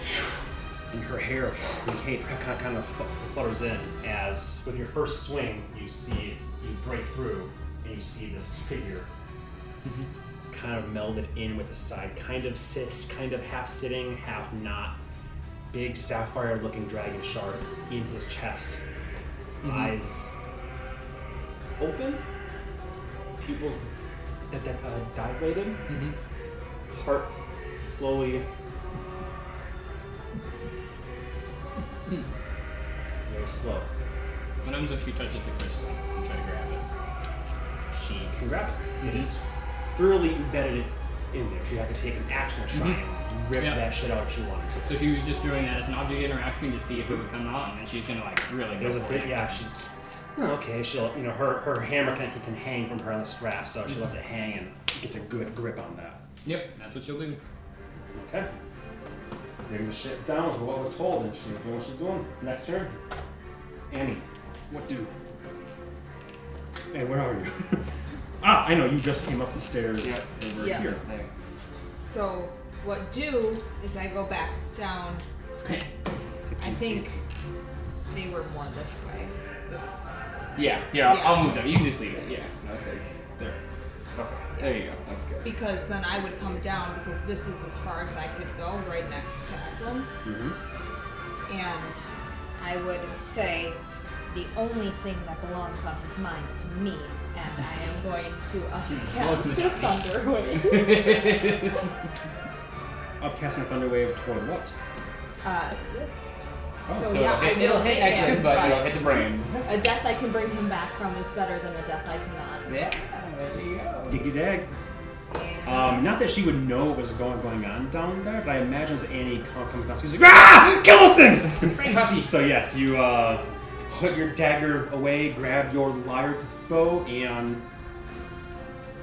and her hair okay, kind of, kind of fl- flutters in as with your first swing you see you break through and you see this figure kind of melded in with the side, kind of sits, kind of half sitting, half not. Big sapphire looking dragon shark in his chest. Eyes open, pupils that, that, uh, dilated, heart slowly. Very slow.
What happens if she touches the crystal and try to grab it?
She can grab it. It is thoroughly embedded in there. She'd have to take an action to try and rip
Yeah.
that shit out if she wanted to.
So she was just doing that as an object interaction to see if it would come out, and then she's gonna like really go
There's a
for
bit,
it.
yeah. She, oh, okay, she'll, you know, her her hammer can can hang from her on the strap, so she lets it hang and gets a good grip on that.
Yep, that's what she'll do.
Okay. Bring the ship down is what I was told, and she's doing what she's doing. Next turn, Annie. What do? Hey, where are you? ah, I know. You just came up the stairs over
Yeah.
here.
There.
So what do is I go back down. I think they were more this way. This
Yeah. Yeah. Oh.
Yeah.
I'll move them. You can just leave it. Yeah.
Yes.
No, it's like there. Okay. There you go. That's good.
because then I would come down because this is as far as I could go right next to Eklund.
Mm-hmm.
And I would say the only thing that belongs on his mind is me, and I am going to
Hmm,
upcast a thunder wave.
Upcasting a thunder wave toward what?
Uh, this. so,
Oh, So
yeah, I
it,
will
it'll hit
him,
Ekman, but it'll hit the brains.
a death I can bring him back from is better than a death I cannot.
Yeah. There you go.
Diggity dag. Um, not that she would know what was going going on down there, but I imagine as Annie co- comes down, she's like, "Ah, kill those things!"
Brain puppies!
so yes, you uh, put your dagger away, grab your lyre bow, and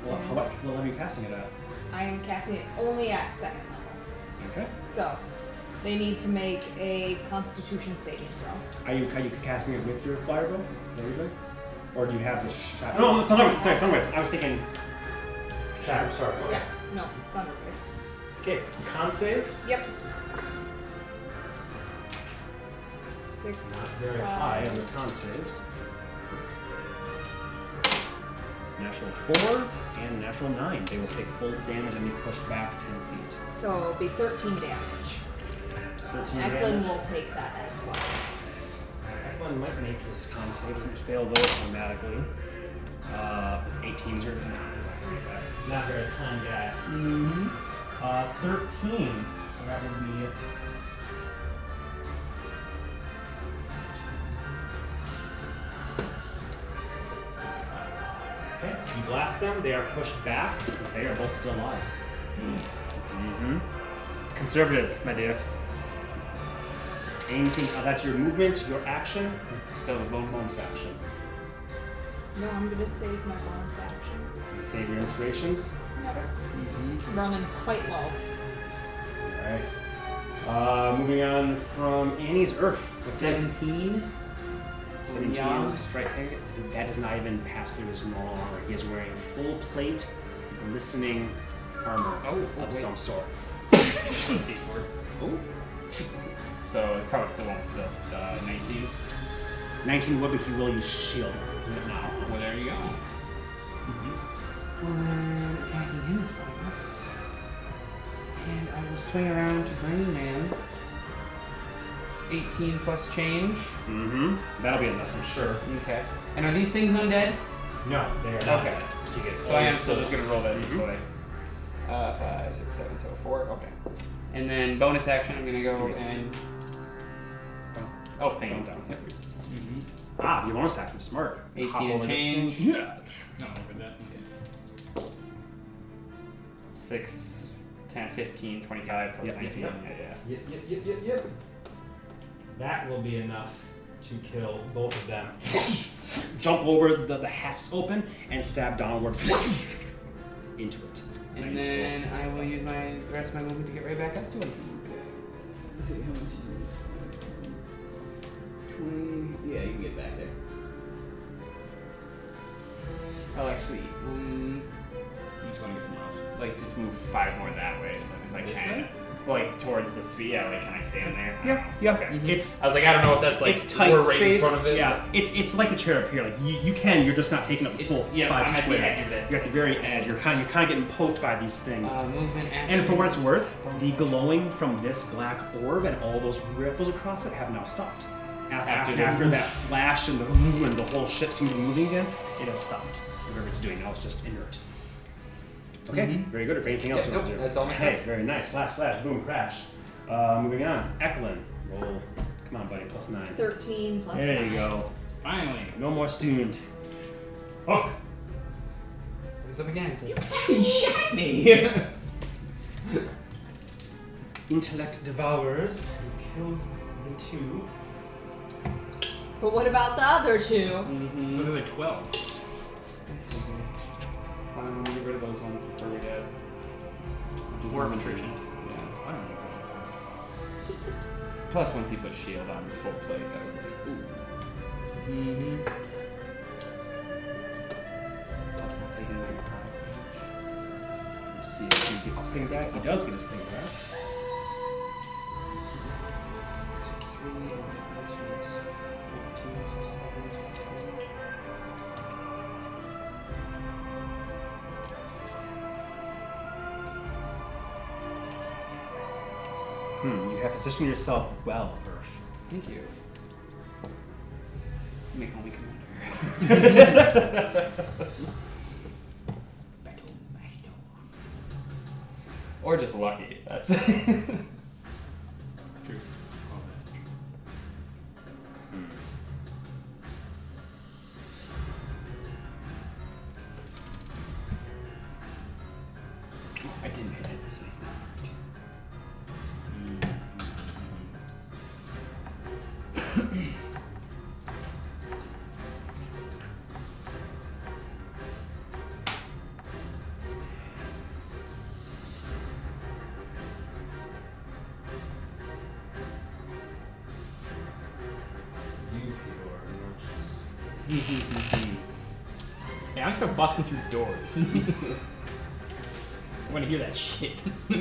well, how much level are you casting it at?
I am casting it only at second level.
Okay.
So they need to make a Constitution saving throw.
Are you are you casting it with your lyre bow? Is that what you're doing? Or do you have the shot? No, thunder wave. Thunder, thunder wave. I was thinking. Shatter. Sorry.
Yeah, no, thunder wave.
Okay. Con save.
Yep. Six.
Not very
five.
high on the con saves. Natural four and natural nine. They will take full damage and be pushed back ten feet.
So it'll be 13 damage.
Thirteen
Eklund
damage.
will take that as well.
Eklund might make his con save. Doesn't fail those automatically. Uh, 18's your
not very kind guy.
Mm-hmm. Uh, 13. So that would be.
Okay, you blast them. They are pushed back. They are both still alive.
Conservative, my dear. Anything. Uh, that's your movement, your action,
Still the bone
bonus action.
No, I'm gonna save my bonus action.
You save your inspirations.
Never. Running quite low.
Alright. Uh, moving on from Annie's Earth. What's that?
17.
17
Yeah.
strike eh, there. That does not even pass through his normal armor. He is wearing full plate, glistening armor
Oh,
of
oh, wait.
some sort.
Ooh. So it probably still won't still. Uh, 19.
19 would, but he will use shield now.
Well, there you go. We're attacking him as bonus. And I will swing around to Brain Man. 18 plus change.
Mm-hmm. That'll be enough, I'm sure.
Okay. And are these things undead?
No, they are not.
Okay.
So you get
So I am still just gonna roll that just so I- Uh, five, six, seven, so four. Okay. And then bonus action, I'm gonna go and. Oh, thing.
Down.
Mm-hmm.
Ah, you bonus action. Smart.
18
Hop
and
over this
change.
thing. Yeah.
No, over that. Okay.
Six, ten, fifteen, twenty-five, plus
Yep, yep,
19.
yep.
Yeah, yeah.
Yep, yep, yep, yep, yep. That will be enough to kill both of them.
Jump over the, the hat's open and stab downward into it.
And
Nice.
then I will use my the rest of my movement to get right back up to him.
Let's see how much you use. 20. Yeah, you can get back there.
I'll actually, um,
Each one gets miles.
like, just move five more that way if I
This
can.
way?
Like towards the sphere. Yeah, like, can I stand there? I
Yeah,
don't know.
yeah.
Okay. Mm-hmm.
It's
I was like, I don't know if that's like
it's tight
we're right
space.
in front of it.
Yeah, it's it's like a chair up here. Like you, you can, you're just not taking up the
It's-
full
yeah,
five
I'm at the
square.
edge of it.
You're at the very edge. You're kind you're kind of getting poked by these things.
Uh, movement action.
and for what it's worth, the glowing from this black orb and all those ripples across it have now stopped.
After
After, after,
the
after
whoosh.
that flash and the vroom and the whole ship seemed to be moving again, it has stopped. Whatever it's doing now, it's just inert. Okay,
Mm-hmm.
very good. If anything else,
Yeah,
you want
nope,
to do.
that's all my
Hey,
stuff.
very nice. Slash, slash, boom, crash. Uh, moving on. Eklund, roll. Come on, buddy. Plus nine.
13 plus
There you
nine.
go.
Finally.
No more student.
Hook.
It's up again.
He shot me.
Intellect devours. You killed the two.
But what about the other two?
What are they? Twelve.
Fine, I'm gonna get rid of those ones before we get.
War of attrition.
Yeah.
I don't know.
Plus, once he put shield on the full plate, I was like, ooh. Mm-hmm. Plus, I'm taking my pride.
Let's see if he gets his thing back. He does get his thing back.
Three and the first one's fourteen, so seven, so twelve.
Hmm, you have positioned yourself well, Earth.
Thank you. You may call me commander. Battle master. Or just lucky. That's.
True. All that's true.
I didn't hit it, so he's not.
You people are obnoxious.
Hey, I'm still busting through doors. I want to hear that shit.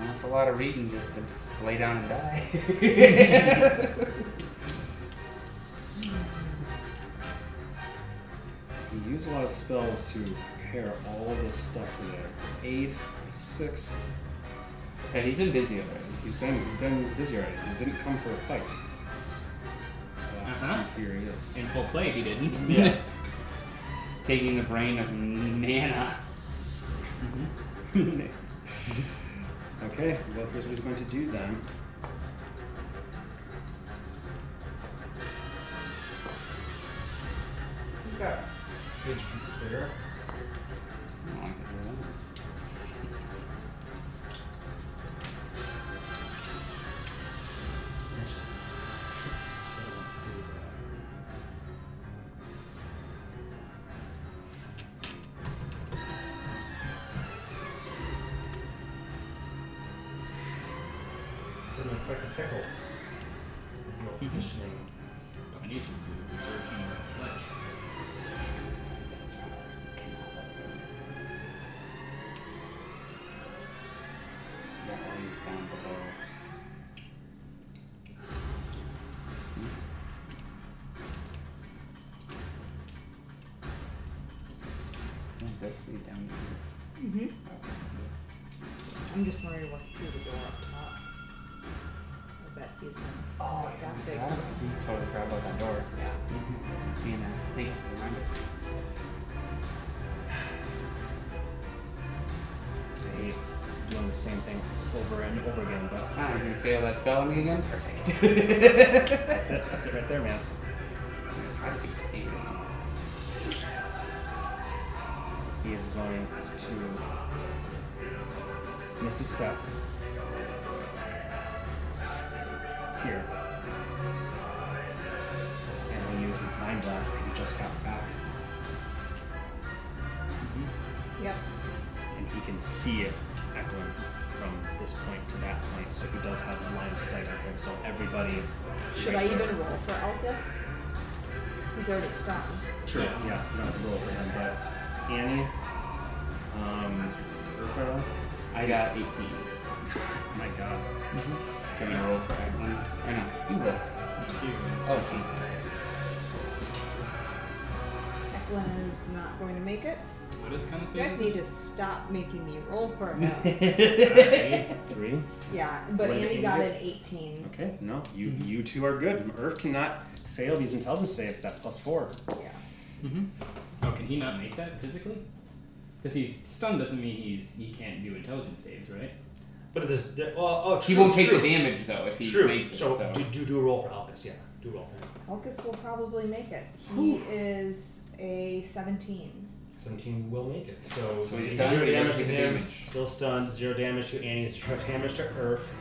An awful lot of reading just to lay down and die.
You use a lot of spells to prepare all this stuff to the eighth, sixth.
yeah, he's been busy already.
He's been he's been busy already. He didn't come for a fight. That's-
Uh-huh.
Here he is.
In full play, he didn't.
Yeah.
He's taking the brain of Nana.
Okay, well here's what he's going to do then.
He's got HP spare. Doesn't affect the pickle. Your positioning.
I need you to search in the
That one's down below. Hmm. Let's see down here.
Mm-hmm.
Okay.
I'm just wondering what's through the door up top. I bet he's in.
Oh,
That
I
big.
forgot about- I Totally forgot about that door.
Yeah.
Being a thing behind it.
I hate doing the same thing over and over again, but
Ah, he's gonna fail that spell on me again? Perfect.
that's it. That's it right there, man.
Try to keep the eight.
He is going to Misty Step. Here. And he'll use the Mind Blast that he just got back.
Yep.
And he can see it echoing from this point to that point. So he does have a line of sight on him. So everybody.
Should I even roll for Elkus? He's already stunned.
Sure. Yeah, you don't have to roll for him, but Annie. Um, Urfel.
I got Mm-hmm. 18.
Oh my god.
Can I roll for Agnes? Or no, you roll. Oh, she.
Eklund is not going to make it.
flesh. What did it kind of
You guys
say?
need to stop making me roll for him.
Three.
yeah, but
What did
Andy
you
got
do?
an 18.
Okay, no, you
Mm-hmm.
you two are good. Earth cannot fail these intelligence saves. That's plus four.
Yeah.
Mm-hmm. Oh, can he not make that physically? Because he's stunned doesn't mean he's he can't do intelligence saves, right?
But it is. Well, oh,
He
true,
won't take
true.
the damage though if he
True.
makes it.
So, Do, do do a roll for Alpus, yeah. Do a roll for him.
Elkus will probably make it. He
Whew.
is a 17.
17 will make it. So,
So he's done,
zero
he
damage
doesn't
to
take
him.
damage.
Still stunned. Zero damage to Annie. Zero damage to Earth.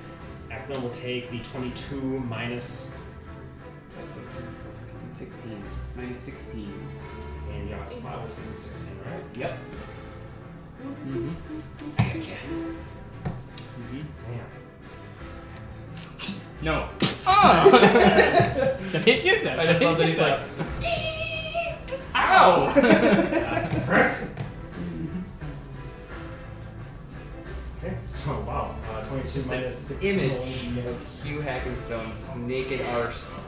Akron will take the 22 minus.
16. Minus 16.
And Yasma will take the 16, right? Yep.
Mm-hmm.
Damn.
No. Oh! I didn't get that.
I just love that he's like,
Okay, so wow. Uh, 22
Just
minus
the
16. will
image
only uh, be-
of Hugh Hackenstone's naked arse.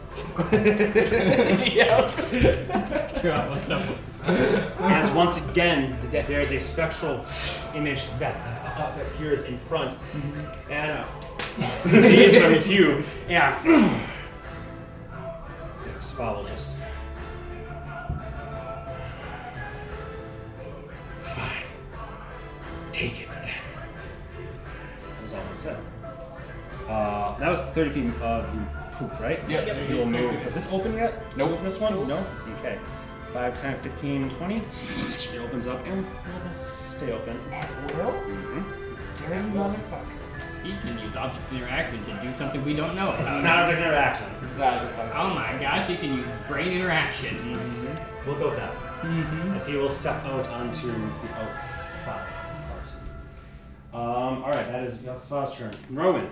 As once again, th- there is a spectral image that uh, uh, appears in front, and uh, it is from Hugh. Yeah. Swallow just. Fine. Take it then. That was all he said. Uh, that was 30 feet of poop, right?
Yep.
So he will move. Is this open yet?
Nope.
This one? No? Okay. 5, 10, 15, 20. It opens up and it'll stay open. Mhm.
Dirty motherfucker.
He can use objects interaction to do something we don't know about.
It's not an interaction.
That is like,
Oh my gosh, he can use brain interaction.
We'll go with that. As he will step out onto the outside. Um, alright, that is Yelksva's turn. Rowan.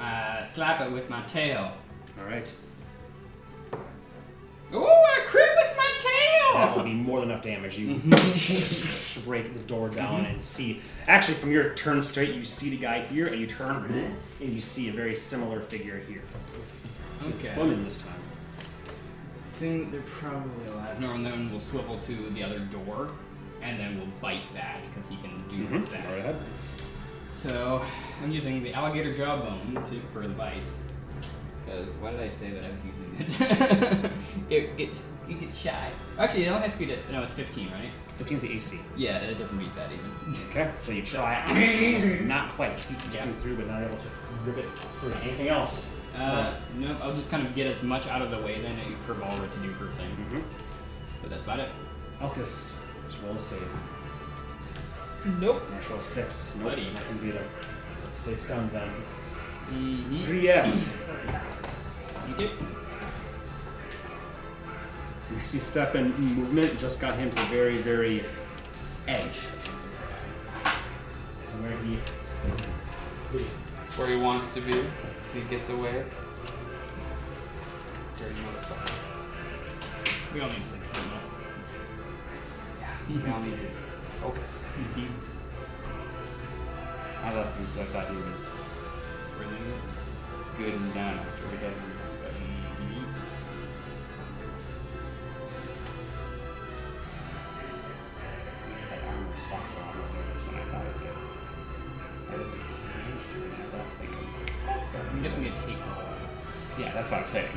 Uh, slap it with my tail.
Alright.
Ooh, I crit with my tail!
be more than enough damage. You break the door down and see. Actually, from your turn straight, you see the guy here, and you turn and you see a very similar figure here.
Okay.
Woman this time.
Soon they're probably alive. No, and then we'll swivel to the other door, and then we'll bite that because he can do
Mm-hmm.
that. So I'm using the alligator jawbone to, for the bite. Because why did I say that I was using it? it gets it gets shy. Actually, it only has to be to, no, it's 15, right?
15 is the AC.
Yeah, it doesn't beat that even.
Okay, so you try. It's not quite teeth sticking through, but not able to rip it through. Anything else?
Uh, no, I'll just kind of get as much out of the way then that you revolver to do for things.
Mhm.
But that's about it.
Elkis, just roll a save.
Nope.
Natural six. Nope,
Buddy.
nothing be there. Stay stunned then.
Mm-hmm.
3F.
Okay.
Missy step and movement just got him to the very, very edge. Where he
Where he wants to be, as he gets away.
We all need to take some up.
We all need to focus.
Mm-hmm.
I left him because I thought he was good and done after we had him. but- It's that armor stopped a lot more damage than I thought it did. So I didn't think it did damage to it, and I left thinking, "That's gotta be
I'm guessing
good."
it takes a while.
Yeah, that's what I'm saying.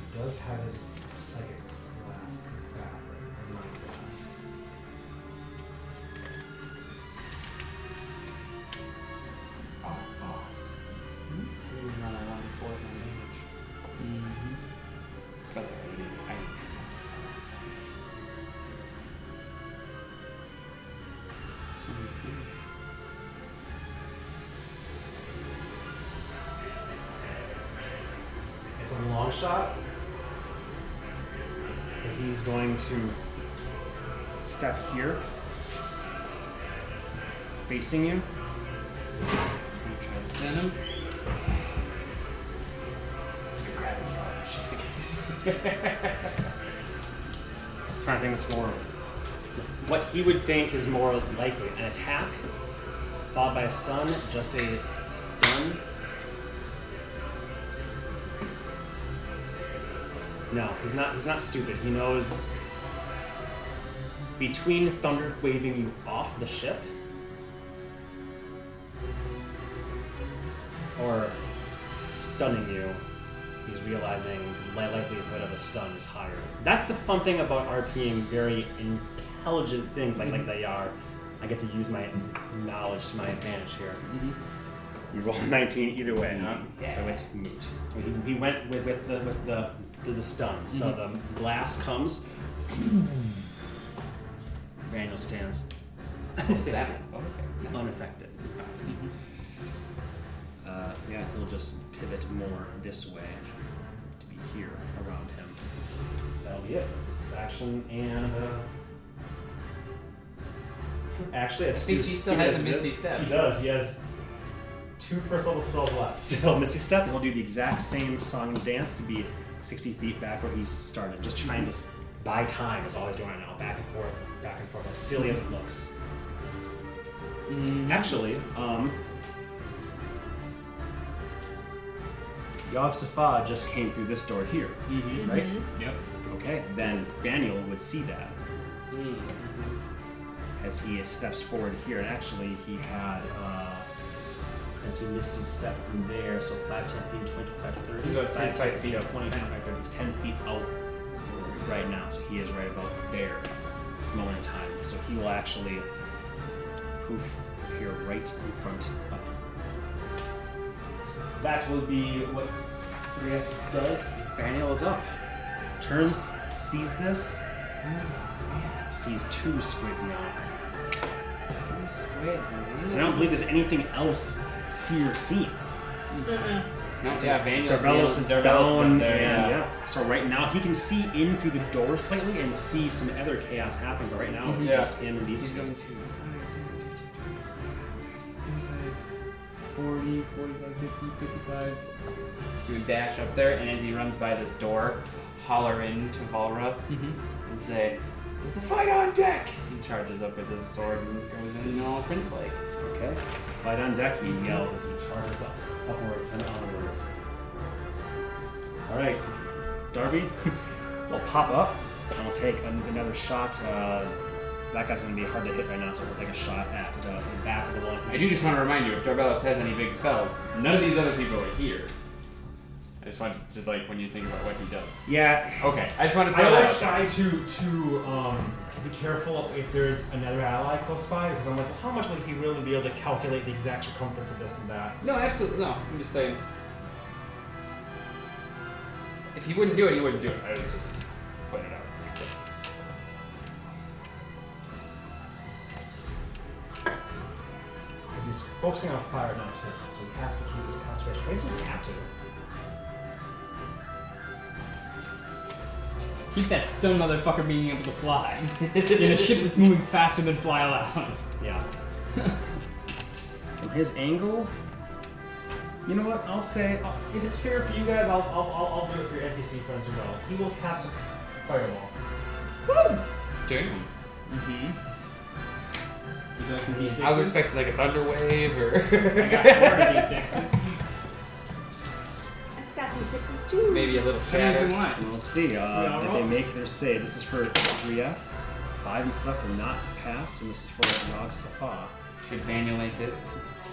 He does have his psychic blast back, or mind blast.
Oh, boss. He was not around before my age. That's all right. I didn't- I didn't realize that. So many things.
It's a long shot.
And he's going to step here, facing you.
Venom?
trying to think what's more, what he would think is more likely an attack followed by a stun, just a stun. No, he's not. He's not stupid. He knows between thunder waving you off the ship, or stunning you he's realizing the li- likelihood of a stun is higher. That's the fun thing about RPing very intelligent things like, like they are. I get to use my knowledge to my advantage here. You roll a 19 either way, huh? So it's moot. He, he went with, with the with the, the, the stun. So the blast comes. Randall stands
What's that? Oh, okay.
unaffected. Uh, yeah, he'll just pivot more this way to be here around him. That'll be it. That's his action and. Uh, actually, as
think
stu-
he still
stupid
has
as
a
it is,
Misty Step.
He does. He has
Two first level spells left.
still Misty Step, and we'll do the exact same song and dance to be 60 feet back where he started. Just trying to s- buy time is all he's doing right now. Back and forth, back and forth, as silly as it looks.
Mm-hmm.
Actually, um. Yog Safa just came through this door here,
Mm-hmm.
right?
Yep.
Okay, then Daniel would see that
Mm-hmm.
as he steps forward here. And actually, he had, uh, because he missed his step from there, so 5, 10, 15, 25, 30.
He's about
5,
25 feet up.
20, 25, 30. He's 10 feet out right now, so he is right about there this moment in time. So he will actually poof appear right in front of him. That will be what Rieth does. Daniel is up. Turns, sees this, sees two squids now.
Squids,
And I don't believe there's anything else here seen.
No, yeah, Daniel's
Darvelos is
Darvelos
down,
up there,
and
yeah.
yeah. So right now he can see in through the door slightly and see some other chaos happening, but right now it's
Yeah.
just him and these.
He's
two.
going to
40, 45, 50, 55.
He's going to dash up there, and as he runs by this door, holler in to Valra
Mm-hmm.
and say, "There's a fight on deck!" As he charges up with his sword and goes in all Prince Lake.
Okay. So fight on deck, he yells as he
Charges up.
upwards and onwards. All right, Darby will pop up and we'll take an- another shot. Uh, that guy's going to be hard to hit right now, so we'll take a shot at the, the back of the one.
I do just want to remind you, if Darbelos has any big spells, none of these other people are here. I just want to, like, when you think about what he does.
Yeah,
Okay, I just want to
I
throw that
always
out.
try to to um, be careful if there's another ally close by because I'm like, well, how much would he really be able to calculate the exact circumference of this and that?
No, absolutely no. I'm just saying. If he wouldn't do it, he wouldn't do it. I was just pointing it out.
Because he's focusing on fire now too, so he has to keep his concentration. I guess he doesn't have to.
Keep that stun motherfucker being able to fly. in a ship that's moving faster than fly allows.
yeah. From his angle, you know what? I'll say
Uh, if it's fair for you guys, I'll, I'll, I'll, I'll do it for your
E
NPC friends as well. He will cast a fireball.
Damn.
You got some D6s?
I was expecting like a thunder wave or
I got four D6s.
It's got d6s too.
maybe a little
How many
shatter.
do you want?
We'll see. Uh,
all
if
roll?
they make their save, this is for 3F. 5 and stuff will not pass, and this is for Nog Safa.
Should Daniel make his?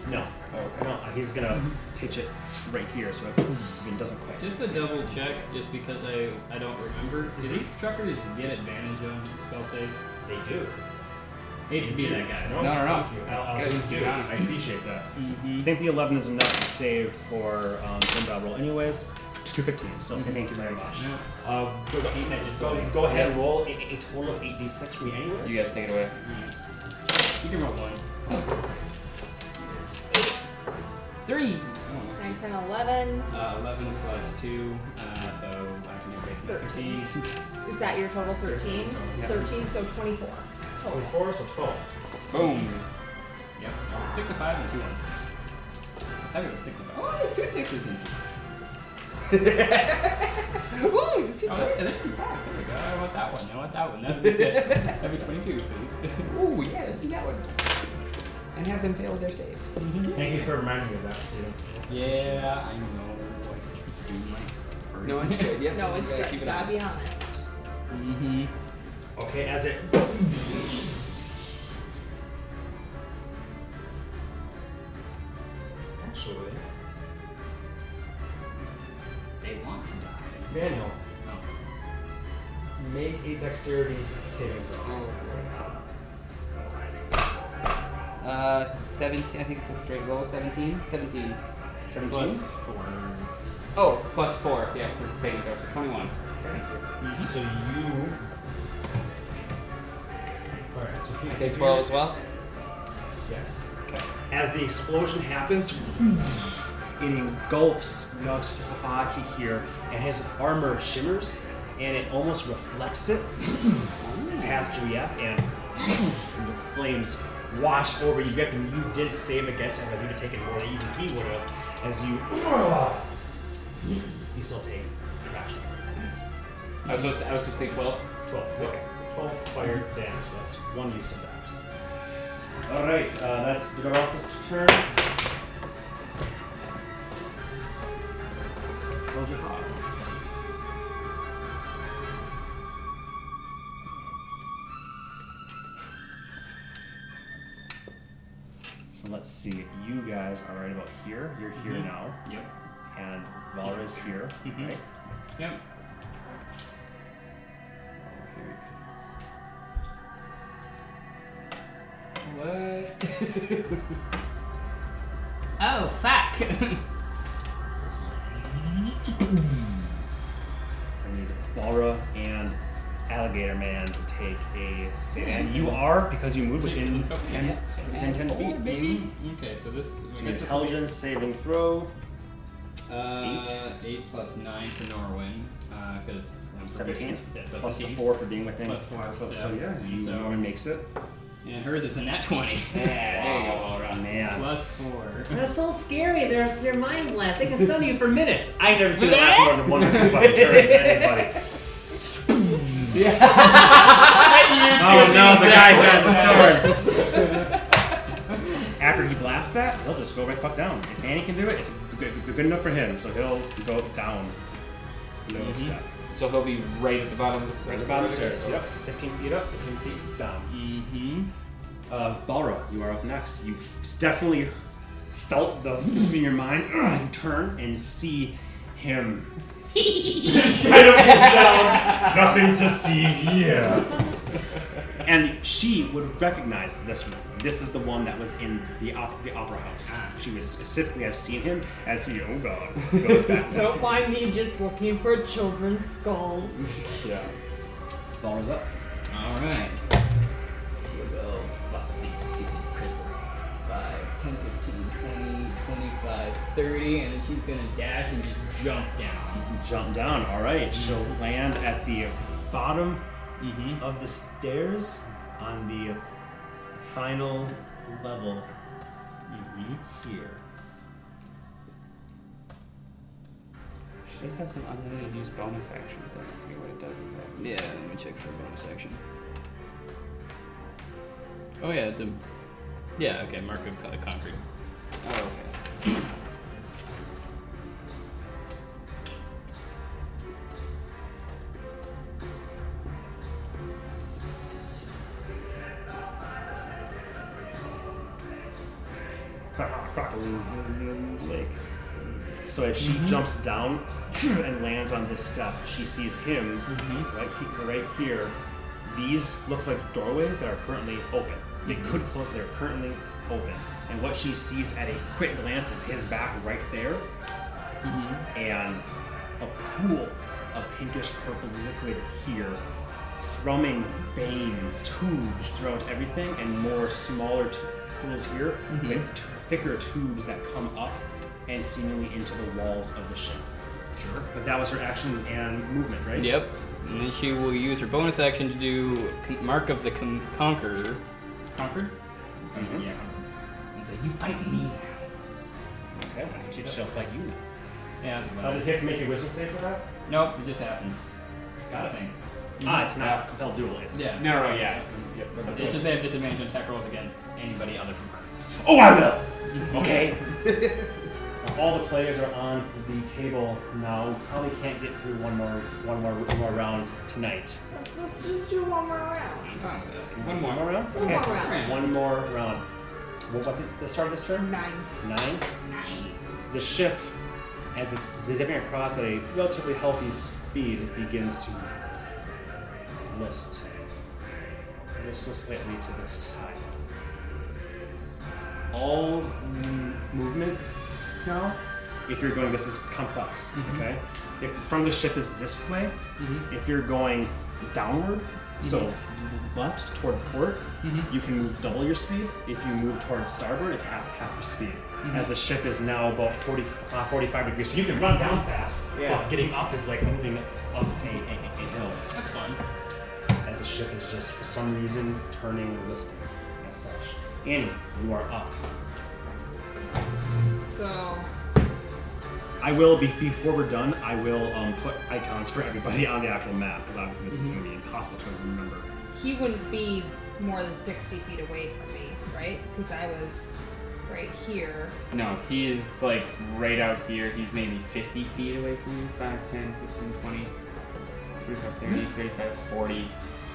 No. Mm-hmm.
Okay.
no. He's gonna pitch it right here so it it doesn't quite.
Just to double check, just because I, I don't remember, do these truckers get advantage on spell saves?
They do.
Hate to be that guy.
No,
No, no, no.
Thank you.
I'll- I'll
Guys,
just
do
be
it.
honest.
I appreciate that.
Mm-hmm.
I think the 11 is enough to save for um, Zimbab roll, anyways. 215, so thank you very much.
No.
Uh, go,
Ain't that just the
go,
way?
go ahead and roll a, a a total of 8d6 from me anyways.
You guys take it away.
You can roll one.
Three.
9, 10, 11.
Uh, 11 plus 2, uh, so I can do basically 13.
Is that your total 13?
Yeah.
13, so 24.
Oh, four, so 12.
Boom.
Yep. Six of five and two ones. I think it was six of five. Oh, there's two sixes in two.
Ooh, this is
Oh, yeah, there's two fives. There we go. I want that one. I want that one. That'd be, good. That'd be 22, please.
Ooh, yeah, let's do that one. And have them fail their saves.
Thank you for reminding me of that, Steven.
yeah, I know. I could do my
No, it's good. Yeah,
No, it's good. Gotta be honest.
mm-hmm.
Okay, as it. Actually,
They want to die.
Daniel,
Oh.
make a dexterity saving throw.
Uh, 17. I think it's a straight roll. 17? 17.
17?
Plus 4. Oh, plus 4. Yeah, it's the same throw. 21.
Thank you. So you. Alright, so if you
Okay,
if
12
you-
as well?
Yes.
As the explosion happens, hmm, it engulfs Nog Safaki here, and his armor shimmers, and it almost reflects it hmm, past GF, and hmm, the flames wash over you. You, have to, you did save against it, because you'd have taken more than even he would have, as you. hmm, You still take fraction.
I was supposed to, I was supposed to take 12.
12. Okay. 12 fire damage. That's one use of that. Alright, uh, that's Dugaros's turn. Roll your hog. So let's see. You guys are right about here. You're here now.
Yep.
And Valra's here, right?
Yep.
What?
Oh, fuck!
I need Valra and Alligator Man to take a save. And you are, because you moved within 10, within 10 feet.
baby. Okay, so this.
So
I guess this will be-
intelligence saving throw.
Uh, eight. plus nine for Norwin, because I'm
Seventeen.
proficient. Yeah,
Plus the
17.
four for being within.
Plus four,
Plus-
so-
so yeah,
and
you
so-
know it makes it.
And hers is a nat twenty.
Yeah, there you go, all
Oh
around.
man.
Plus four.
That's so scary. There's their mind blast. They can stun you for minutes. I never seen
What?
that last more than one or two fucking turns. Anybody? oh no, the guy who has a sword. After he blasts that, he'll just go right fuck down. If Annie can do it, it's good, good enough for him. So he'll go down. Below the step.
So he'll be right at the bottom of the stairs.
Right at the bottom of the stairs. Yep. 15 feet up, 15 feet down.
Mm-hmm.
Uh, Valra, you are up next. You definitely felt the in your mind. Ugh, You turn and see him. kind of down. Nothing to see here. And she would recognize this one. This is the one that was in the op- the opera house. She was specifically. I've seen him as he. Oh God, goes back. to
Don't mind me just looking for children's skulls.
yeah. Valra's up.
All right. Here we go. Fuck these stupid crystals. 5, 10, 15, 20, 25, 30, and then she's gonna dash and just jump down.
Jump down. All right. She'll land at the bottom
Mm-hmm.
of the stairs on the final level
Mm-hmm.
here.
She does have some unlimited use bonus action thing. I forget what it does exactly.
Yeah, let me check for bonus action. Oh yeah, it's a yeah. Okay, mark of con- concrete.
Oh, okay.
Lake. So as she jumps down and lands on this step, she sees him right, he- right here. These look like doorways that are currently open. They could close, but they're currently open. And what she sees at a quick glance is his back right there, and a pool of pinkish purple liquid here, thrumming veins, tubes throughout everything, and more smaller t- pools here
Mm-hmm.
with t- thicker tubes that come up and seemingly into the walls of the ship. Sure. But that was her action and movement, right?
Yep. And then she will use her bonus action to do con- mark of the con- conqueror. Conquered.
Mhm.
Yeah. And say you fight me.
Okay. She'll fight you now.
Yeah. that's what
Uh,
I-
does he have to make a wisdom save for that?
Nope, it just happens.
Got
I
it.
think.
Ah, it's not compelled duel. It's
Yeah.
No, no, yeah. Yep.
So It's just they have disadvantage on attack rolls against anybody other from her.
Oh, I will. Okay. All the players are on the table now. We probably can't get through one more, one more, one more round tonight.
let's, let's just do one more round.
I'm fine with that.
One more, round.
One more round.
One more round. What was it? The start of this turn?
Nine.
Nine. The ship, as it's zipping across at a relatively healthy speed, begins to list, list so slightly to the side. All m- movement now. If you're going, this is complex. Okay. If from the ship is this way, if you're going downward, so left toward port, you can move double your speed. If you move toward starboard, it's half half your speed. As the ship is now about 40, uh, 45 degrees, so you can run down fast.
Yeah.
But getting up is like moving up a, a, a, a hill.
That's fun.
As the ship is just for some reason turning and listing as such. Annie, you are up.
So,
I will be, before we're done. I will um, put icons for everybody on the actual map because obviously this is going to be impossible to remember.
he wouldn't be more than 60 feet away from me, right? Because I was right here.
No, he's like right out here. He's maybe 50 feet away from you. 5, 10, 15, 20, 25, 30, 35, 40,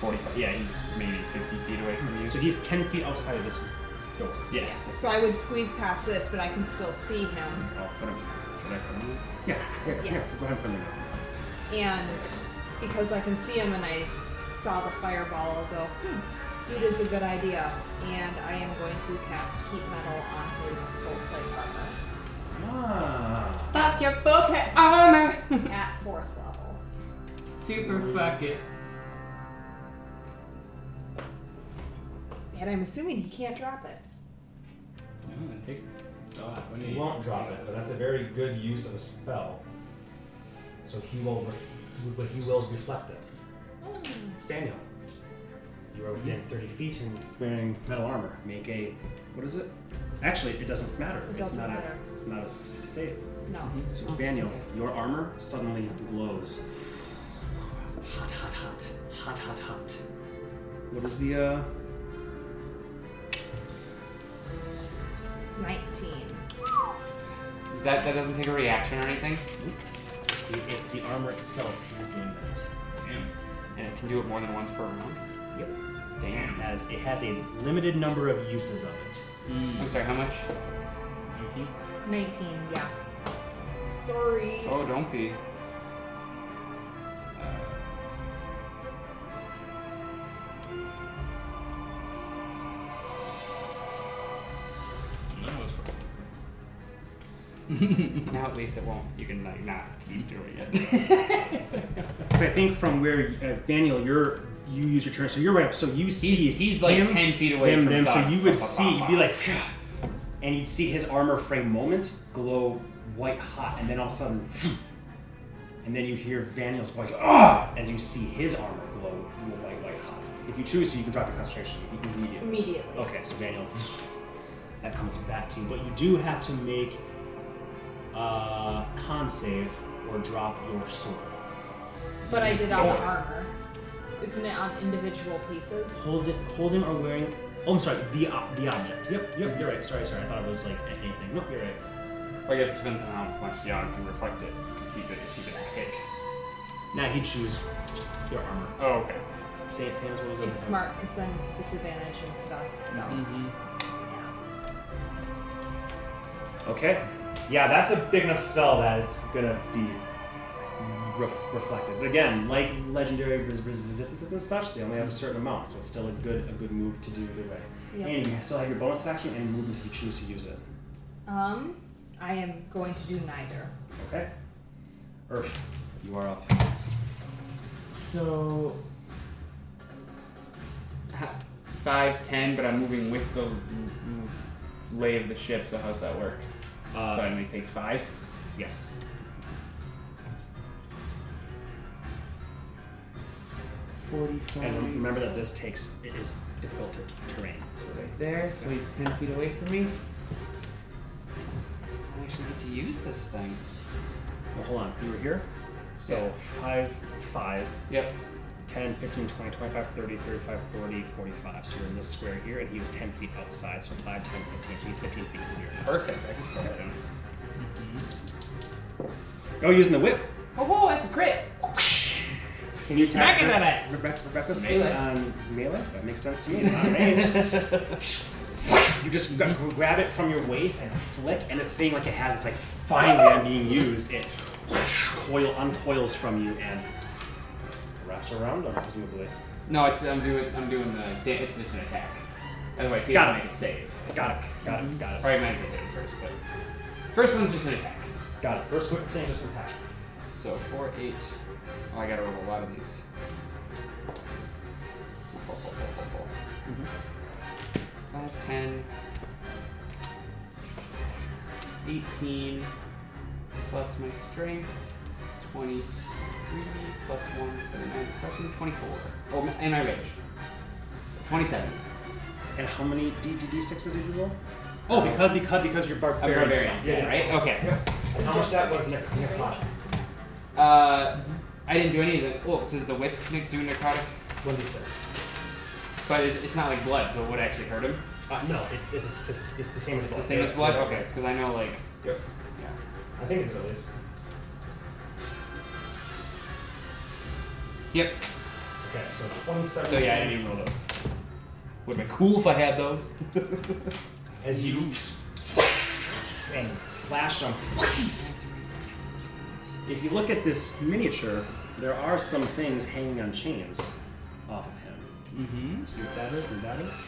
45. Yeah, he's maybe 50 feet away from you.
So he's ten feet outside of this door.
yeah.
So I would squeeze past this, but I can still see
Oh,
him.
I'll put him. Should I put him? in?
Yeah, yeah, yeah.
Yeah.
Go ahead and put him in.
And because I can see him and I saw the fireball, I'll go, hmm, it is a good idea. And I am going to cast Heat Metal on his full plate armor
Ah.
Fuck your full pet armor!
at fourth level.
Super fuck it.
And I'm assuming he can't drop it.
No, Oh, it takes
He won't drop it, but that's a very good use of a spell. So he will, re- but he will reflect it.
Daniel,
You are within 30 feet and
wearing metal armor, make a what is it? Actually, it doesn't matter.
It
it's
doesn't
not
matter.
a it's not a save.
No.
So Daniel, your armor suddenly glows. Hot, hot, hot, hot, hot, hot. What is the uh?
19.
That, that doesn't take a reaction or anything,
It's the, it's the armor itself doing that.
and it can do it more than once per round.
Yep.
Damn.
It has it has a limited number of uses of it.
I'm sorry, how much?
19, yeah. Sorry.
Oh, don't be. now at least it won't. You can like not keep doing it.
So I think from where uh, Daniel, you're you use your turn, so you're right up. So you see
he's like
him,
10 feet away
him,
from
them. So
Sokka.
you would
Bah, bah,
see, you'd
bah,
be
bah.
like, and you'd see his armor frame moment glow white hot, and then all of a sudden, and then you hear Daniel's voice ah as you see his armor glow white white hot. If you choose to, you can drop your concentration immediately.
Immediately.
Okay, so Daniel, that comes back to you, but you do have to make a con save or drop your sword.
But I did on the armor. Isn't it on individual pieces?
Hold it, holding or wearing. Oh, I'm sorry. The ob- the object. Yep, yep. You're right. Sorry, sorry. I thought it was like a- anything. Nope, you're right.
Well, I guess it depends on how much Yon can reflect it. Because he could, he could pick.
Now he'd choose your armor.
Oh, okay.
Same, same as what was on
It's
the-
smart because then disadvantage and stuff. So.
Okay. Yeah, that's a big enough spell that it's gonna be re- reflected. But again, like legendary res- resistances and such, they only have a certain amount, so it's still a good a good move to do either way.
Yep.
And you still have your bonus action and movement if you choose to use it.
Um, I am going to do neither.
Okay. Earth, you are up.
So. ha- Five, ten, but I'm moving with the l- l- lay of the ship, so how's that work? so I
Uh,
only takes five?
yes. And
Forty-five.
remember that this takes it is difficult to terrain.
Right there, so he's ten feet away from me. I actually get to use this thing.
Well, hold on, you were here? So
Yeah.
5, 5,
Yep.
10, 15, 20, 25, 30, 35, 40, 45. So you're in this square here, and he was 10 feet outside, so 5, 10, 15, so he's 15 feet from here.
Perfect. I can still hit him.
Oh, using the whip!
Oh, whoa, that's a crit.
Can you attack
Smacking
re-
that ass.
re- re- recklessly
Melee.
on um, melee? That makes sense to me. It's not range. you just gra- gra- grab it from your waist and flick, and the thing like it has, it's like finally I'm being used. It coil uncoils from you and wraps around them, presumably.
No, it's, I'm doing I'm doing the da- it's just an attack. Otherwise, he has to
Got it.
make a save.
Got it. Got it. Got it.
Probably might have hit him first, but first one's just an attack.
Got it. First whip thing just attack.
So four, eight. Oh, I gotta roll a lot of these. Five, ten. 18 plus my strength is 23 plus 1 for the 9 question, 24. Oh, my- and my rage. So 27.
And how many D D D sixes did you roll? Oh, because because because you're
I'm
barbarian.
barbarian.
stuff.
Yeah, right? Okay.
How much that was Nick? necrotic?
Uh, I didn't do any of the. Oh, does the whip Nick do narcotic?
One D six.
But it's, it's not like blood, so it would actually hurt him.
Uh, no, it's it's, it's, it's, it's the same as blood.
The same as blood? Okay, because I know, like.
Yep.
Yeah.
I think it's at least.
Yep.
Okay, so 27.
So yeah, I didn't even roll those. Would have been cool if I had those.
As you
And slash them. If you look at this miniature, there are some things hanging on chains off of him. Mm-hmm. See what that is? What that is?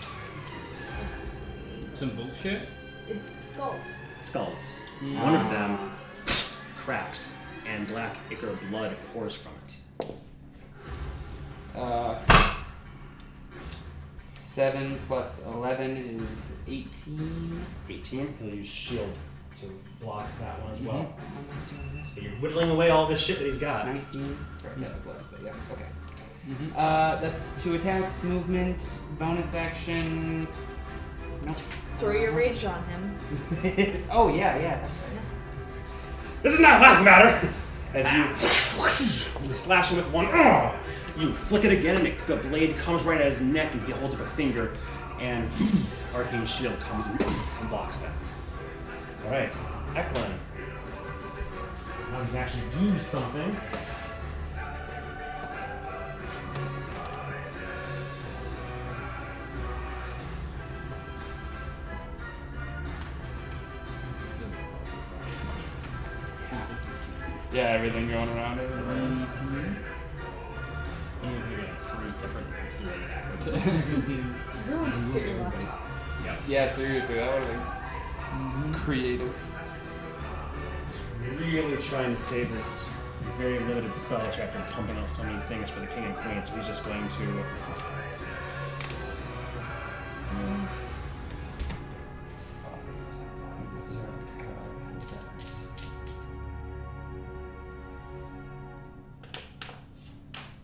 Some bullshit.
It's skulls.
Skulls. One of them cracks, and black ichor blood pours from it.
Uh, Seven plus eleven is eighteen.
18. He'll use shield to block that one as well.
How am I doing this?
Mm-hmm. So you're whittling away all this shit that he's got.
19. Yeah, plus, but yeah, okay. Uh, that's two attacks, movement, bonus action. Nope.
Throw your rage on him.
oh, yeah, yeah, that's right.
This is not black matter! As you, you slash him with one, "Ugh!" you flick it again, and it, the blade comes right at his neck, and he holds up a finger, and arcane shield comes and, and blocks that. All right, Eklund.
Now you can actually do something.
Yeah, everything going around it.
I'm gonna take like three separate maps and lay it out.
Really just get your left off.
Yeah, seriously, that would have been Mm-hmm. creative.
Really trying to save this very limited spell that's after pumping out so many things for the king and queen, so he's just going to. um,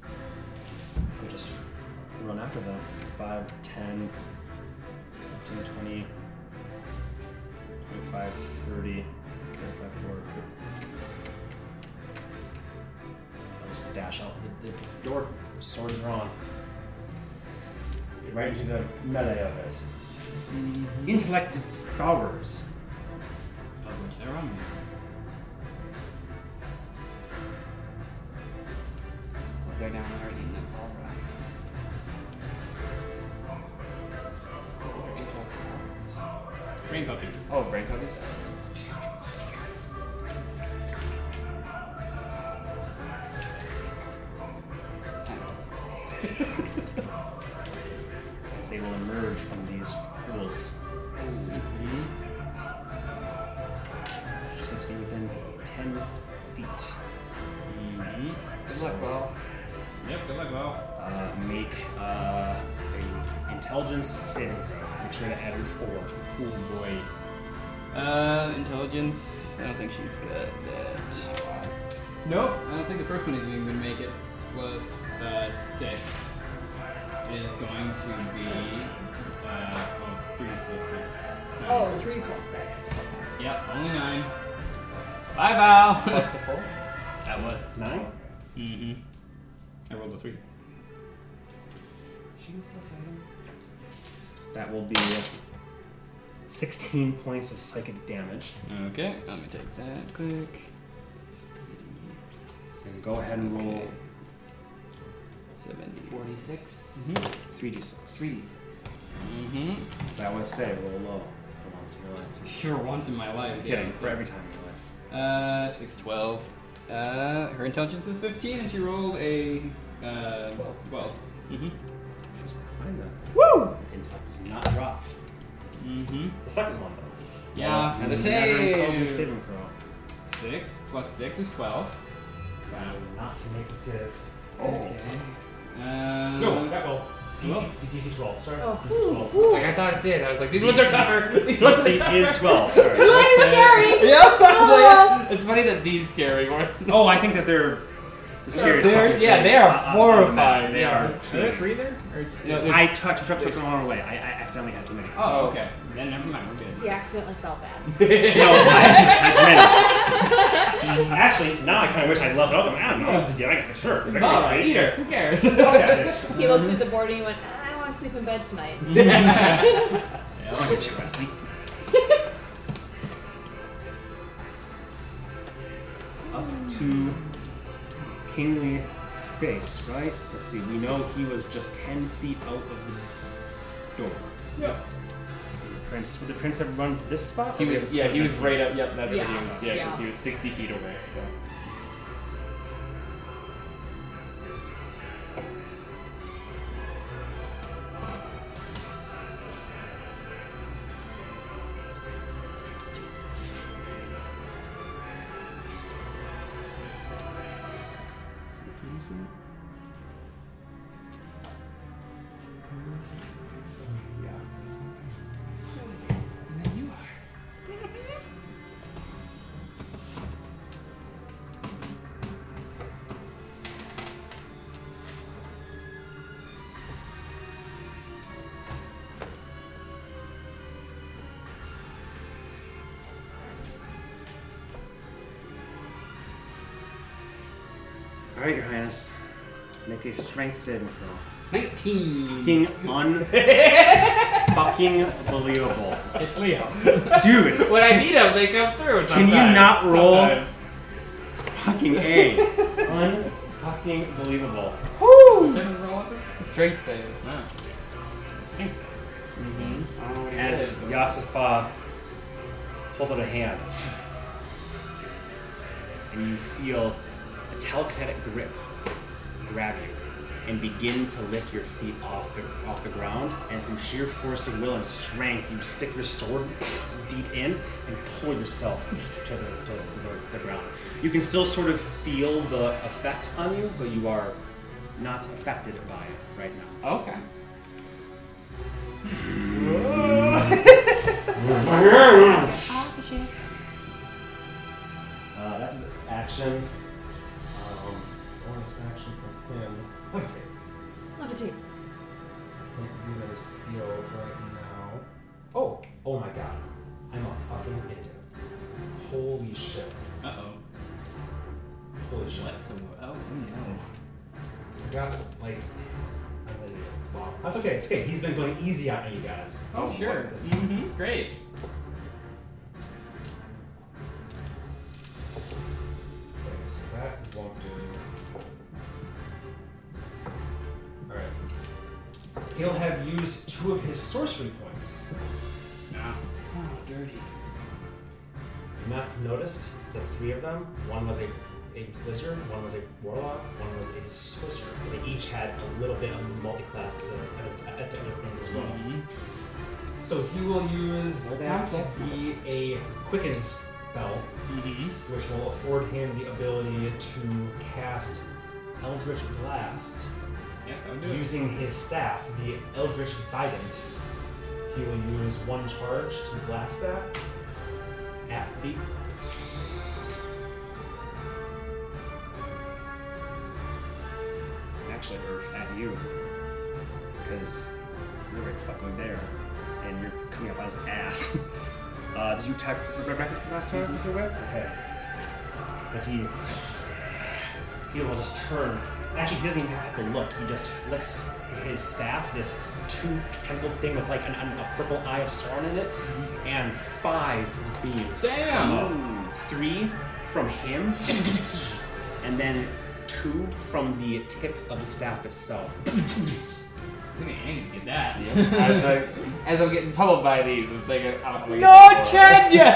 We'll just run after them. 5, 10, 15, 20, 25, 30, 35, 40. I'll just dash out the, the door, sword drawn. Right into the melee of it.
Mm-hmm.
Intellect devours.
Of which there are many.
We'll go down there and eat that ball right.
Green puppies.
Oh, brain puppies?
as they will emerge from these pools.
Mm-hmm.
Just needs to be within 10 feet.
Mm-hmm.
Good luck, well.
Yep, good luck, Val.
Uh, make uh, a intelligence saving throw. Make sure to add your four.
Oh boy.
Uh, intelligence. I don't think she's good. But...
Nope. I don't think the first one is even going to make it. Plus uh, six is going to be uh, well, three plus six. Nine.
Oh, three plus six.
Yep, only nine. Bye, Val.
Plus the four?
that was.
Nine?
Mm-hmm. I rolled a three.
She can still fight him.
That will be 16 points of psychic damage.
Okay, let me take that quick.
And go ahead and roll
Okay. 70. 46.
3d6.
3.
Mm-hmm.
As I always say, roll low for once in your life.
Sure, once in my life.
I'm
yeah,
kidding,
it's
for
like-
every time in your life.
Uh, six twelve. Uh, her intelligence is 15, and she rolled a uh, 12. Mm-hmm.
Just find that.
Woo!
Intellect does not drop.
Mm-hmm.
The second one, though.
Yeah.
Another
Another
save.
intelligence saving throw.
Six plus six is 12.
Wow, not to make the save.
Oh.
Okay. Uh,
No, that will. DC,
Well.
DC 12, sorry.
Oh,
DC
whew,
12.
whew.
Like, I thought it did. I was like, these ones are tougher.
DC is 12, sorry.
Mine is scary!
Yep. I was
Oh.
like, it's funny that these scary more.
Oh, I think that they're the scariest.
They're,
fucking
yeah,
thing.
they are
Uh, uh,
horrifying.
They are.
Are there three there? Or just
No,
I took took took them all away. I, I accidentally had too many.
Oh, okay. Then never mind. We're good.
He accidentally felt bad.
No, I had too many. Actually, now I kind of wish I left out them. I don't know what to do. I got this hurt.
Oh, either. Who cares?
He looked at the board and he went, "Ah, I want to sleep in bed tonight.
I'll get you, Wesley. Up to kingly space, right? Let's see. We know he was just ten feet out of the door.
Yeah.
Prince, would the prince have run to this spot?
He was, yeah, he was right up. Yep, that's
Yeah,
what he was. Yeah, 'cause
yeah.
he was 60 feet away. So.
Alright, Your Highness. Make a strength saving throw.
19.
Fucking un fucking believable.
It's Leo.
Dude,
When I need them, they come through.
Can you
sometimes,
not roll?
sometimes.
fucking A. Un fucking believable.
Strength save.
Mm-hmm.
Oh,
As Yasapa holds out a hand. And you feel a telekinetic grip grab you and begin to lift your feet off the, off the ground. And through sheer force of will and strength, you stick your sword deep in and pull yourself to, the, to, the, to the ground. You can still sort of feel the effect on you, but you are not affected by it right now.
Okay.
Ah,
Uh, that's action.
Um, bonus action for him. Levitate.
Levitate.
Can't do that skill right now. Oh, oh my god. I'm a fucking idiot. Holy shit.
Uh oh.
Holy shit.
What? So, oh, no.
I got like. I'm an idiot. Wow. That's okay. It's okay. He's been going easy on you guys.
Oh,
This is what
sure.
this-
Mm-hmm. Great.
Okay, so that won't do. Alright. He'll have used two of his sorcery points.
Nah.
not noticed the three of them. One was a, a wizard, one was a warlock, one was a sorcerer. They each had a little bit of multi-class to other, to other things as well. So he will use that to be a quickened spell, which will afford him the ability to cast Eldritch Blast
Yeah, that would do it.
using his staff, the Eldritch Bident. He will use one charge to blast that at the
Actually, Irv, at you. Because you're right fucking there. And you're coming up on his ass. Uh, did you attack Rebecca's last time? mm As he. He will just turn. Actually, he doesn't even have to look. He just flicks his staff, this two tentacled thing with like an, an- a purple eye of Sauron in it, and five beams.
Damn!
come up three from him, and then two from the tip of the staff itself.
Look at Annie get that.
I- I- as I'm getting pummeled by these, I'm thinking, I'm gonna
No,
get more.
Tanya!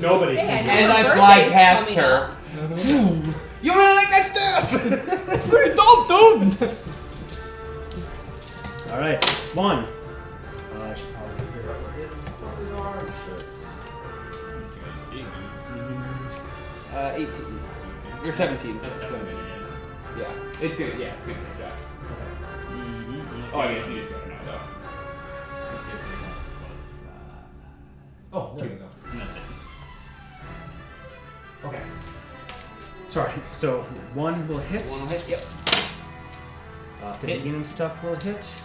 Nobody
Hey, I know
As
her
I fly
birthday's
past
coming
her,
up.
you really like that stuff?
Pretty dope, dude!
All right, one.
Uh, I should probably figure out where his pluses are. I'm sure it's.
Uh, 18. Or 17. sorry, 17. Yeah.
It's good, yeah, it's good. Yeah. Mm-hmm. Oh, I guess you just got to know, though.
Oh, there we go. Okay.
Sorry. So one will hit.
One hit, yep.
Uh, Fifteen and stuff will hit.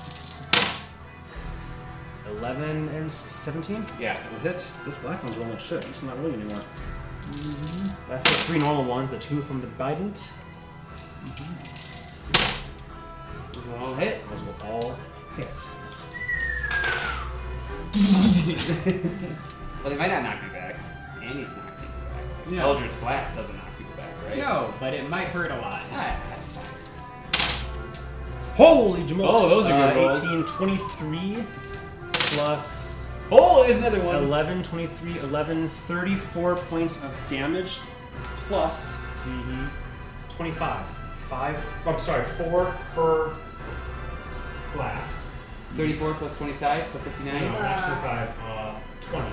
Eleven and seventeen.
Yeah.
Will hit. This black one's rolling shit. It's not rolling anymore. Mm-hmm. That's the three normal ones. The two from the Bident.
Just one little hit.
Those will all hit.
Well, they might not knock you back. Annie's knocking you back.
Yeah.
Eldritch Blast doesn't knock you back, right?
No, but it might hurt a lot.
Ah,
Holy jamokes!
Oh, those are good
uh,
rolls.
18, 23 plus
Oh, there's another one.
11, 23, 11, 34 points of damage plus 25.
Five. oh, I'm sorry, four per blast.
34 plus 25, so 59.
No, not two, five, uh, 20.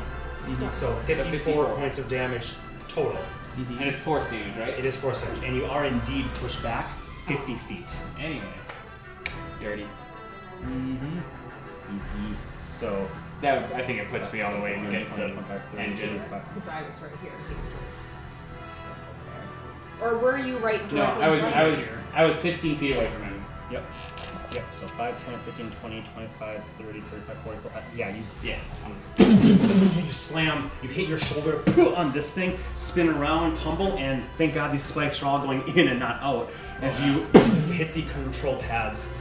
So 54,
54.
points of damage total.
And it's force damage, right?
It is force damage, and you are indeed pushed back 50 feet.
Anyway.
Dirty. Mm-hmm.
So,
That would- I think it puts me all the way against the
25, 30,
engine.
35.
Because I was right here. He was right here. Or were you right
No,
directly
I was
in front
I
of
was
me?
I was 15 feet away from him.
Yep. Yep, so 5, 10, 15, 20, 25, 30, 35, 40, 45. Yeah, you,
Yeah.
you slam, you hit your shoulder poof, on this thing, spin around, tumble, and thank God these spikes are all going in and not out as you hit the control pads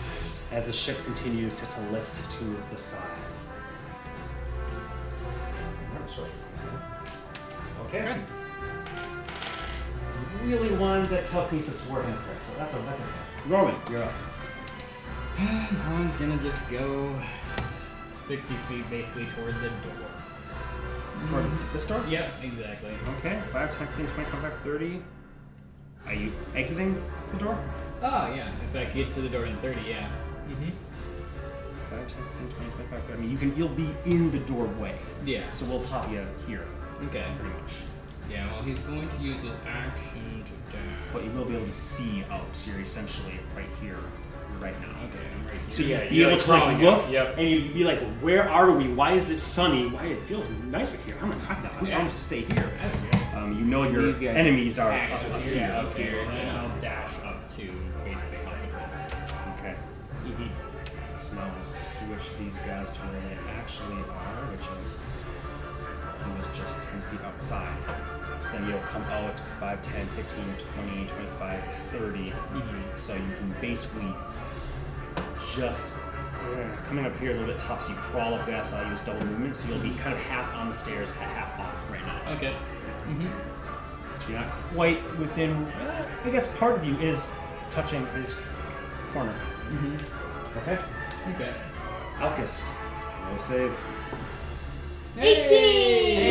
as the ship continues to, to list to the side.
Okay.
Really wanted that telekinesis to work in there, so that's a, that's a Norman, you're up.
One's gonna just go 60 feet basically toward the door.
Toward this door?
Yep, exactly.
Okay, 5, 10, 15, 20, 25, 30. Are you exiting the door?
Oh, yeah. If I could get to the door in 30, yeah.
5, 10, 15, 20, 25, 30. I mean, you can, you'll be in the doorway.
Yeah.
So we'll pop you here,
Okay.
pretty much.
Yeah, well, he's going to use his action to dash.
But you will be able to see out, so you're essentially right here, right now.
Okay, I'm right here.
So you'll
Yeah,
be
you're
able
like
to like
crawling
look,
out. Yep.
and you'd be like, where are we? Why is it sunny? Why it feels nicer here? I'm a crocodile. I'm supposed to stay here. Um, you know your
These guys-
enemies are up,
Action
up
here,
here.
yeah, up here, and then I'll dash up to basically help with this.
Okay.
Mm-hmm.
So now we'll switch these guys to where they actually are, which is he was just 10 feet outside. So then you'll come out 5, 10, 15, 20, 25, 30. So you can basically just uh, coming up here is a little bit tough, so you crawl up there, so I'll use double movement, so you'll be kind of half on the stairs, half off right now.
Okay.
So you're not quite within. Uh, I guess part of you is touching his corner. Okay.
Okay.
Alcus. No save.
18!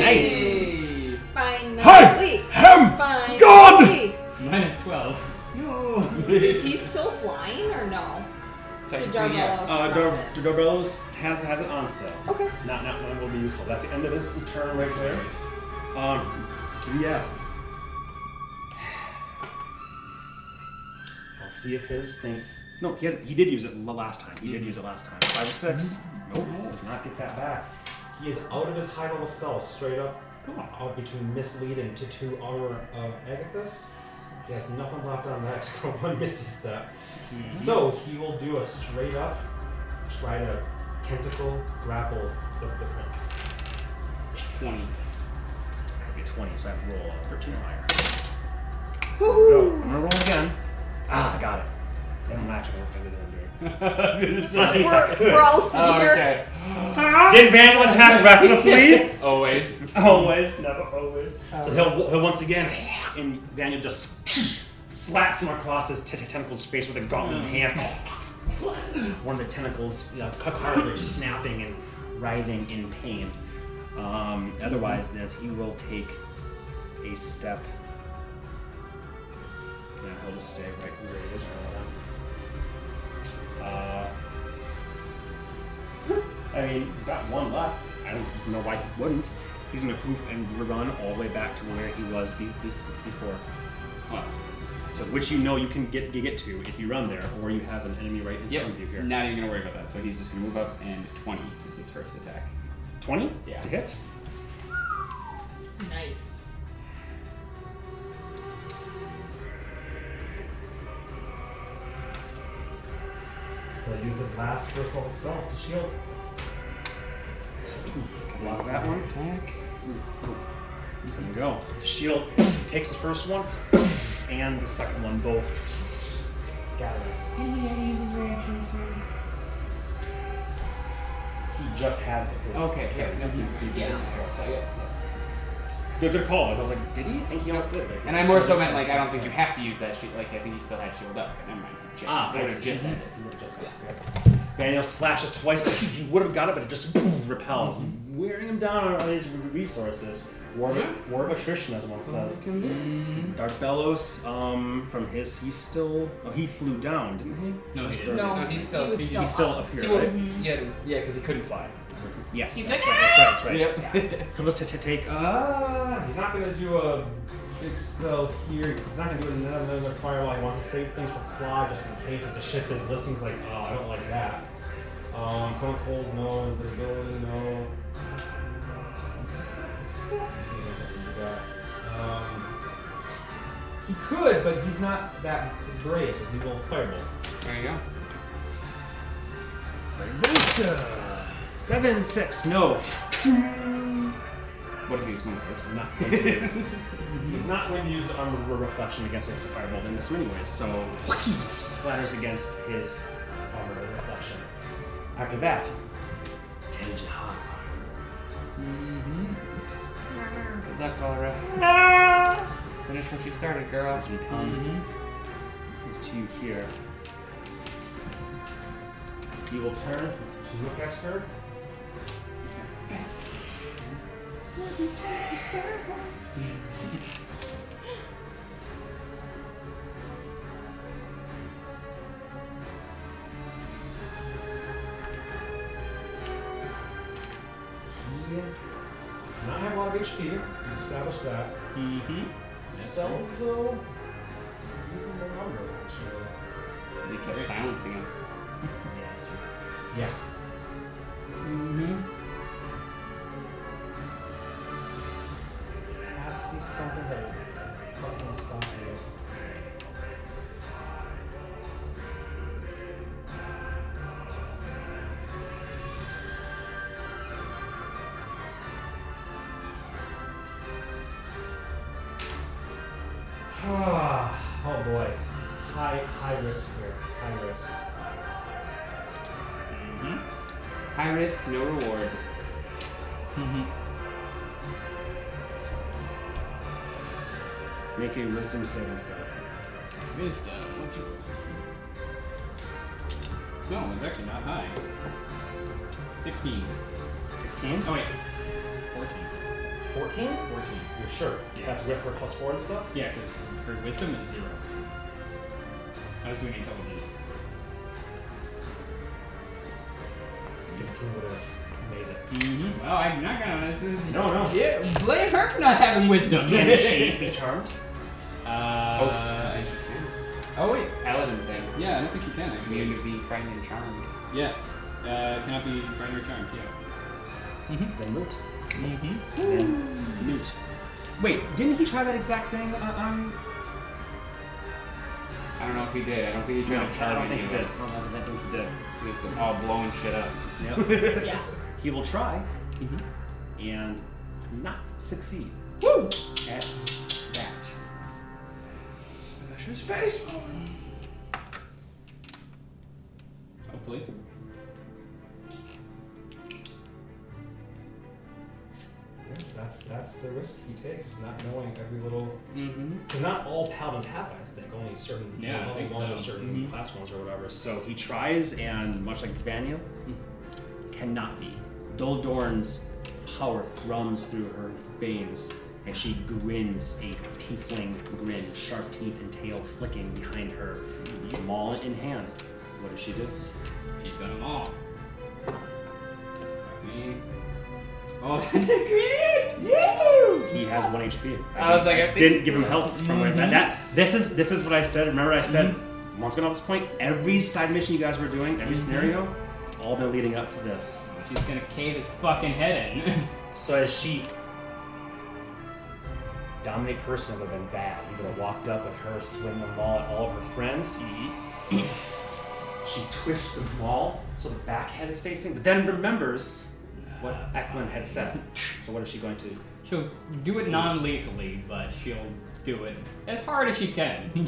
Nice.
Finally!
Hem!
Finally!
God!
Minus 12.
Is he still flying or no? Did Darvellos
Uh,
stop
Dor-
it?
Dorbelos has has it on still.
Okay.
Not not one will be useful. That's the end of his turn right there. Um, GF. I'll see if his thing. No, he has. He did use it the last time. He
Mm-hmm.
did use it last time. Five six. Nope. Does not get that back.
He is out of his high level spell, straight up out between mislead and tattoo armor of Agathis. He has nothing left on that except for one misty step. So he will do a straight up try to tentacle grapple the, the prince.
20.
Could be twenty, so I have to roll a thirteen or higher.
Woohoo!
I'm gonna roll again. Ah, I got it. They don't match what it is I'm doing. Just wanna see if I
We're,
could.
we're all sitting
Oh,
here.
okay.
Did Vandal attack recklessly?
Always.
always, never always. So he'll, he'll once again, and Vandal just slaps him across his t- t- tentacle's face with a gauntlet hand. One of the tentacles, you know, cacarically snapping and writhing in pain. Um, otherwise, then he will take a step. Yeah, he'll just stay right where he is right now. Uh, I mean, you've got one left. I don't know why he wouldn't. He's gonna poof and run all the way back to where he was be- be- before. So, which you know you can get get to if you run there, or you have an enemy right in
Yep.
front of you here.
Not even gonna worry about that. So he's just gonna move up and 20 is his first attack.
Twenty
Yeah.
to hit.
Nice.
He'll use his last first level spell to shield.
Block that one.
Attack.
It's gonna go. The shield takes the first one and the second one both.
Gather.
He just had his.
Okay, yeah, no, he, he
Yeah.
So, yeah.
Good, good call. I was like, did he? I think he almost did.
And I more so meant like I don't think you have to use that shield. Like I think you still had shield up. But never mind. Just,
Ah,
it
I
would've
see.
just ended.
Daniel slashes twice. he would have got it, but it just repels, wearing him down on his resources. War, war of attrition, as one says. Darth Bellos, um, from his, he's still. Oh, he flew down, didn't he?
No, he didn't.
No,
No, he's still-
he was
he's
still,
He's still
up.
up here.
He
right?
would've- yeah, yeah, because he couldn't fly.
Yes, that's right, that's right, that's right.
Yep.
He'll just t- take. Uh,
Ah, he's not gonna do a big spell here. He's not gonna do another, another firewall. He wants to save things for fly just in case if the ship is listing. He's like, oh, I don't like that. Um, cold, cold, no invisibility, no. Is this that? Is this that? He doesn't do that. Um, he could, but he's not that brave, so he will fireball.
there you go.
Seven, six, no.
What if he's going for this one?
Not going to use. He's not going to use armor of reflection against a firebolt in this anyways, so splatters against his armor of reflection. After that, Tenjin Han.
Good luck, Valra.
Ah.
Finish what you started, girl.
As we
Mm-hmm.
come, these two here. You will turn
She look at her. He does not have a lot of HP. We established that.
Mm-hmm.
Spells though, using the number actually.
They kept silencing him.
Yeah.
Mm-hmm.
It has to be something that fucking side. oh boy. High high risk here. High risk.
High risk, no reward.
make a wisdom saving throw.
Wisdom. What's your wisdom? No, it's actually not high. 16.
16?
Oh, wait. 14.
14?
14.
You're sure?
Yeah.
That's with her plus 4 and stuff?
Yeah, because her wisdom is zero. I was doing intelligence.
16 would have made it.
Mm-hmm. Well, I'm not gonna. This is,
No, no.
Yeah, blame her for not having wisdom. then.
Charmed?
uh, oh, wait.
Paladin thing.
Yeah, I don't think she can actually.
Immune to being frightened and charmed.
Yeah. Uh, cannot be friend or charmed, yeah.
Then moot.
Mm-hmm.
Then moot. Wait, didn't he try that exact thing uh, um, on. on
I don't know if he did. I don't think he tried to charm any of us.
I don't think he did.
He was all blowing shit up.
Yeah.
He will try and not succeed at that.
Hopefully.
Yeah, That's that's the risk he takes, not knowing every little
Mm-hmm.
Because not all paladins have that, I think. Only certain
Yeah, I
level
think
ones
so.
or certain class ones or whatever. So he tries, and much like Daniel, cannot be. Doldorn's power thrums through her veins, and she grins a tiefling grin, sharp teeth and tail flicking behind her, maul in hand. What does she do?
She's got them all. Fuck me. Oh, that's a crit! Woo!
He has one HP.
I was like, I
didn't-
think-
didn't give him health from where that, that. This is this is what I said. Remember, I said once going off this point, every side mission you guys were doing, every scenario, it's all been leading up to this.
She's gonna cave his fucking head in.
So as she, dominate person would have been bad. You would have walked up with her, swinging the maul at all of her friends. E. she twists the maul so the back head is facing, but then remembers what Ekman had said. So what is she going to?
she'll do it non lethally, but she'll do it as hard as she can.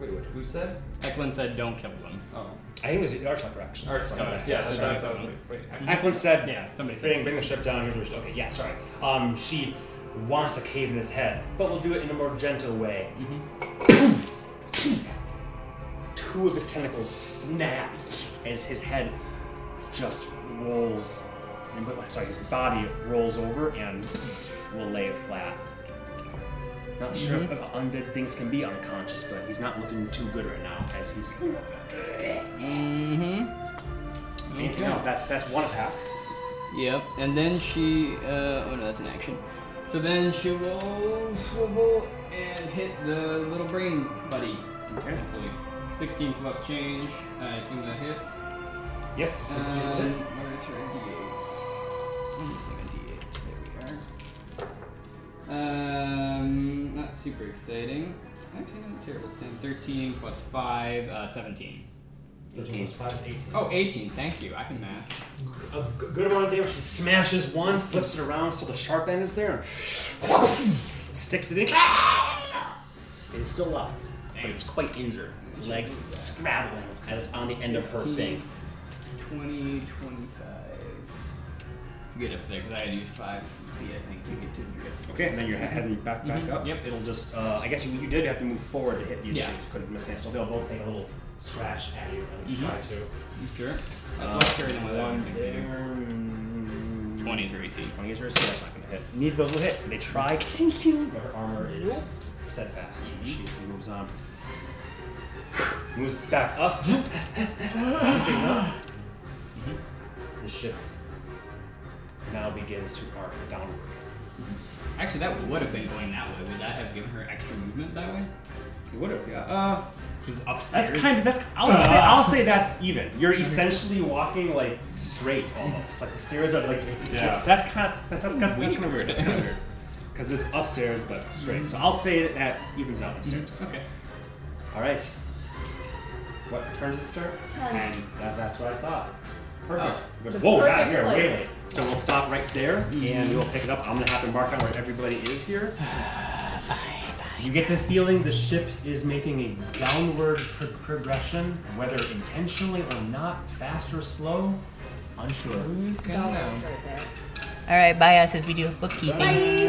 Wait, what? Who said?
Eklund said, don't kill them.
Oh.
I think it was the Archleper actually.
Or
Something
sorry.
like that.
Yeah, that's
Sorry.
what I was like. Wait, I-
Eklund said,
Yeah, somebody said.
Bring, bring the ship down. Here's what we should- Okay, yeah, sorry. Um, she wants to cave in his head, but we'll do it in a more gentle way.
Mm-hmm.
Two of his tentacles snap as his head just rolls. And, but- sorry, his body rolls over and will lay flat. Not sure
Mm-hmm.
if undead things can be unconscious, but he's not looking too good right now as he's. Anything else? That's that's one attack.
Yep, and then she. Uh, oh no, that's an action. So then she will swivel and hit the little brain buddy.
Okay.
Hopefully. 16 plus change. I assume that hits.
Yes.
Um,
Uh,
where is her d8? I'm missing a d8. There we are. Um, not super exciting. Actually, not terrible. 10, 13 plus 5, uh, 17.
Which plus five is eighteen.
Oh, 18. Thank you. I can math.
A g- good amount of damage. She smashes one, flips it around so the sharp end is there, sticks it in. It is still alive, but it's quite injured. Its legs scrabbling, and it's on the end of her thing.
20, 25. Get up there because I had to use 5 feet, I think, to get to the drift.
Okay, and then you're he- heading back back
Mhm,
up.
yep.
Mm-hmm. It'll just. Uh, I guess you, you did have to move forward to hit these
Yeah.
things. Could have missed it. So they'll both take a little scratch at you.
Let's try to.
Mm-hmm.
Sure.
Uh,
That's much than what I
one
think they do.
there. mm,
20 is her AC.
20 is her, so that's not gonna hit. Neither of those will hit. They try. But her armor is steadfast. She moves on. Moves back up. Scooping up. Mm-hmm. The ship now begins to arc downward.
Actually, that would have been going that way. Would that have given her extra movement that way?
It would have, yeah.
Uh, she's upstairs.
That's kind of that's. I'll say I'll say that's even. You're essentially walking like straight almost. Like the stairs are like. It's,
Yeah.
That's kind of that's, that's, that's, kind of weird. That's kind of
Weird.
weird. Because it's upstairs but straight. So I'll say that that evens out upstairs.
Okay.
All right. What turn does it start?
Ten.
That, that's what I thought. Perfect.
The
Whoa,
perfect
God, you're way
place.
late. So we'll stop right there, and we'll pick it up. I'm gonna have to mark out where everybody is here. You get the feeling the ship is making a downward pro- progression, whether intentionally or not, fast or slow, unsure.
Dollars right there.
All right, bye, us, as we do bookkeeping.
Bye.